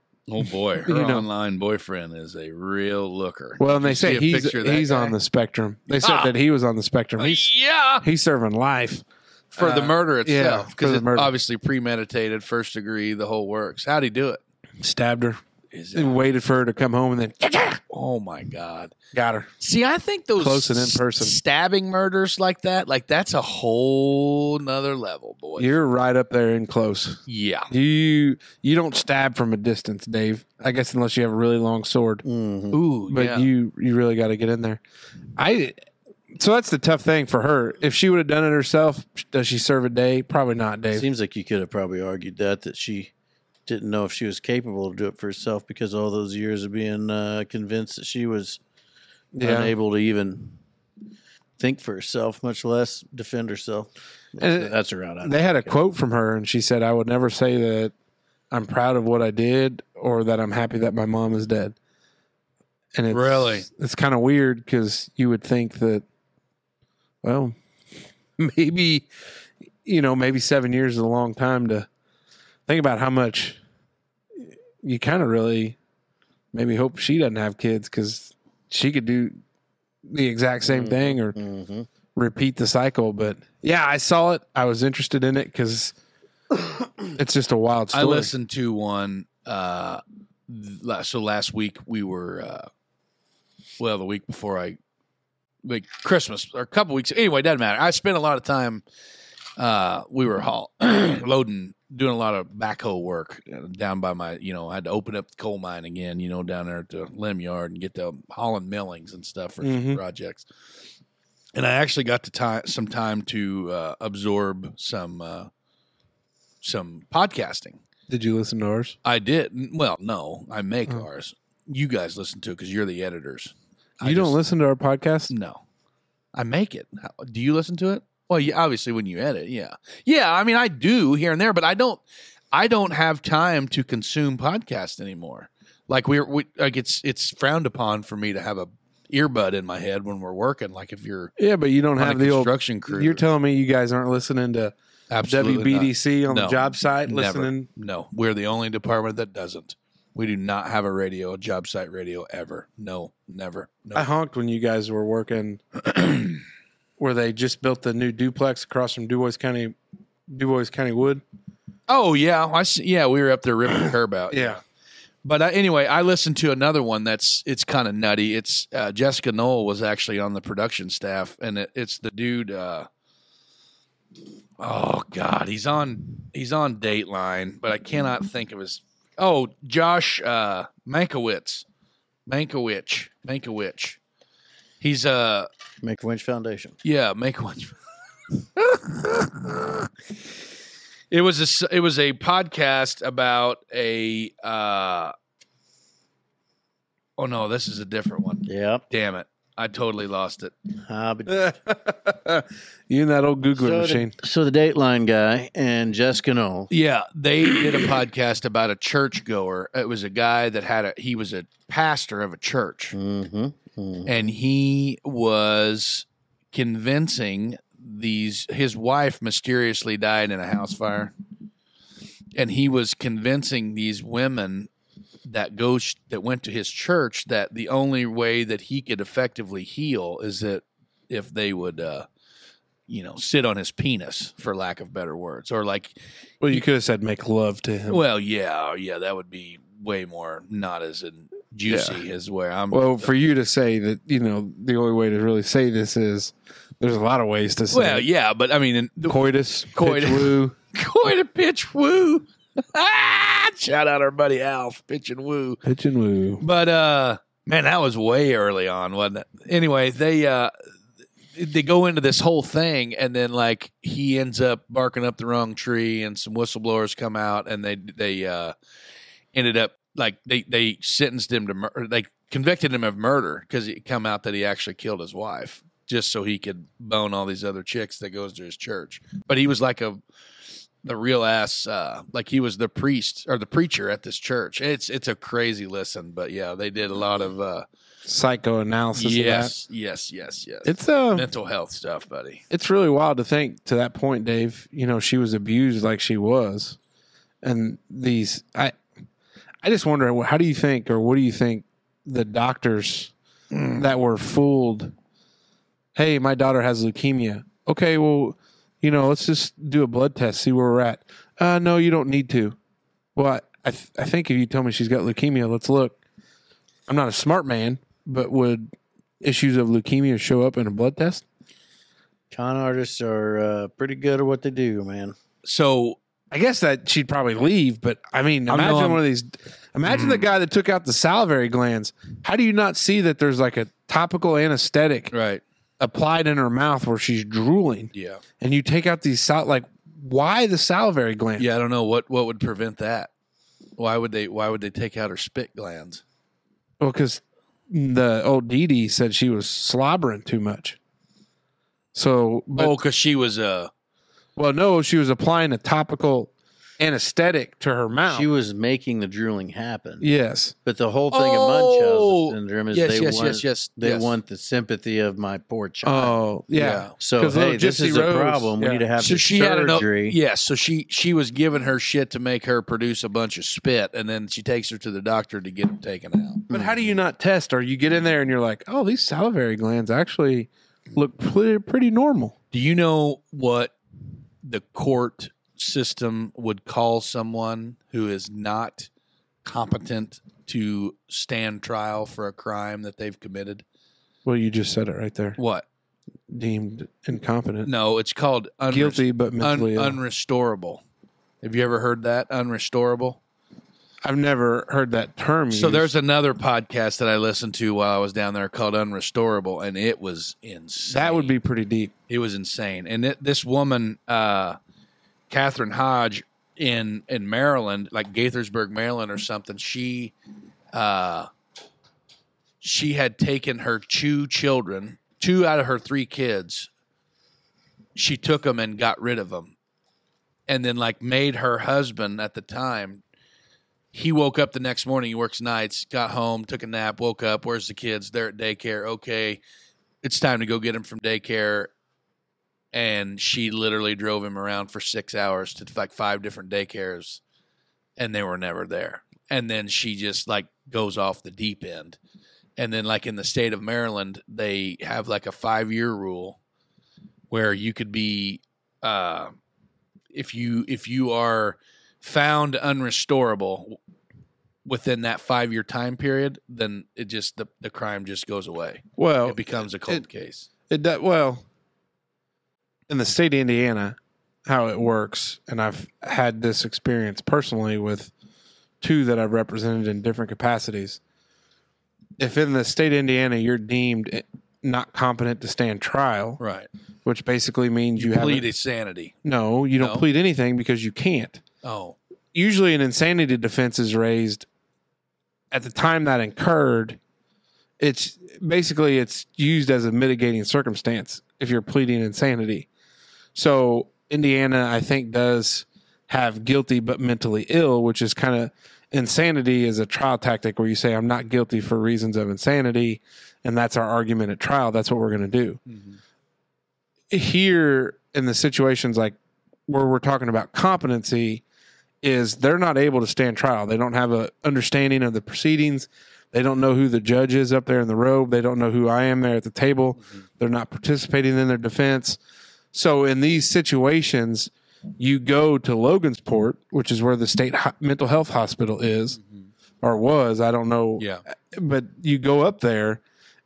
Oh boy, her You know. online boyfriend is a real looker. well and they you see say a he's picture of that he's guy? on the spectrum they said Ah. that he was on the spectrum he's yeah, he's serving life for the Uh, murder yeah, itself, for because the it's murder. obviously premeditated, first degree, the whole works. How'd he do it? stabbed her Is it and waited for her to come home and then oh my god! got her See, I think those Close and in person. stabbing murders like that, like that's a whole nother level, boy. you're right up there in close yeah, you you don't stab from a distance dave i guess unless you have a really long sword Mm-hmm. ooh, but yeah. you you really got to get in there i so that's the tough thing for her if she would have done it herself does she serve a day probably not dave Seems like you could have probably argued that that she didn't know if she was capable to do it for herself because all those years of being uh, convinced that she was unable to even think for herself, much less defend herself. And- That's a route. I They had a quote from her, and she said, "I would never say that I'm proud of what I did, or that I'm happy that my mom is dead." And it's, Really? it's kind of weird because you would think that, well, maybe, you know, maybe seven years is a long time to think about how much you kind of really maybe hope she doesn't have kids because she could do the exact same thing or Mm-hmm. repeat the cycle. But yeah, I saw it. I was interested in it because it's just a wild story. I listened to one. Uh, th- la- so last week we were, uh, well, the week before I, like Christmas or a couple weeks. Anyway, doesn't matter. I spent a lot of time. Uh, we were haul loading doing a lot of backhoe work uh, down by my, you know, I had to open up the coal mine again, you know, down there at the limb yard and get the hauling millings and stuff for Mhm. projects. And I actually got to time some time to uh, absorb some uh, some podcasting. Did you listen to ours? I did. Well, no, I make Oh. ours. You guys listen to it because you're the editors. You I don't just- listen to our podcast? No, I make it. How- Do you listen to it? Well, you, obviously when you edit, yeah, yeah. I mean, I do here and there, but I don't. I don't have time to consume podcasts anymore. Like we're we, like it's it's frowned upon for me to have a earbud in my head when we're working. Like if you're Yeah, but you don't on a have the old. construction crew, You're telling me you guys aren't listening to Absolutely not. WBDC on the No, job site, never. listening. No, we're the only department that doesn't. We do not have a radio, a job site radio ever. No, never. No. I honked when you guys were working where they just built the new duplex across from Dubois County, Dubois County Wood. oh yeah, I see. yeah, we were up there ripping the curb out. But uh, anyway, I listened to another one that's it's kind of nutty. It's uh, Jessica Knoll was actually on the production staff, and it, it's the dude. Uh, oh God, he's on he's on Dateline, but I cannot think of his. Oh, Josh uh, Mankiewicz, Mankiewicz, Mankiewicz. He's uh Make Winch Foundation. yeah, make one. it was a s- it was a podcast about a. Uh, oh no, this is a different one. Yep. Damn it, I totally lost it. Uh, but you and that old Googler so, machine. The, so the Dateline guy and Jessica Knoll. Yeah, they did a podcast about a churchgoer. It was a guy that had a he was a pastor of a church. Mm-hmm. and he was convincing these his wife mysteriously died in a house fire and he was convincing these women that goes that went to his church that the only way that he could effectively heal is that if they would uh you know sit on his penis for lack of better words or like Well, you could have said make love to him. well yeah yeah that would be way more not as in juicy as where i'm Well, for you to say that, you know, the only way to really say this is there's a lot of ways to say well it. yeah but i mean in, coitus, Coitus. pitch woo. Quite a pitch woo. Ah, Shout out our buddy Alf, pitch and woo. Pitch and woo. But uh man, that was way early on, wasn't it? Anyway, they uh they go into this whole thing and then like he ends up barking up the wrong tree and some whistleblowers come out and they they uh ended up like they they sentenced him to murder they convicted him of murder because it come out that he actually killed his wife just so he could bone all these other chicks that goes to his church but he was like a the real ass uh like he was the priest or the preacher at this church it's it's a crazy listen but yeah they did a lot of uh Psychoanalysis. of that. yes yes yes yes It's uh, mental health stuff buddy it's really wild to think to that point, Dave. You know, she was abused like she was, and these I, I just wonder how do you think or what do you think the doctors that were fooled? Hey, my daughter has leukemia. Okay, well, you know, let's just do a blood test, see where we're at. Uh, no, you don't need to. Well, I, I, th- I think if you tell me she's got leukemia, let's look. I'm not a smart man, but would issues of leukemia show up in a blood test? Con artists are uh, pretty good at what they do, man. so I guess that she'd probably leave, but I mean, I know imagine I'm- one of these. Imagine the guy that took out the salivary glands. How do you not see that there's like a topical anesthetic right applied in her mouth where she's drooling, yeah and you take out these sal like why the salivary gland? yeah i don't know what what would prevent that why would they why would they take out her spit glands well, because the old Dee Dee said she was slobbering too much. So, but, oh because she was uh well, no, she was applying a topical anesthetic to her mouth. She was making the drooling happen. yes, But the whole thing Oh! of Munchausen syndrome is yes they yes, want yes yes they yes. want the sympathy of my poor child. oh yeah. so 'Cause little hey, this Gypsy is a Rose, problem. yeah. We need to have so this she had an surgery. yeah so she she was giving her shit to make her produce a bunch of spit and then she takes her to the doctor to get them taken out But how do Mm-hmm. you not test? Or you get in there and you're like, oh, these salivary glands actually look pretty, pretty normal. do you know what the court system would call someone who is not competent to stand trial for a crime that they've committed Well, you just said it right there. what Deemed incompetent, no it's called unres- guilty but un- mentally ill. unrestorable Have you ever heard that unrestorable? I've never heard that term. So there's another podcast that I listened to while I was down there called Unrestorable, and it was insane. that would be pretty deep. it was insane. And it, this woman, uh, Catherine Hodge in in Maryland, like Gaithersburg, Maryland, or something. She, uh, she had taken her two children, two out of her three kids. She took them and got rid of them, and then like made her husband at the time. He woke up the next morning. He works nights. Got home, took a nap, woke up. Where's the kids? They're at daycare. Okay, it's time to go get them from daycare and she literally drove him around for six hours to like five different daycares and they were never there and then she just like goes off the deep end and then like in the state of maryland they have like a five year rule where you could be uh if you if you are found unrestorable within that five year time period then it just the, the crime just goes away Well, it becomes a cold case Oh. It does well in the state of Indiana, how it works, and I've had this experience personally with two that I've represented in different capacities. If in the state of Indiana you're deemed i- not competent to stand trial, right which basically means you, you have plead insanity no, you don't No. plead anything because you can't. Oh, Usually, an insanity defense is raised at the time that incurred. It's basically it's used as a mitigating circumstance if you're pleading insanity. So Indiana, I think, does have guilty but mentally ill, which is kind of insanity is a trial tactic where you say I'm not guilty for reasons of insanity, and that's our argument at trial. That's what we're going to do here in the situations like where we're talking about competency is they're not able to stand trial. They don't have a understanding of the proceedings. They don't know who the judge is up there in the robe. They don't know who I am there at the table. They're not participating in their defense. So in these situations, you go to Logansport, which is where the state ho- mental health hospital is or was. I don't know. yeah. But you go up there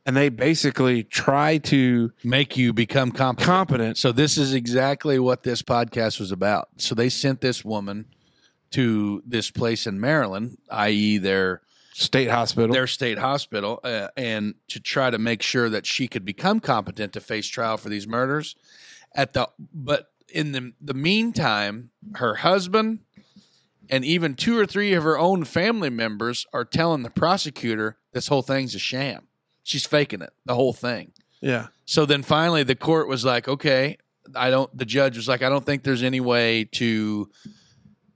and they basically try to Make you become competent. competent so this is exactly what this podcast was about. So they sent this woman to this place in Maryland, i.e., their state hospital. their state hospital, uh, and to try to make sure that she could become competent to face trial for these murders. At the but in the the meantime, her husband and even two or three of her own family members are telling the prosecutor this whole thing's a sham. She's faking it, the whole thing. yeah. So then finally the court was like, okay, I don't, the judge was like, I don't think there's any way to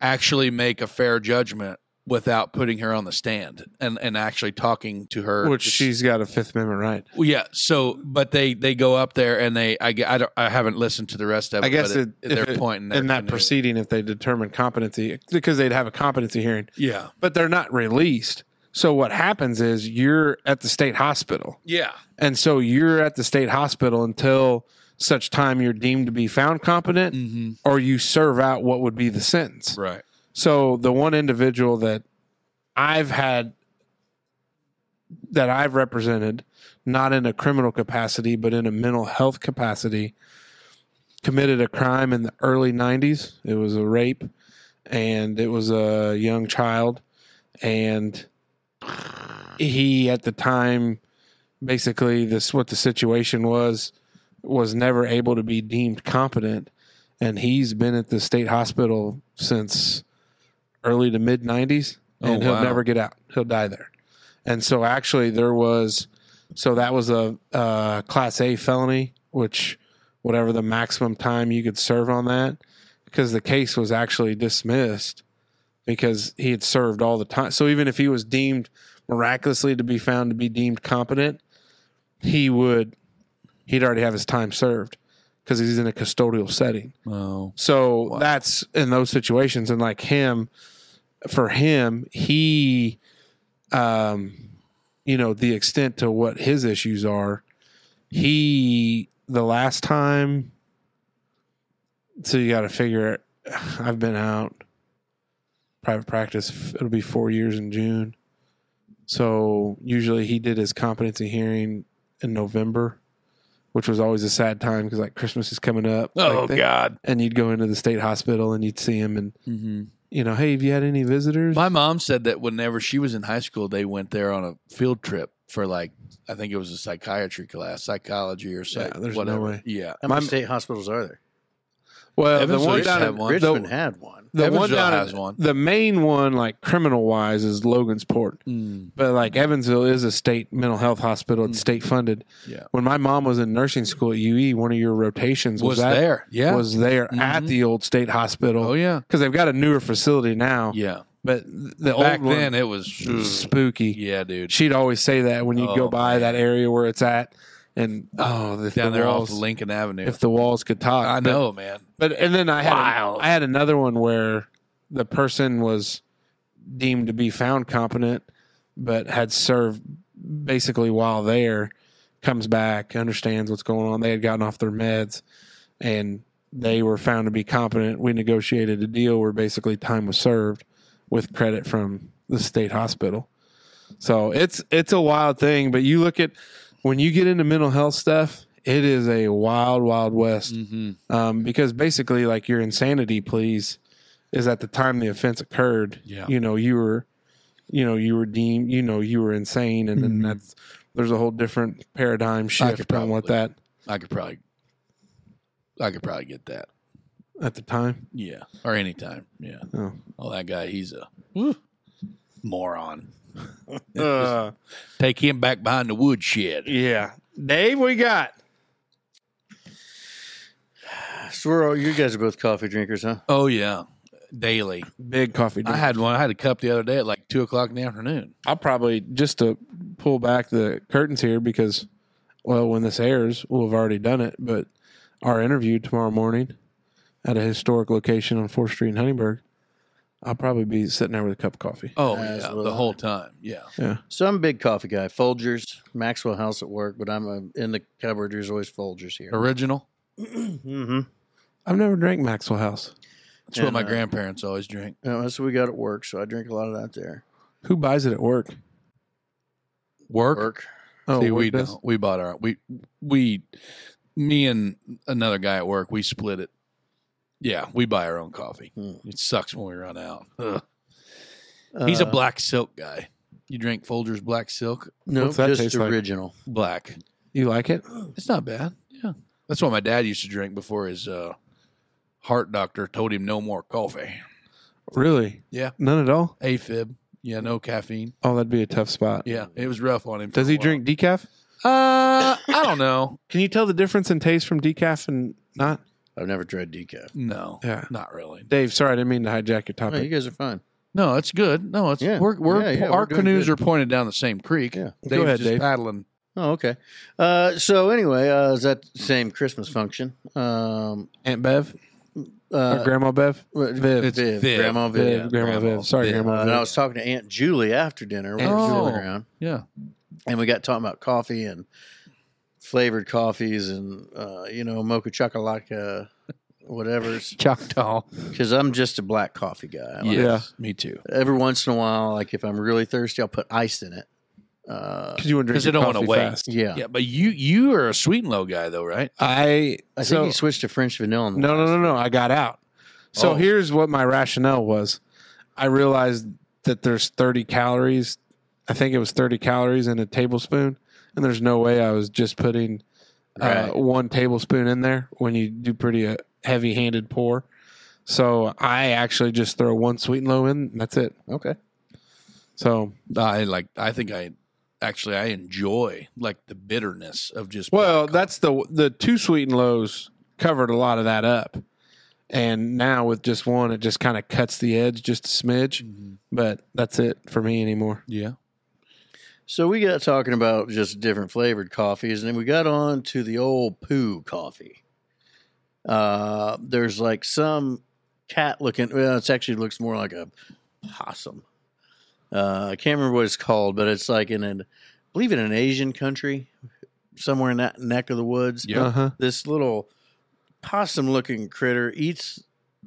actually make a fair judgment without putting her on the stand and, and actually talking to her. Which she's got a Fifth Amendment right. Well, yeah. So, but they, they go up there and they, I, gue- I, don't, I haven't listened to the rest of it. I guess but it, if they're it- pointing in their that finger. proceeding if they determine competency because they'd have a competency hearing, Yeah. but they're not released. So what happens is you're at the state hospital, Yeah. and so you're at the state hospital until such time you're deemed to be found competent Mm-hmm. or you serve out what would be the sentence. Right. So the one individual that I've had that I've represented, not in a criminal capacity, but in a mental health capacity, committed a crime in the early 90s. It was a rape and it was a young child. And he, at the time, basically, this what the situation was, was never able to be deemed competent. And he's been at the state hospital since early to mid 90s and Oh, he'll wow. never get out. He'll die there. And so actually there was so that was a uh, class A felony, which whatever the maximum time you could serve on that because the case was actually dismissed because he had served all the time. So even if he was deemed miraculously to be found to be deemed competent, he would he'd already have his time served because he's in a custodial setting. Oh. So Wow. that's in those situations, and like him, for him, he, um, you know, the extent to what his issues are, he the last time. So you got to figure. I've been out private practice. It'll be four years in June. So usually he did his competency hearing in November, which was always a sad time because like Christmas is coming up. Oh like, they- God. And you'd go into the state hospital and you'd see him and Mm-hmm. you know, hey, have you had any visitors? My mom said that whenever she was in high school, they went there on a field trip for like I think it was a psychiatry class, psychology or psych, Yeah, there's no whatever. way. Yeah, How many My- state hospitals are there? well, the Evansville one used to down have in one. Richmond The, had one. the one Evansville down in- has one. the main one, like criminal wise, is Logansport. Mm. But like Evansville is a state mental health hospital. It's state funded. Yeah. When my mom was in nursing school at UE, one of your rotations was, was at- there? Yeah. was there at Mhm. the old state hospital. oh yeah. Because they've got a newer facility now. Yeah. But the Back old then one, it was. spooky. Yeah, dude. She'd always say that when you would go Oh, by man. that area where it's at, and oh, if Down the there walls, off Lincoln Avenue. if the walls could talk, I But- know, man. But, and then I had Wild. I had another one where the person was deemed to be found competent, but had served basically while there, comes back, understands what's going on. They had gotten off their meds, and they were found to be competent. We negotiated a deal where basically time was served with credit from the state hospital. So it's it's a wild thing, but you look at when you get into mental health stuff, it is a wild, wild west Mm-hmm. um, because basically, like your insanity pleas is at the time the offense occurred. Yeah. you know you were, you know you were deemed, you know you were insane, and then Mhm. that's there's a whole different paradigm shift on what probably- that I could probably, I could probably get that. at the time. Yeah, or anytime. Yeah. Oh. Oh, that guy, he's a moron. Uh, Take him back behind the woodshed. yeah, Dave, we got So we're all, oh, you guys are both coffee drinkers, huh? Oh yeah, daily. big coffee. Drink. I had one. I had a cup the other day at like two o'clock in the afternoon. I'll probably just to pull back the curtains here because, well, when this airs, we'll have already done it. But our interview tomorrow morning at a historic location on Fourth Street in Huntingburg, I'll probably be sitting there with a cup of coffee. Oh As yeah, was the I. whole time. Yeah. So I'm a big coffee guy. Folgers, Maxwell House at work, but I'm uh in the cupboard. There's always Folgers here. Original. mm-hmm. I've never drank Maxwell House. That's what And, my uh, grandparents always drink. that's what we got at work. So I drink a lot of that there. Who buys it at work? Work. Work. Oh, See, work we does? don't. We bought our we we me and another guy at work. We split it. Yeah, we buy our own coffee. Hmm. It sucks when we run out. Ugh. He's a Uh, black silk guy. You drink Folgers black silk? No, What's that just taste like? original. Black. You like it? It's not bad. Yeah. That's what my dad used to drink before his uh, heart doctor told him no more coffee. Really? Yeah. None at all. AFib. Yeah, no caffeine. Oh, that'd be a tough spot. Yeah, it was rough on him. for Does a he while. drink decaf? Uh, I don't know. Can you tell the difference in taste from decaf and not? I've never tried decaf. No, Yeah. not really. Dave, sorry, I didn't mean to hijack your No, topic. you guys are fine. No, it's good. No, it's Yeah. we're, we're Yeah, yeah, our we're doing canoes good. are pointed down the same creek. Yeah. Go Dave's ahead, just Dave. paddling. Oh, okay. Uh, so anyway, uh, is that the same Christmas function? Um, Aunt Bev or uh, Grandma Bev? Viv, Viv. Viv, Viv. Grandma Viv. Viv, Grandma Viv. Sorry, Viv. Grandma Uh, and Viv. Oh, I was talking to Aunt Julie after dinner. We were Aunt fooling Julie. around, Yeah, and we got talking about coffee and flavored coffees and uh, you know mocha chocolate uh, whatever. Choctaw. Because I'm just a black coffee guy. I like- Yeah. me too. Every once in a while, like if I'm really thirsty, I'll put ice in it. Uh, Because you want to 'Cause drink you your don't wanna coffee wait. fast. yeah. Yeah, but you you are a sweet and low guy though, right? I, I think so, he switched to French vanilla. in the no, no, last- no, no. I got out. So Oh. here's what my rationale was. I realized that there's 30 calories. I think it was 30 calories in a tablespoon. And there's no way I was just putting uh, Right. one tablespoon in there when you do pretty uh, heavy handed pour. So I actually just throw one sweet and low in. and That's it. Okay. So, I like. I think I actually I enjoy like the bitterness of just. well, black that's the the two sweet and lows covered a lot of that up. And now with just one, it just kind of cuts the edge just a smidge. coffee. Mhm. but that's it for me anymore. Yeah. So we got talking about just different flavored coffees, and then we got on to the old poo coffee. Uh, there's like some cat looking. Well, it actually looks more like a possum. Uh, I can't remember what it's called, but it's like in an, I believe in an Asian country, somewhere in Uh-huh. that neck of the woods. Yeah. Uh huh. This little possum looking critter eats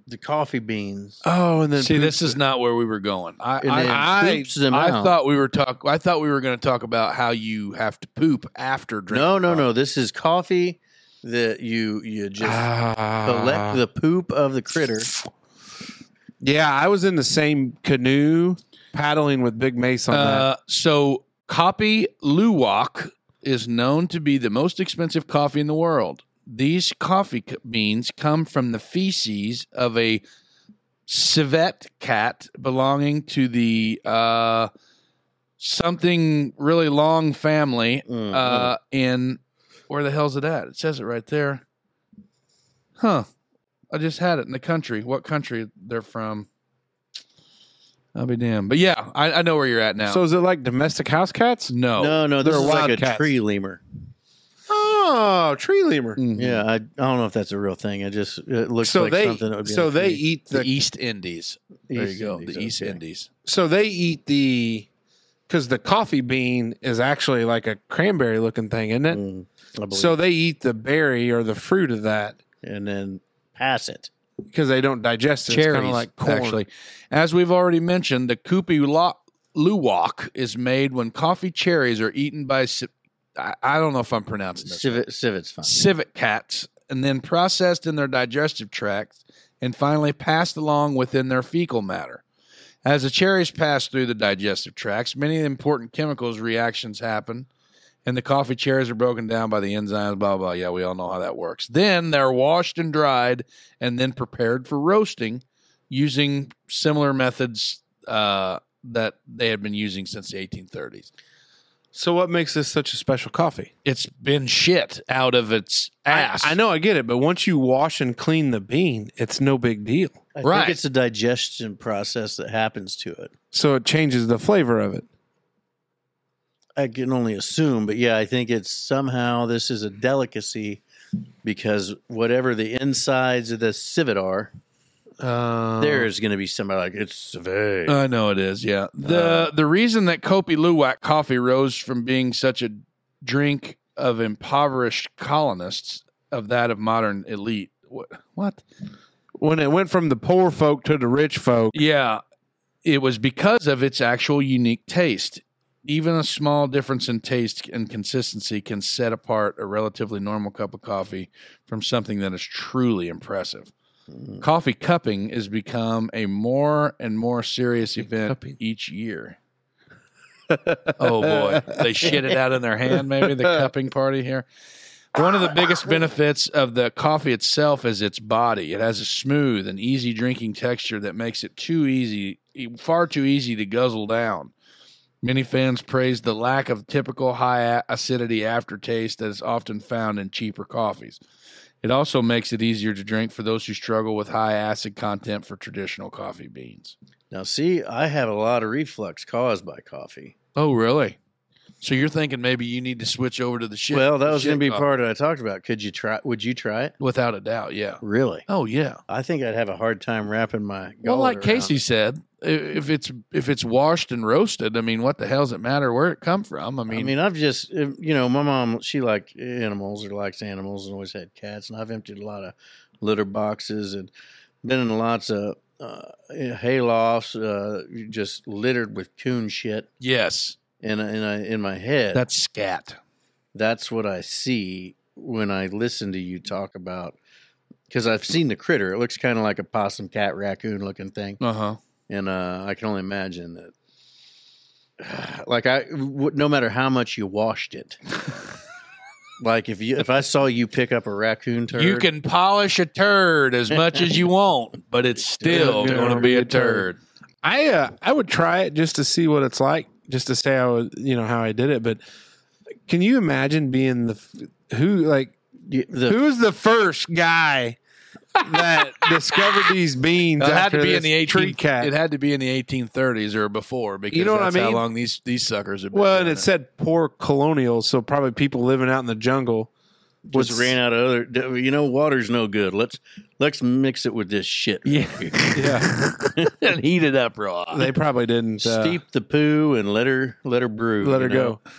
the coffee beans. Oh, and then See, this is not where we were going. I And then I, I, poops them I out. thought we were talk. I thought we were going to talk about how you have to poop after drinking. no, no, coffee. no. This is coffee that you you just Ah. collect the poop of the critter. yeah, I was in the same canoe paddling with Big Mace on that. Uh, so, Kopi Luwak is known to be the most expensive coffee in the world. These coffee c- beans come from the feces of a civet cat belonging to the uh, something really long family Mm, Uh-huh. uh, in where the hell's it at? It says it right there. Huh. I just had it in the country. What country they're from? I'll be damned. But yeah, I, I know where you're Uh, at now. So is it like domestic house cats? no. no, no. This they're is like a wildcats. tree lemur. Oh, tree lemur. Mhm. Yeah, I, I don't know if that's a real thing. I just it looks So like they something that would be. so in a they tree. eat The the East Indies. There you go. Indies, the East okay. Indies. so they eat the because the coffee bean is actually like a cranberry looking thing, isn't it? Mm, I believe. So they eat the berry or the fruit of that and then pass it. because they don't digest it. It's Cherries, kinda like corn. actually. As we've already mentioned, the Kupi Lu- Luwak is made when coffee cherries are eaten by. ci- I, I don't know if I'm pronouncing this. Civet, civet's fine. civet cats and then processed in their digestive tracts and finally passed along within their fecal matter. As the cherries pass through the digestive tracts, many important chemicals reactions happen, and the coffee cherries are broken down by the enzymes, blah, blah. Yeah, we all know how that works. Then they're washed and dried and then prepared for roasting using similar methods uh, that they had been using since the 1830s. So what makes this such a special coffee? It's been shit out of its I, ass. I know I get it, but once you wash and clean the bean, it's no big deal. I Right. think it's a digestion process that happens to it. So it changes the flavor of it. I can only assume, but yeah, I think it's somehow this is a delicacy because whatever the insides of the civet are, Uh, Uh-huh. there is going to be somebody like it's civet. I know it is. Yeah. The the reason that Kopi Luwak coffee rose from being such a drink of impoverished colonists of that of modern elite. What? what? when it went from the poor folk to the rich folk. Yeah. It was because of its actual unique taste. Even a small difference in taste and consistency can set apart a relatively normal cup of coffee from something that is truly impressive. Coffee cupping has become a more and more serious event Cupping. each year. oh boy, they shit it out in their hand. Maybe the cupping party here. One of the biggest benefits of the coffee itself is its body. It has a smooth and easy drinking texture that makes it too easy, e, far too easy to guzzle down. Many fans praise the lack of typical high a- acidity aftertaste that is often found in cheaper coffees. It also makes it easier to drink for those who struggle with high acid content for traditional coffee beans. Now, see, I have a lot of reflux caused by coffee. Oh, really? So you're thinking maybe you need to switch over to the shit? well, that the was shit Oh. going to be coffee. part that I talked about. Could you try? Would you try it? without a doubt. Yeah. Really? Oh, yeah. I think I'd have a hard time wrapping my. Well, gullet like around Casey it. said, i- if it's if it's washed and roasted, I mean, what the hell does it matter where it come from? I I mean, mean, I've just, you know, my mom, she liked animals or likes animals and always had cats. And I've emptied a lot of litter boxes and been in lots of uh, hay lofts, uh, just littered with coon shit. yes, And, I- and I, in my head, that's scat. that's what I see when I listen to you talk about, because I've seen the critter. It looks kind of like a possum, cat, raccoon looking thing Uh huh. and uh, I can only imagine that. Like I, w- no matter how much you washed it, like if you if I saw you pick up a raccoon turd, You can polish a turd as much as you want, but it's still Still going to gonna be be a a turd. turd. I uh, I would try it just to see what it's like, just to say I was, you know, how I did it. But can you imagine being the f- who like you- the, who was the first guy that discovered these beans? It had after to be in this the 18, tree cat. It had to be in the 1830s or before because You know what that's I how mean? long these these suckers have been. well, and doing it said poor colonials, so probably people living out in the jungle. just was- ran out of other. d- You know, water's no good. Let's let's mix it with this shit. Yeah. Yeah, and heat it up raw. they probably didn't uh, Steep the poo and let her let her brew. let you her know? go.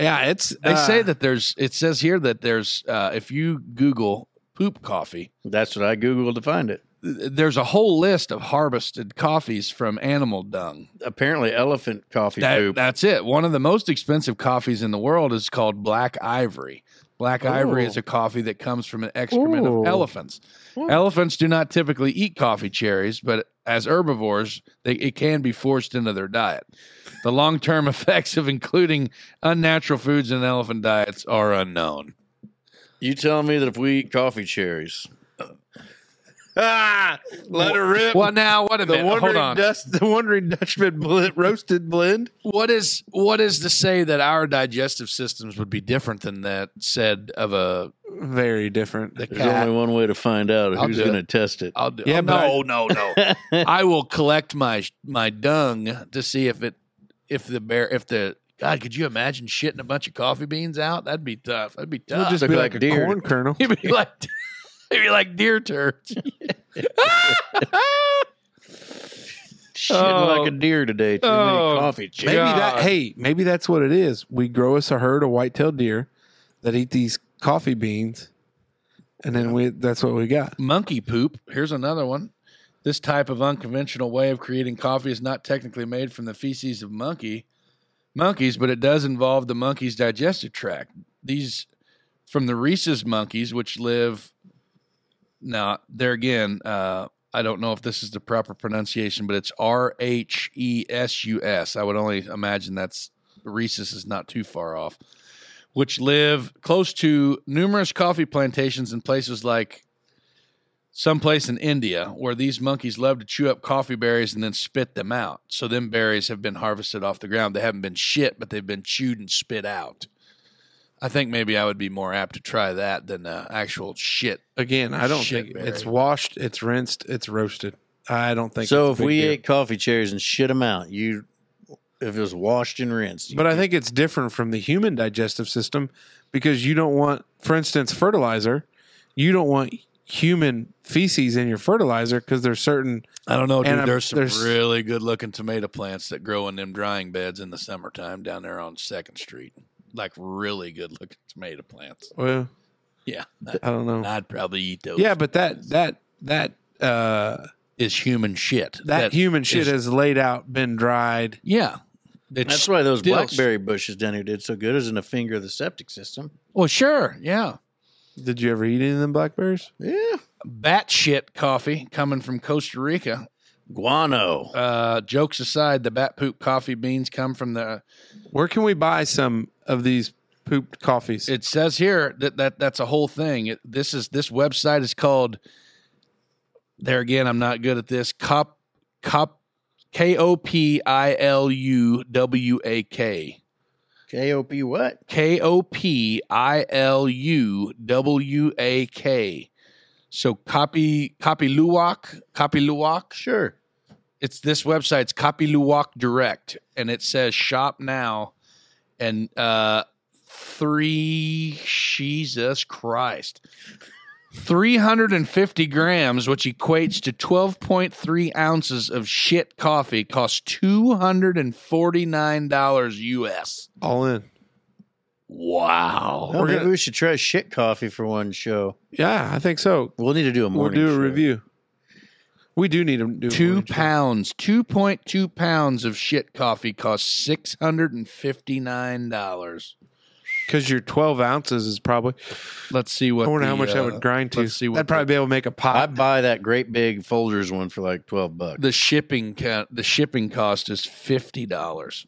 Yeah, it's They uh, say that there's. It says here that there's. Uh, if you Google poop coffee, That's what I googled to find it. there's a whole list of harvested coffees from animal dung. Apparently, elephant coffee That- poop. that's it. One of the most expensive coffees in the world is called Black Ivory. Black Ivory Ooh. Oh. is a coffee that comes from an excrement Ooh. of elephants. Ooh. Elephants do not typically eat coffee cherries, but as herbivores, they, it can be forced into their diet. The long term effects of including unnatural foods in elephant diets are unknown. you telling me that if we eat coffee cherries, ah, let her rip. Well, now, what a the minute. Hold wandering on. dust, the wandering Dutchman blend, roasted blend. what is what is to say that our digestive systems would be different than that said of a Very different. the There's cat? only one way to find out I'll who's do going to test it. I'll do. Yeah, oh, but I- no, no, no. I will collect my my dung to see if it if the bear if the God could you imagine shitting a bunch of coffee beans out? That'd be tough. That'd be It'll tough. just look be like like, a deer. corn kernel. It'd be like it'd be like deer turds. Shit Oh. like a deer today. Too Oh. many coffee cherries. Maybe that. God. Hey, maybe that's what it is. We grow us a herd of white-tailed deer that eat these coffee beans, and then we that's what we got. Monkey poop. Here's another one. This type of unconventional way of creating coffee is not technically made from the feces of monkey monkeys, but it does involve the monkey's digestive tract. These from the rhesus monkeys, which live now there again, uh, I don't know if this is the proper pronunciation, but it's R H E S U S. I would only imagine that's rhesus is not too far off. Which live close to numerous coffee plantations in places like someplace in India where these monkeys love to chew up coffee berries and then spit them out. So them berries have been harvested off the ground. They haven't been shit, but they've been chewed and spit out. I think maybe I would be more apt to try that than uh, actual shit. Again, I don't Shit think berry. it's washed, it's rinsed, it's roasted. I don't think So if it's a big we deal. ate coffee cherries and shit them out, you if it was washed and rinsed, But I think it's different from the human digestive system because you don't want, for instance, fertilizer. You don't want human feces in your fertilizer because there's certain. I don't know, dude. And I'm- there's some there's- really good looking tomato plants that grow in them drying beds in the summertime down there on Second Street. Like really good looking tomato plants. Well, Yeah. I don't know. I'd probably eat those. Yeah, but that that that uh, is human shit. that, human shit is- has laid out, been dried. Yeah. It's that's why those still- blackberry bushes down here did so good. Isn't a finger of the septic system? Well, sure. Yeah. Did you ever eat any of them blackberries? Yeah, bat shit coffee coming from Costa Rica. guano. Uh, jokes aside, the bat poop coffee beans come from the. Where can we buy some of these pooped coffees? It says here that, that that's a whole thing. It, this is this website is called. There again, I'm not good at this. Cop, cop, K O P I L U W A K. K O P what? K O P I L U W A K. So copy copy luwak copy luwak. Sure. it's this website's copy luwak direct and it says shop now and uh three jesus christ 350 grams which equates to 12.3 ounces of shit coffee costs $249 us All in. wow Well, we're maybe gonna- we should try shit coffee for one show. Yeah, I think so. We'll need to do a We'll morning. do a show. review. We do need to do a two morning show. pounds 2.2 pounds of shit coffee costs $659 because your 12 ounces is probably. let's see what I wonder the, how much that uh, would grind to. let's see what That'd probably be able to make a I pot. buy that great big Folgers one for like twelve bucks. the shipping ca- the shipping cost is fifty dollars.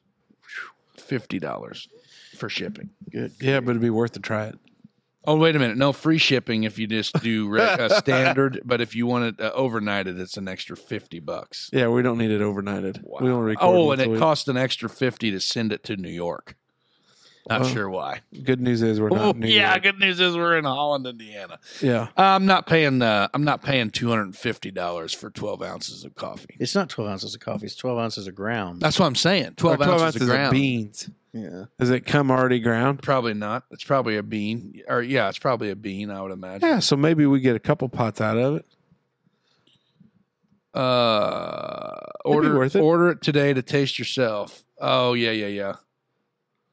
Fifty dollars for shipping. Good. yeah, but it'd be worth to try it. Oh wait a minute, no free shipping if you just do re- uh, standard. But if you want it uh, overnighted, it's an extra fifty bucks. Yeah, we don't need it overnighted. Wow. We don't record. Oh, once and a it week. costs an extra fifty to send it to New York. Not Well, sure why. Good news is we're not. Oh, in New yeah, York. good news is we're in Holland, Indiana. yeah. I'm not paying. Uh, I'm not paying two hundred and fifty dollars for twelve ounces of coffee. It's not twelve ounces of coffee. It's twelve ounces of ground. That's what I'm saying. Twelve, Or ounces, of ground. beans. Yeah. Does it come already ground? Probably not. It's probably a bean. Or yeah, it's probably a bean, I would imagine. Yeah, so maybe we get a couple pots out of it. Uh be order worth it. order it today to taste yourself. Oh yeah, yeah, yeah.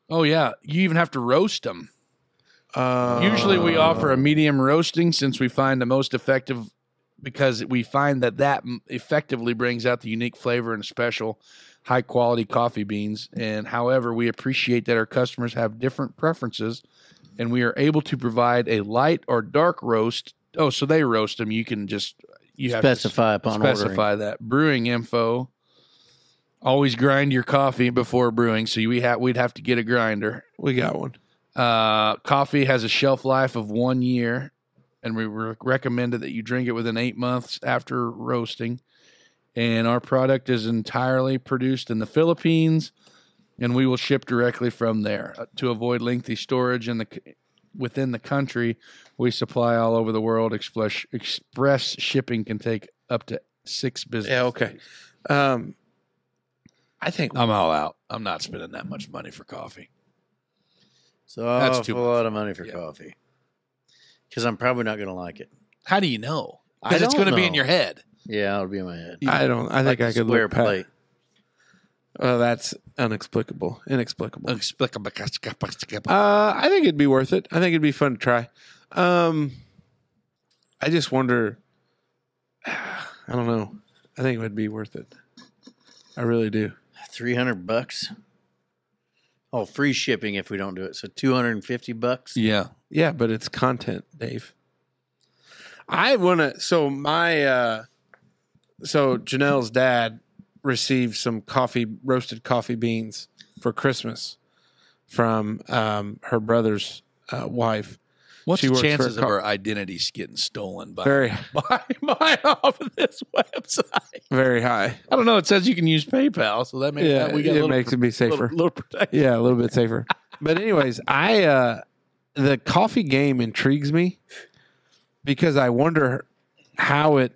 Oh yeah, you even have to roast them. Uh, Uh. Usually we offer a medium roasting since we find the most effective because we find that that m- effectively brings out the unique flavor and special high quality coffee beans. And however, we appreciate that our customers have different preferences and we are able to provide a light or dark roast. Oh, so they roast them. You can just you have to specify upon specify ordering. that brewing info. Always grind your coffee before brewing, so you, we ha- we'd have to get a grinder. We got one. Uh, coffee has a shelf life of one year, and we re- recommended that you drink it within eight months after roasting. And our product is entirely produced in the Philippines, and we will ship directly from there Uh, to avoid lengthy storage in the c- within the country. We supply all over the world. Express express shipping can take up to six business. Yeah, okay. Um, I think I'm all out. I'm not spending that much money for coffee. So That's that's too a lot of money for Yeah. coffee because I'm probably not going to like it. How do you know? I Because it's don't going to be know. in your head. Yeah, it'll be in my head. I don't. I think Like I a could square look pa- Well, that's inexplicable. Inexplicable. Explicable. Uh, I think it'd be worth it. I think it'd be fun to try. Um, I just wonder. I don't know. I think it would be worth it. I really do. Three hundred bucks. Oh, free shipping if we don't do it. So two hundred and fifty bucks. Yeah. Yeah, but it's content, Dave. I want to. So my, uh, so Janelle's dad received some coffee, roasted coffee beans for Christmas from um, her brother's uh, wife. What's She the works for a chances of co- our identities getting stolen by Very, by, by off of this website? very high. I don't know. It says you can use PayPal, so that makes yeah, that we got a it little, makes it be little, safer. little protection. yeah, a little bit safer. But anyways, I uh the coffee game intrigues me because I wonder how it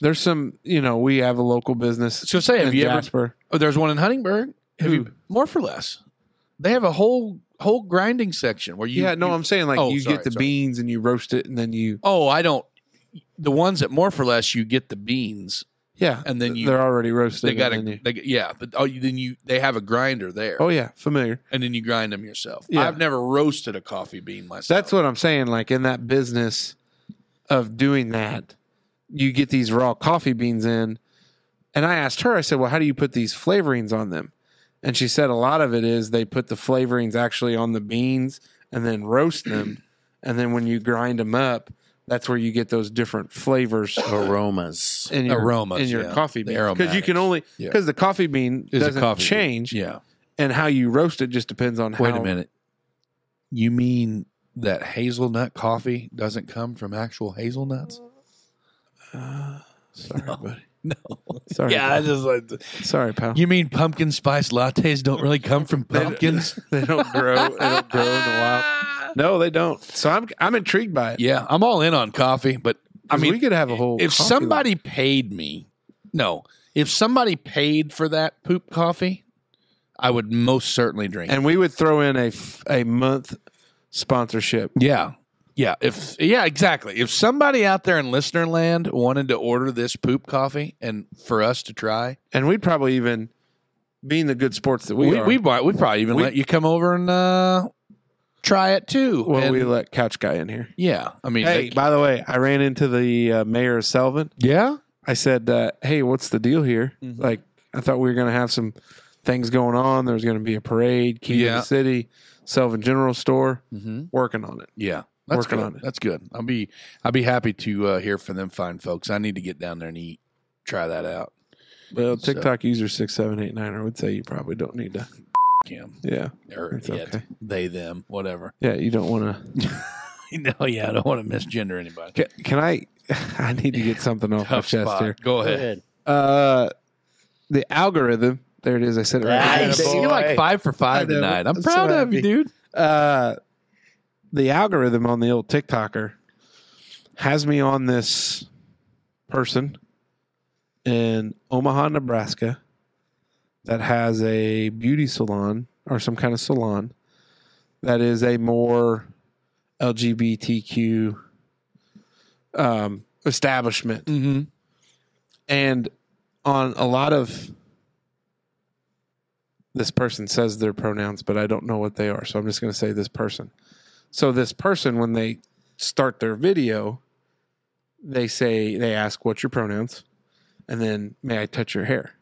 there's some, you know, we have a local business So say, have in you ever? Jasper. Oh, there's one in Huntingburg. Have you Who? more for less? They have a whole whole grinding section where you. yeah, no, you- I'm saying like oh, you sorry, get the sorry. beans and you roast it and then you Oh, I don't. The ones at more for less, you get the beans. yeah, And then you- they're already roasted. They got and then a, you- they, yeah, but oh, you, then you they have a grinder there, oh yeah, familiar. and then you grind them yourself. Yeah. I've never roasted a coffee bean myself. So that's what I'm saying. Like in that business of doing that, you get these raw coffee beans in. And I asked her, I said, Well, how do you put these flavorings on them? And she said, A lot of it is they put the flavorings actually on the beans and then roast them. and then when you grind them up, that's where you get those different flavors Aromas. in your, Aromas, in your yeah. coffee The bean. Because you can aromatics. only, Yeah. because the coffee bean Is a doesn't coffee bean. change. Yeah. And how you roast it just depends on Wait how. a minute. You mean that hazelnut coffee doesn't come from actual hazelnuts? Uh, sorry, buddy. No. Sorry. yeah, I pal. just like sorry, pal. you mean pumpkin spice lattes don't really come from pumpkins. They don't grow. They don't grow in the wild. No, they don't. So I'm I'm intrigued by it. Yeah, I'm all in on coffee, but I 'Cause mean, we could have a whole. if coffee somebody paid me, no, if somebody paid for that poop coffee, I would most certainly drink. line. and we would throw in a f- a month sponsorship, Yeah. Yeah. If yeah, exactly. If somebody out there in listener land wanted to order this poop coffee and for us to try, and we'd probably even, being the good sports that we, we are, we might we probably even We- let you come over and uh try it too. well, And- we let Couch Guy in here. yeah. I mean Hey, they- by the way, I ran into the uh, mayor of Selvin. yeah. I said, uh, "Hey, what's the deal here? Mhm. Like, I thought we were going to have some things going on. There was going to be a parade, King of Yeah. the City, Selvin General Store, Mm-hmm. working on it." Yeah. That's Working good. on it. That's good. I'll be I'll be happy to uh, hear from them fine folks. I need to get down there and eat. Try that out. Well, So- TikTok user six seven eight nine, I would say you probably don't need to. Kim. Yeah, Or It's it. okay. They, them, whatever. yeah, you don't want no, yeah, I don't want to misgender anybody. to. Can I? I need to get something off my Tough chest spot. here. Go Go ahead. ahead. Uh, the algorithm. There it is. I said it right. Nice. there. You're like boy. five for five I know. tonight. I'm, I'm proud so of you, dude. Uh, the algorithm on the old TikToker has me on this person in Omaha, Nebraska, that has a beauty salon or some kind of salon that is a more LGBTQ um, establishment Mm-hmm. and on a lot of this person says their pronouns but i don't know what they are so i'm just going to say this person so this person when they start their video they say they ask what's your pronouns and then may i touch your hair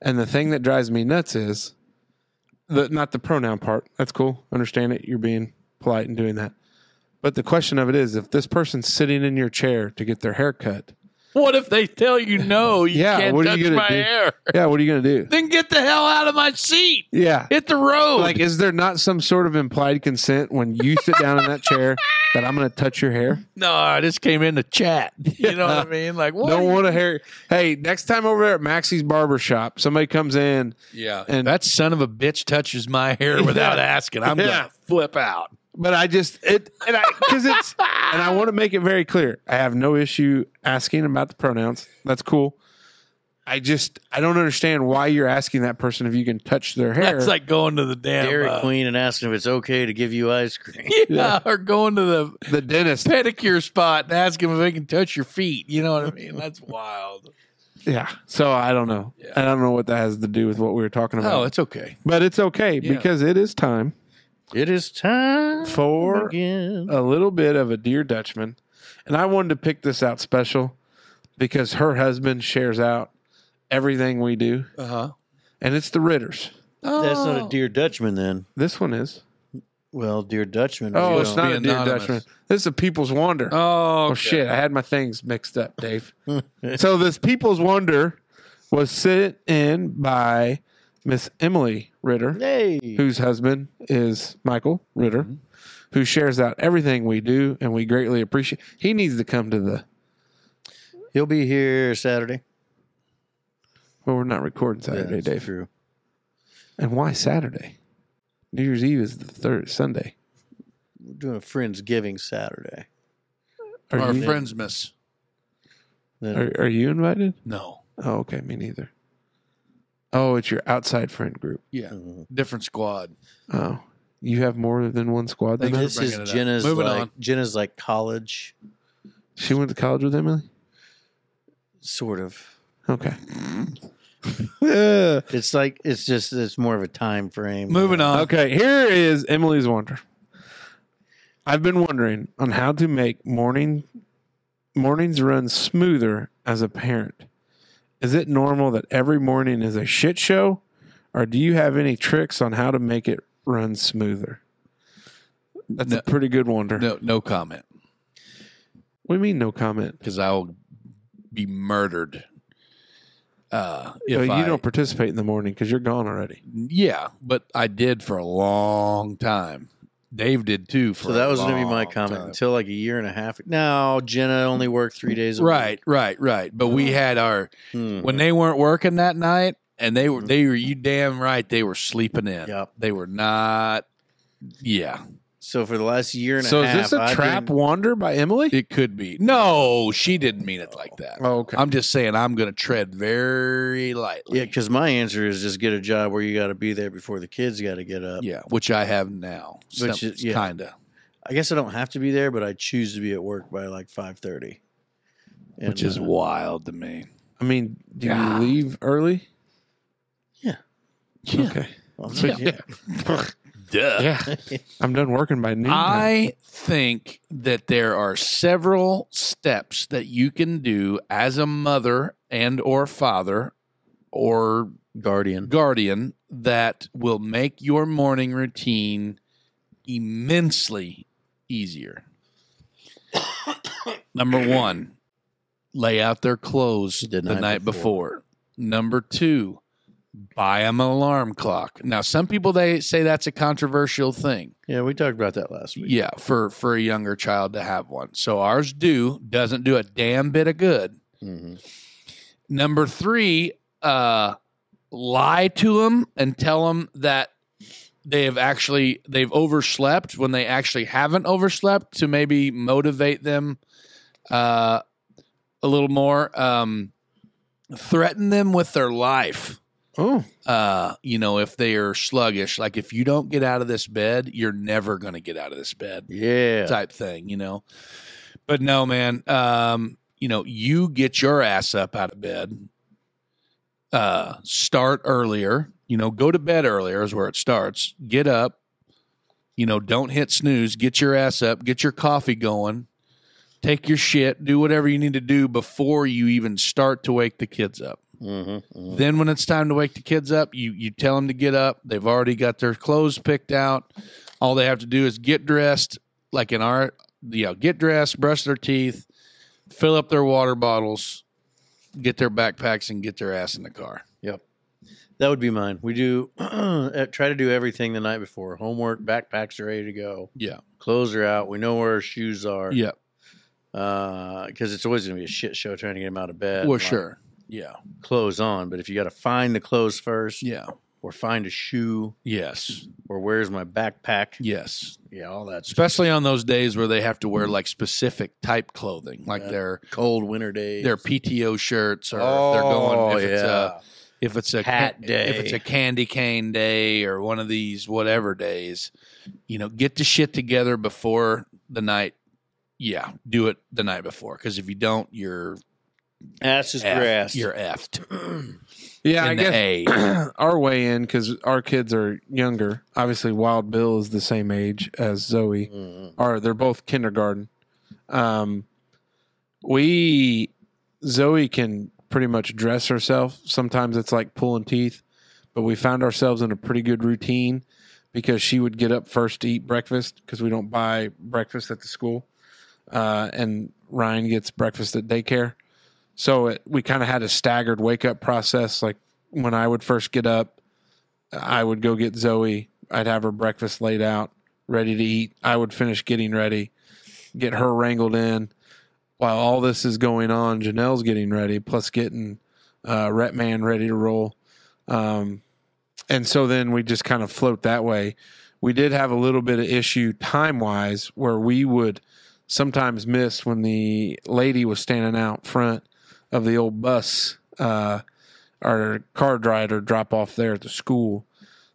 and the thing that drives me nuts is the not the pronoun part that's cool understand it you're being polite and doing that but the question of it is if this person's sitting in your chair to get their hair cut What if they tell you no? You Yeah, can't what are touch you gonna my do? hair. yeah what are you gonna do Then get the hell out of my seat. yeah Hit the road. like is there not some sort of implied consent when you sit down in that chair that i'm gonna touch your hair no, I just came in to chat. You know what I mean? Like what? don't want to hair hey next time over there at maxie's barber shop somebody comes in yeah. and- And that son of a bitch touches my hair without asking. I'm Yeah. gonna flip out. but I just it and I because it's and I want to make it very clear. I have no issue asking about the pronouns. That's cool. I just I don't understand why you're asking that person if you can touch their hair. That's like going to the damn Dairy uh, Queen and asking if it's okay to give you ice cream. Yeah, Yeah. or going to the the dentist. pedicure spot and ask them if they can touch your feet. You know what I mean? That's wild. Yeah. So I don't know. Yeah. I don't know what that has to do with what we were talking about. Oh, it's okay. but it's okay Yeah. because it is time It is time for again. a little bit of a dear Dutchman, and I wanted to pick this out special because her husband shares out everything we do, Uh huh. and it's the Ritters. That's not Oh. a dear Dutchman then. This one is. Well, dear Dutchman. Oh, you it's know, not a be Dear anonymous. Dutchman. This is a People's Wonder. Oh, Oh, okay. shit! I had my things mixed up, Dave. so this People's Wonder was sent in by Miss Emily Ritter, Hey, whose husband is Michael Ritter, who shares out everything we do, and we greatly appreciate. He needs to come to the. he'll be here Saturday. Well, we're not recording Saturday, That's Dave. True. And why Saturday? New Year's Eve is the third Sunday. We're doing a friends giving Saturday. Are Our you, friends miss. Then are, are you invited? No. Oh, okay, me neither. Oh, it's your outside friend group. Yeah. Mhm. Different squad. Oh, you have more than one squad. Than Thank that? you. this bringing is it up. Jenna's Moving like on. Jenna's like college She went to college with Emily. sort of. Okay. It's like it's just it's more of a time frame. Moving on. Okay. Here is Emily's wonder. I've been wondering on how to make morning mornings run smoother as a parent. Is it normal that every morning is a shit show, or do you have any tricks on how to make it run smoother? That's No. a pretty good wonder. No, no comment What do you mean, no comment? because I will be murdered. Uh, if Oh, you I, don't participate in the morning because you're gone already. yeah, but I did for a long time. Dave did too. For So that a was going to be my long comment time. until like a year and a half. No, Jenna only worked three days a Right, right, right. But Uh-huh. we had our week. Hmm. when they weren't working that night, and they Mm-hmm. were they were you damn right they were sleeping in. Yep. They were not. Yeah, So for the last year and So a is half, this a I've trap been- wander by Emily? it could be. No, she didn't mean it like that. oh, okay. I'm just saying I'm going to tread very lightly. yeah, because my answer is just get a job where you got to be there before the kids got to get up. Yeah, which I have now. Which is- yeah. kind of. I guess I don't have to be there, but I choose to be at work by like five thirty. uh, Which is wild to me. I mean, do Yeah. you leave early? Yeah. Okay. well, Yeah. yeah. Duh. Yeah. I'm done working by noon. time. I think that there are several steps that you can do as a mother and or father or guardian. guardian that will make your morning routine immensely easier. Number one, lay out their clothes The the, night night, before. before. Number two, buy them an alarm clock. Now, some people they say that's a controversial thing. Yeah, we talked about that last week. Yeah, for for a younger child to have one. So ours do doesn't do a damn bit of good. hmm Number three, uh, lie to them and tell them that they have actually they've overslept when they actually haven't overslept to maybe motivate them uh, a little more. Um, threaten them with their life. oh, Uh, you know, if they are sluggish, like if you don't get out of this bed, you're never going to get out of this bed Yeah. type thing, you know. But no, man, um, you know, you get your ass up out of bed. Uh, start earlier, you know, go to bed earlier is where it starts. Get up, you know, don't hit snooze, get your ass up, get your coffee going. Take your shit, do whatever you need to do before you even start to wake the kids up. Mm-hmm, Then when it's time to wake the kids up, you you tell them to get up. They've already got their clothes picked out. All they have to do is get dressed, like in our you know, get dressed, brush their teeth, fill up their water bottles, get their backpacks, and get their ass in the car. That would be mine. We do uh, try to do everything the night before. Homework, backpacks are ready to go. Yeah, Clothes are out. We know where our shoes are. yeah, Because it's always going to be a shit show trying to get them out of bed. well, like, sure, yeah, Clothes on, but if you got to find the clothes first, yeah, or find a shoe, yes, or where's my backpack? yes. Yeah, all that. stuff. Especially on those days where they have to wear like specific type clothing, like Yeah. their Cold winter days. their PTO shirts, or if they're Oh, going if it's uh, a yeah. if it's a Hat day. if it's a candy cane day or one of these whatever days, you know, get the shit together before the night. Yeah, do it the night before because if you don't, you're Ass is effed. grass. You're effed. Yeah, in I the guess A. our way in because our kids are younger. Obviously, Wild Bill is the same age as Zoe. Mhm. Or they're both kindergarten. Um, we Zoe can pretty much dress herself. Sometimes it's like pulling teeth, but we found ourselves in a pretty good routine because she would get up first to eat breakfast because we don't buy breakfast at the school, uh, and Ryan gets breakfast at daycare. So it, we kind of had a staggered wake up process. Like when I would first get up, I would go get Zoe. I'd have her breakfast laid out, ready to eat. I would finish getting ready, get her wrangled in. While all this is going on, Janelle's getting ready, plus getting uh, Ret Man ready to roll. Um, and so then we just kind of float that way. We did have a little bit of issue time wise where we would sometimes miss when the lady was standing out front of the old bus. Uh, our car rider drop off there at the school.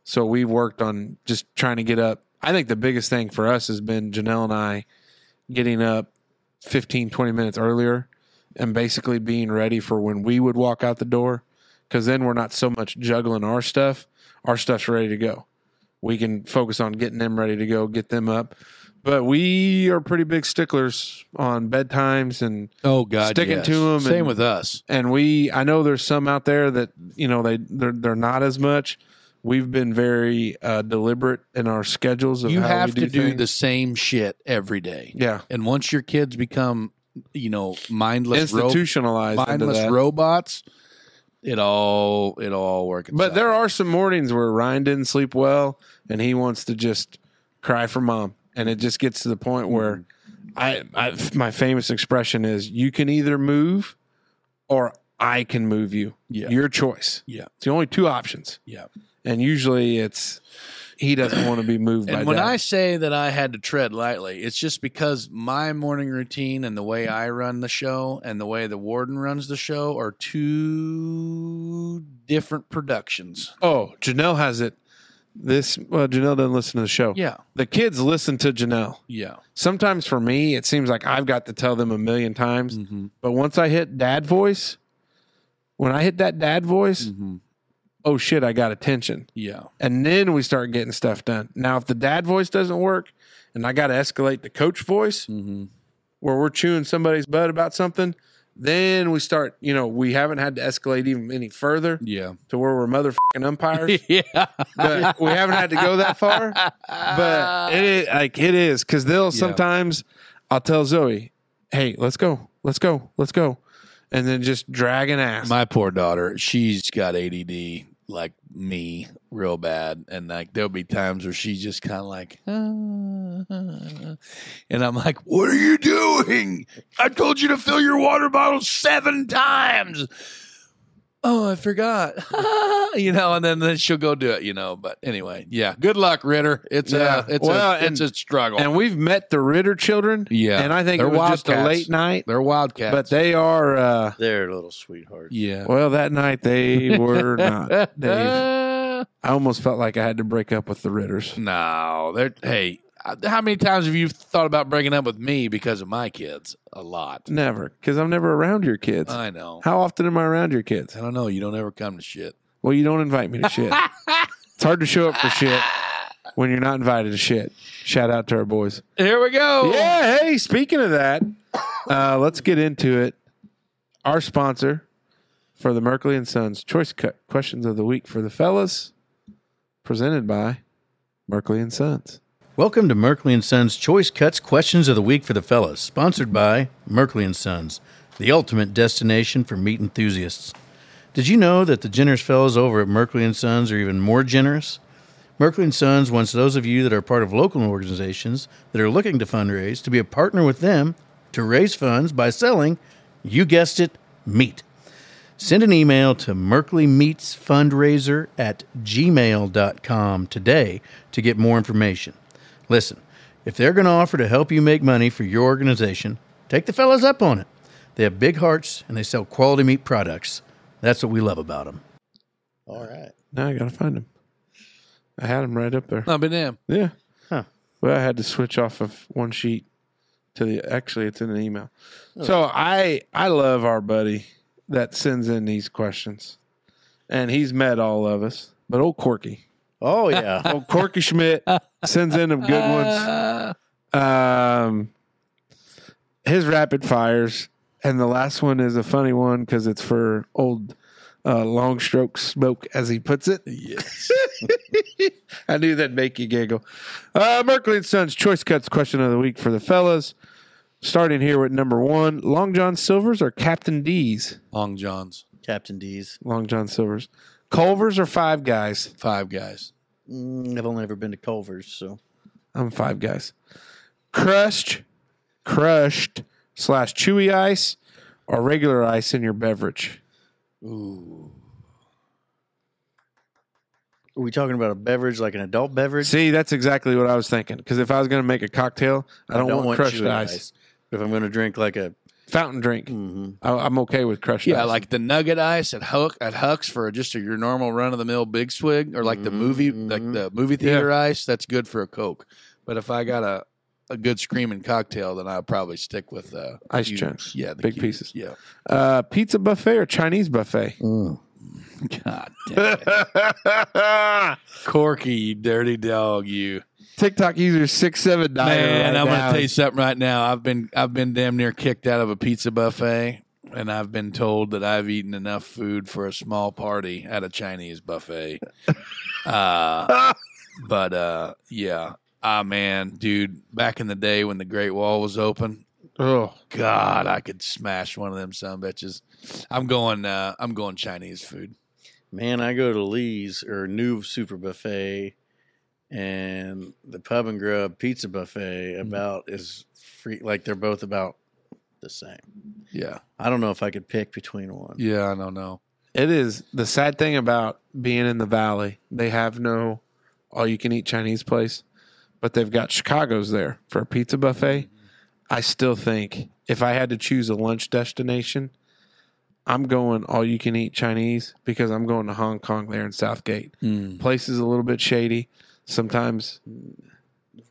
So we worked on just trying to get up. I think the biggest thing for us has been Janelle and I getting up 15, 20 minutes earlier and basically being ready for when we would walk out the door. Cause then we're not so much juggling our stuff. Our stuff's ready to go. We can focus on getting them ready to go, get them up. But we are pretty big sticklers on bedtimes and Oh God, Sticking yes. to 'em Same and- with us. and we I know there's some out there that you know they they're, they're not as much. We've been very uh, deliberate in our schedules of You how have we do to do things. the same shit every day. yeah And once your kids become, you know, mindless, robots. institutionalized into mindless that. robots. It all it all works. But there are some mornings where Ryan didn't sleep well and he wants to just cry for mom, and it just gets to the point where I, I my famous expression is you can either move or I can move you. Yeah. Your choice. Yeah. It's the only two options. Yeah. And usually it's he doesn't want to be moved by and when that. I say that I had to tread lightly, it's just because my morning routine and the way I run the show and the way the warden runs the show are two different productions. Oh, Janelle has it. This well, Janelle doesn't listen to the show. Yeah, The kids listen to Janelle. yeah, Sometimes for me, it seems like I've got to tell them a million times. But once I hit dad voice, when I hit that dad voice, Mm. oh shit, I got attention. yeah, And then we start getting stuff done. Now, if the dad voice doesn't work and I got to escalate the coach voice where we're chewing somebody's butt about something, then we start, you know, we haven't had to escalate even any further yeah, to where we're motherfucking umpires yeah. but we haven't had to go that far. But it is like it is because they'll sometimes I'll tell Zoe, "Hey, let's go, let's go, let's go," and then just drag an ass. My poor daughter, she's got ADD like me, real bad, and like there'll be times where she's just kind of like, "Ah, and I'm like, "What are you doing? I told you to fill your water bottle seven times." Oh, I forgot. you know, and then, then she'll go do it. You know, but anyway, yeah. Good luck, Ritter. It's Yeah. a it's Well, a it's and- a struggle. and we've met the Ritter children, yeah, and I think They're it was just a wildcats. late night, they're wildcats. but they are. uh They're little sweethearts. yeah, Well, that night they were not. Dave. Uh, I almost felt like I had to break up with the Ritters. No, they're hey. uh, How many times have you thought about breaking up with me because of my kids? A lot. Never, because I'm never around your kids. I know. How often am I around your kids? I don't know. You don't ever come to shit. Well, you don't invite me to shit. it's hard to show up for shit when you're not invited to shit. Shout out to our boys. Here we go. Yeah, hey, speaking of that, Uh, let's get into it. Our sponsor for the Merkley and Sons Choice Cut Questions of the Week for the Fellas, presented by Merkley and Sons. Welcome to Merkley and Sons Choice Cuts Questions of the Week for the Fellas, sponsored by Merkley and Sons, the ultimate destination for meat enthusiasts. Did you know that the generous fellows over at Merkley and Sons are even more generous? Merkley and Sons wants those of you that are part of local organizations that are looking to fundraise to be a partner with them to raise funds by selling, you guessed it, meat. Send an email to merkleymeatsfundraiser at gmail.com today to get more information. Listen, if they're going to offer to help you make money for your organization, take the fellas up on it. They have big hearts and they sell quality meat products. That's what we love about them. All right. Now I got to find him. I had him right up there. Not been damn. Yeah. Huh. Well, I had to switch off of one sheet to the actually it's in an email. So I I love our buddy that sends in these questions. And he's met all of us. But old Corky. Oh, yeah. Old Corky Schmidt sends in them good ones. Uh, Um his rapid fires. And the last one is a funny one because it's for old uh, long stroke smoke, as he puts it. yes. I knew that'd make you giggle. Uh, Merkley and Sons choice cuts question of the week for the fellas. Starting here with number one, Long John Silver's or Captain D's? Long John's. Captain D's. Long John Silver's. Culver's or Five Guys? Five guys. Mm, I've only ever been to Culver's, so. I'm Five Guys. Crushed, crushed slash chewy ice or regular ice in your beverage? Ooh. Are we talking about a beverage, like an adult beverage? See, that's exactly what I was thinking. Because if I was going to make a cocktail, I don't, want, crushed chewy ice. If I'm going to drink like a. Fountain drink. mhm. I, I'm okay with crushed Yeah, ice. like the nugget ice at Huck at Huck's for just your normal run of the mill big swig, or like the movie like the Mm-hmm. movie theater ice. That's good for a Coke. But if I got a a good screaming cocktail, then I'll probably stick with uh, Ice cubes. chunks. Yeah, the Big cubes. pieces. Yeah. uh, pizza buffet or Chinese buffet? Mm. God damn it. Corky, you dirty dog, you. TikTok user six seven nine. Man, I'm gonna tell you something right now. I've been I've been damn near kicked out of a pizza buffet, and I've been told that I've eaten enough food for a small party at a Chinese buffet. uh, but uh, yeah, ah man, dude, back in the day when the Great Wall was open, Oh, God, I could smash one of them some bitches. I'm going. Uh, I'm going Chinese food. Man, I go to Lee's or New Super Buffet and the Pub and Grub Pizza Buffet about is free. Like they're both about the same. Yeah, I don't know if I could pick between one. yeah, I don't know. it is the sad thing about being in the valley. They have no all you can eat Chinese place, but they've got Chicago's there for a pizza buffet. I still think if I had to choose a lunch destination, I'm going all you can eat Chinese because I'm going to Hong Kong there in Southgate. Place is a little bit shady. Sometimes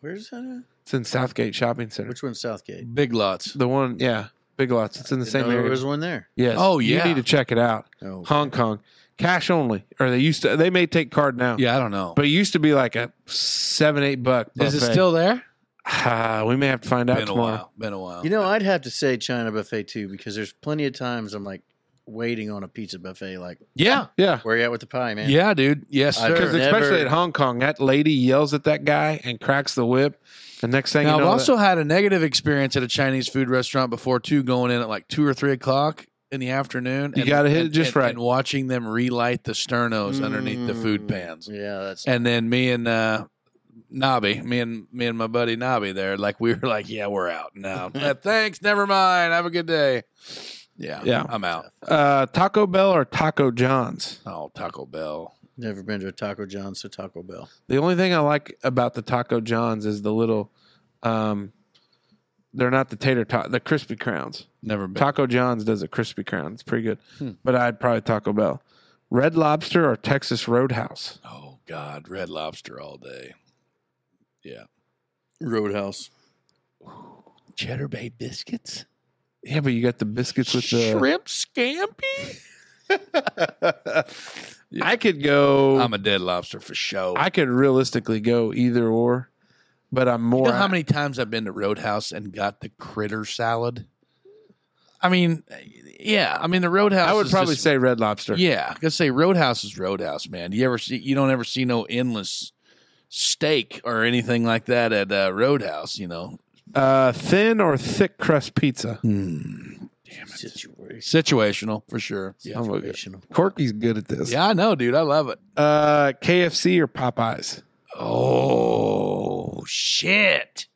Where's that? it's in Southgate Shopping At? Center. Which one's Southgate? Big lots. The one, yeah, Big Lots. It's in the Didn't same know area. There was one there. yes. Oh, yeah. You need to check it out. Oh, Hong Kong, cash only, or they used to. They may take card now. Yeah, I don't know. But it used to be like a seven, eight buck. is it buffet. still there? Ah, we may have to find out Been a tomorrow. while. Been a while. You know, I'd have to say China buffet too because there's plenty of times I'm like waiting on a pizza buffet. Like, yeah. Yeah. where you at with the pie, man? Yeah, dude. Yes, I- sir. Because Sure. especially Never- at Hong Kong, that lady yells at that guy and cracks the whip. The next thing Now, you know, I've also had a negative experience at a Chinese food restaurant before too, going in at like two or three o'clock in the afternoon. You gotta hit it just and- right. And watching them relight the sternos underneath the food Mm. pans, Yeah, that's and then me and uh, Nobby, me and me and my buddy Nobby, there, like we were like, yeah, we're out now. Uh, Thanks, never mind. Have a good day. Yeah, Yeah. I'm out. uh, Taco Bell or Taco John's. Oh, Taco Bell. never been to a Taco John's so Taco Bell. The only thing I like about the Taco John's is the little, um, they're not the tater tot, the crispy crowns. Never been. Taco John's does a crispy crown. It's pretty good. Hmm. But I'd probably Taco Bell. Red Lobster or Texas Roadhouse? oh God, Red Lobster all day. Roadhouse. Cheddar Bay biscuits. Yeah, but you got the biscuits with the shrimp scampi. I could go. I'm a dead lobster for show. I could realistically go either or, but I'm you more. know how many times I've been to Roadhouse and got the critter salad? I mean, yeah. I mean, the Roadhouse. I would is probably just- say Red Lobster. Yeah, I could say Roadhouse is Roadhouse, man. You ever see? You don't ever see no endless steak or anything like that at uh, Roadhouse. You know, Uh, thin or thick crust pizza. Hmm. Situation. situational for sure. Yeah, Situational. Corky's good at this. yeah, I know, dude. I love it. Uh, KFC or Popeyes? Oh shit!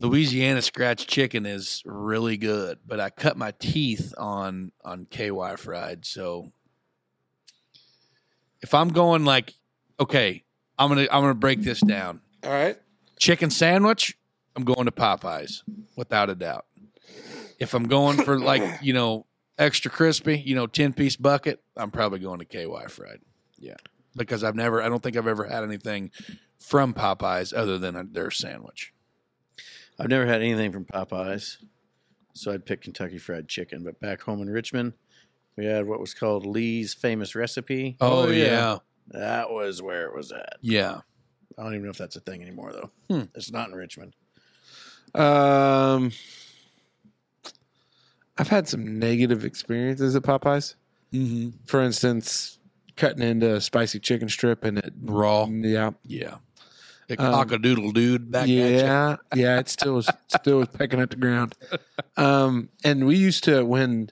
Louisiana scratch chicken is really good, but I cut my teeth on on KY fried. So if I'm going like, okay, I'm gonna I'm gonna break this down. All right. Chicken sandwich, I'm going to Popeyes without a doubt. If I'm going for like you know extra crispy, you know ten piece bucket, I'm probably going to KY fried. Yeah, because I've never, I don't think I've ever had anything from Popeyes other than their sandwich. I've never had anything from Popeyes, so I'd pick Kentucky Fried Chicken. But back home in Richmond, we had what was called Lee's Famous Recipe. Oh, yeah. That was where it was at. yeah, I don't even know if that's a thing anymore, though. Hmm. It's not in Richmond. Um, I've had some negative experiences at Popeyes. Mm-hmm. For instance, cutting into a spicy chicken strip and it. raw. Yeah. Yeah, the Um, cockadoodle dude back at you. yeah, yeah, it still was still was pecking at the ground. Um, and we used to when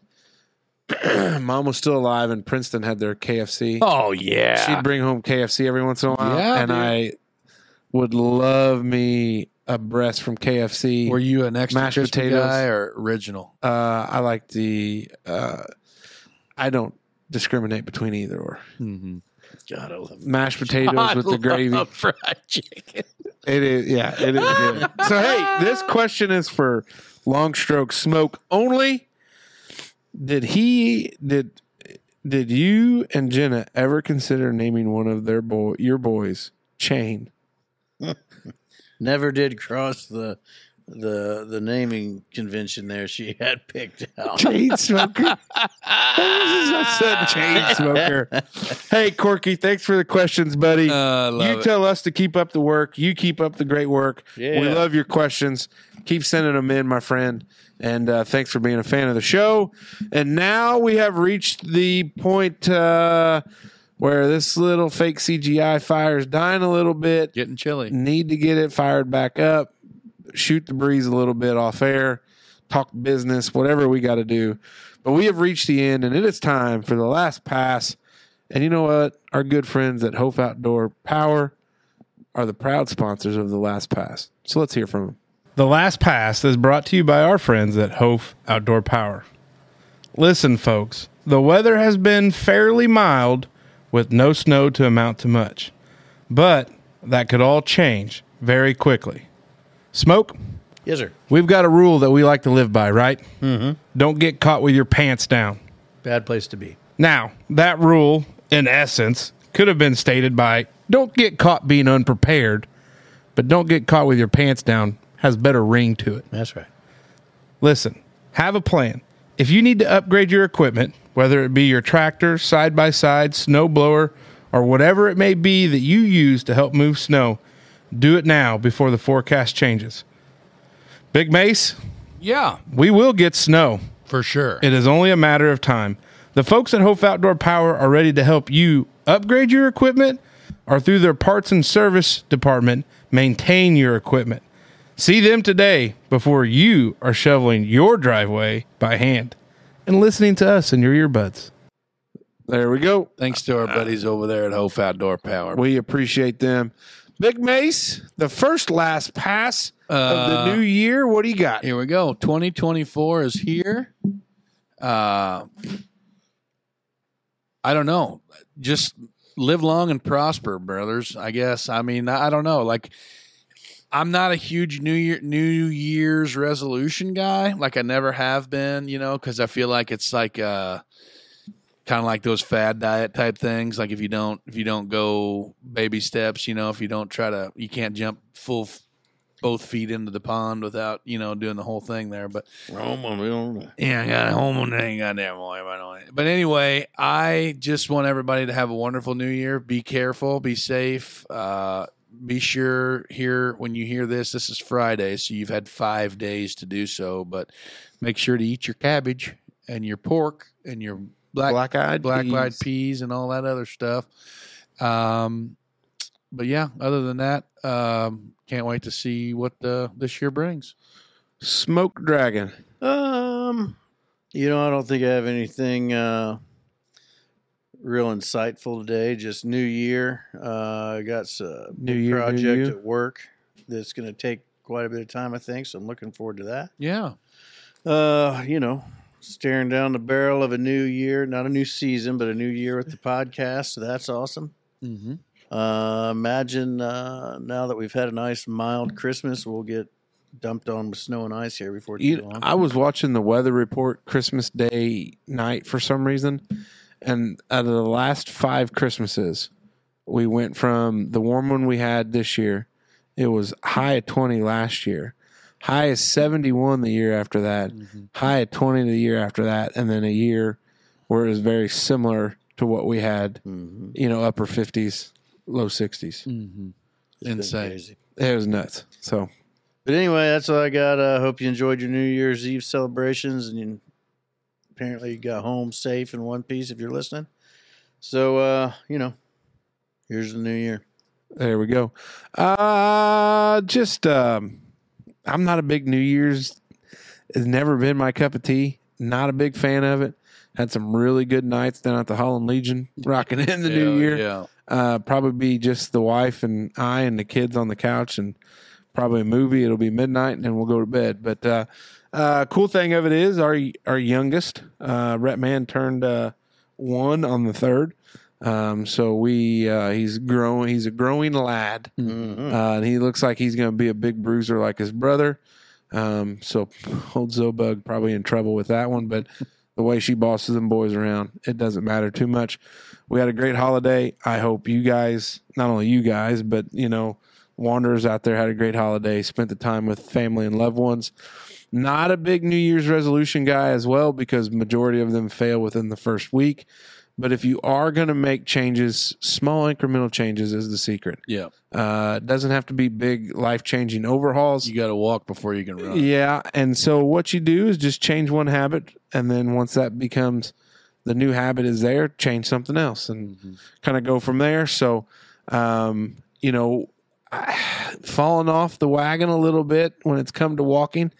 mom was still alive and Princeton had their KFC. Oh yeah, She'd bring home KFC every once in a while, Yeah, and dude. I would love me a breast from KFC. were you an extra Mashed crispy potatoes. guy or original? uh, I like the. Uh, I don't discriminate between either or Mm-hmm. God, I love mashed potatoes with the gravy. fried chicken. It is, yeah, it is good. so, hey, this question is for long stroke smoke only. Did he did did you and Jenna ever consider naming one of their boy your boys Chain? Never did cross the the the naming convention there. She had picked out. Chain smoker. this is upset chain smoker. Hey Corky, thanks for the questions, buddy. Uh, love you it. tell us to keep up the work. You keep up the great work. Yeah. We love your questions. Keep sending them in, my friend. And uh, thanks for being a fan of the show. And now we have reached the point uh, where this little fake CGI fire is dying a little bit. Getting chilly. Need to get it fired back up. Shoot the breeze a little bit off air. Talk business, whatever we got to do. But we have reached the end, and it is time for the last pass. And you know what? Our good friends at Hope Outdoor Power are the proud sponsors of the last pass. So let's hear from them. The Last Pass is brought to you by our friends at Hof Outdoor Power. Listen, folks, the weather has been fairly mild with no snow to amount to much, but that could all change very quickly. Smoke, Yes, sir. we've got a rule that we like to live by, right? Mm-hmm. Don't get caught with your pants down. Bad place to be. Now, that rule, in essence, could have been stated by don't get caught being unprepared, but don't get caught with your pants down has better ring to it. That's right. Listen, have a plan. If you need to upgrade your equipment, whether it be your tractor, side by side, snow blower, or whatever it may be that you use to help move snow, do it now before the forecast changes. Big Mace, Yeah, we will get snow. for sure. It is only a matter of time. The folks at Hope Outdoor Power are ready to help you upgrade your equipment or through their parts and service department maintain your equipment. See them today before you are shoveling your driveway by hand and listening to us in your earbuds. There we go. Thanks to our buddies over there at Hope Outdoor Power. We appreciate them. Big Mace, the first last pass of Uh, the new year. What do you got? Here we go. 2024 is here. Uh, I don't know. Just live long and prosper, brothers. I guess. I mean, I I don't know. Like, I'm not a huge New Year New Year's resolution guy. Like I never have been. You know, because I feel like it's like uh, kind of like those fad diet type things. Like if you don't if you don't go baby steps, you know, if you don't try to, you can't jump full. f- both feet into the pond without you know doing the whole thing there, but Rome on Rome. yeah, I got a home on that goddamn boy. by the way. But anyway, I just want everybody to have a wonderful new year. Be careful, be safe. Uh, be sure here when you hear this, this is Friday, so you've had five days to do so. But make sure to eat your cabbage and your pork and your black Black eyed, black eyed peas and all that other stuff. Um, but yeah, other than that, um, can't wait to see what uh, this year brings. smoke dragon. Um, you know, I don't think I have anything uh, real insightful today. Just New Year. Uh, I got a New year, project new you. at work that's going to take quite a bit of time, I think. So I'm looking forward to that. Yeah, Uh, you know, staring down the barrel of a new year, not a new season, but a new year with the podcast. So that's awesome. mm-hmm. Uh, imagine uh, now that we've had a nice mild Christmas, we'll get dumped on with snow and ice here before too You- long. I was watching the weather report Christmas Day night for some reason, and out of the last five Christmases, we went from the warm one we had this year. It was high of twenty last year, high of seventy one the year after that, Mm-hmm. high of twenty the year after that, and then a year where it was very similar to what we had. Mhm. You know, upper fifties, low sixties. Mm-hmm. It's been Insane. crazy. It was nuts. So But anyway, that's all I got. I uh, hope you enjoyed your New Year's Eve celebrations, and you, apparently you got home safe in one piece if you're listening. So uh, you know, here's the new year. There we go. Uh just um I'm not a big New Year's it's never been my cup of tea. Not a big fan of it. Had some really good nights down at the Holland Legion rocking in the new year. Yeah, Uh probably be just the wife and I and the kids on the couch and probably a movie. It'll be midnight and then we'll go to bed. But uh uh cool thing of it is our our youngest, uh Rhett Man turned uh one on the third. Um so we uh he's growing he's a growing lad. Mhm. Uh, and he looks like he's going to be a big bruiser like his brother. Um, so old Zobug probably in trouble with that one, but the way she bosses them boys around, it doesn't matter too much. We had a great holiday. I hope you guys, not only you guys, but you know, wanderers out there had a great holiday, spent the time with family and loved ones. Not a big New Year's resolution guy as well, because majority of them fail within the first week. But if you are going to make changes, small incremental changes is the secret. yeah. Uh, it doesn't have to be big life changing overhauls. You got to walk before you can run. Yeah. And so what you do is just change one habit. And then once that becomes the new habit is there, change something else and Mhm. kind of go from there. So, um, you know, I- falling off the wagon a little bit when it's come to walking.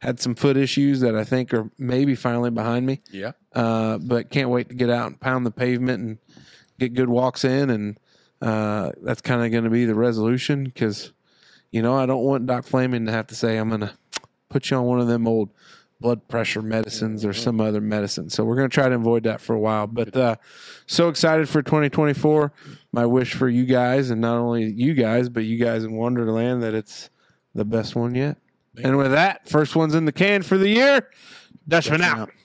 Had some foot issues that I think are maybe finally behind me. Yeah. Uh, but can't wait to get out and pound the pavement and get good walks in. And uh, that's kind of going to be the resolution because, you know, I don't want Doc Flaming to have to say, I'm going to put you on one of them old blood pressure medicines or some other medicine. So we're going to try to avoid that for a while. But uh, so excited for 2024. My wish for you guys, and not only you guys, but you guys in Wonderland, that it's the best one yet. And with that, first one's in the can for the year. Dutchman, Dutchman out. out.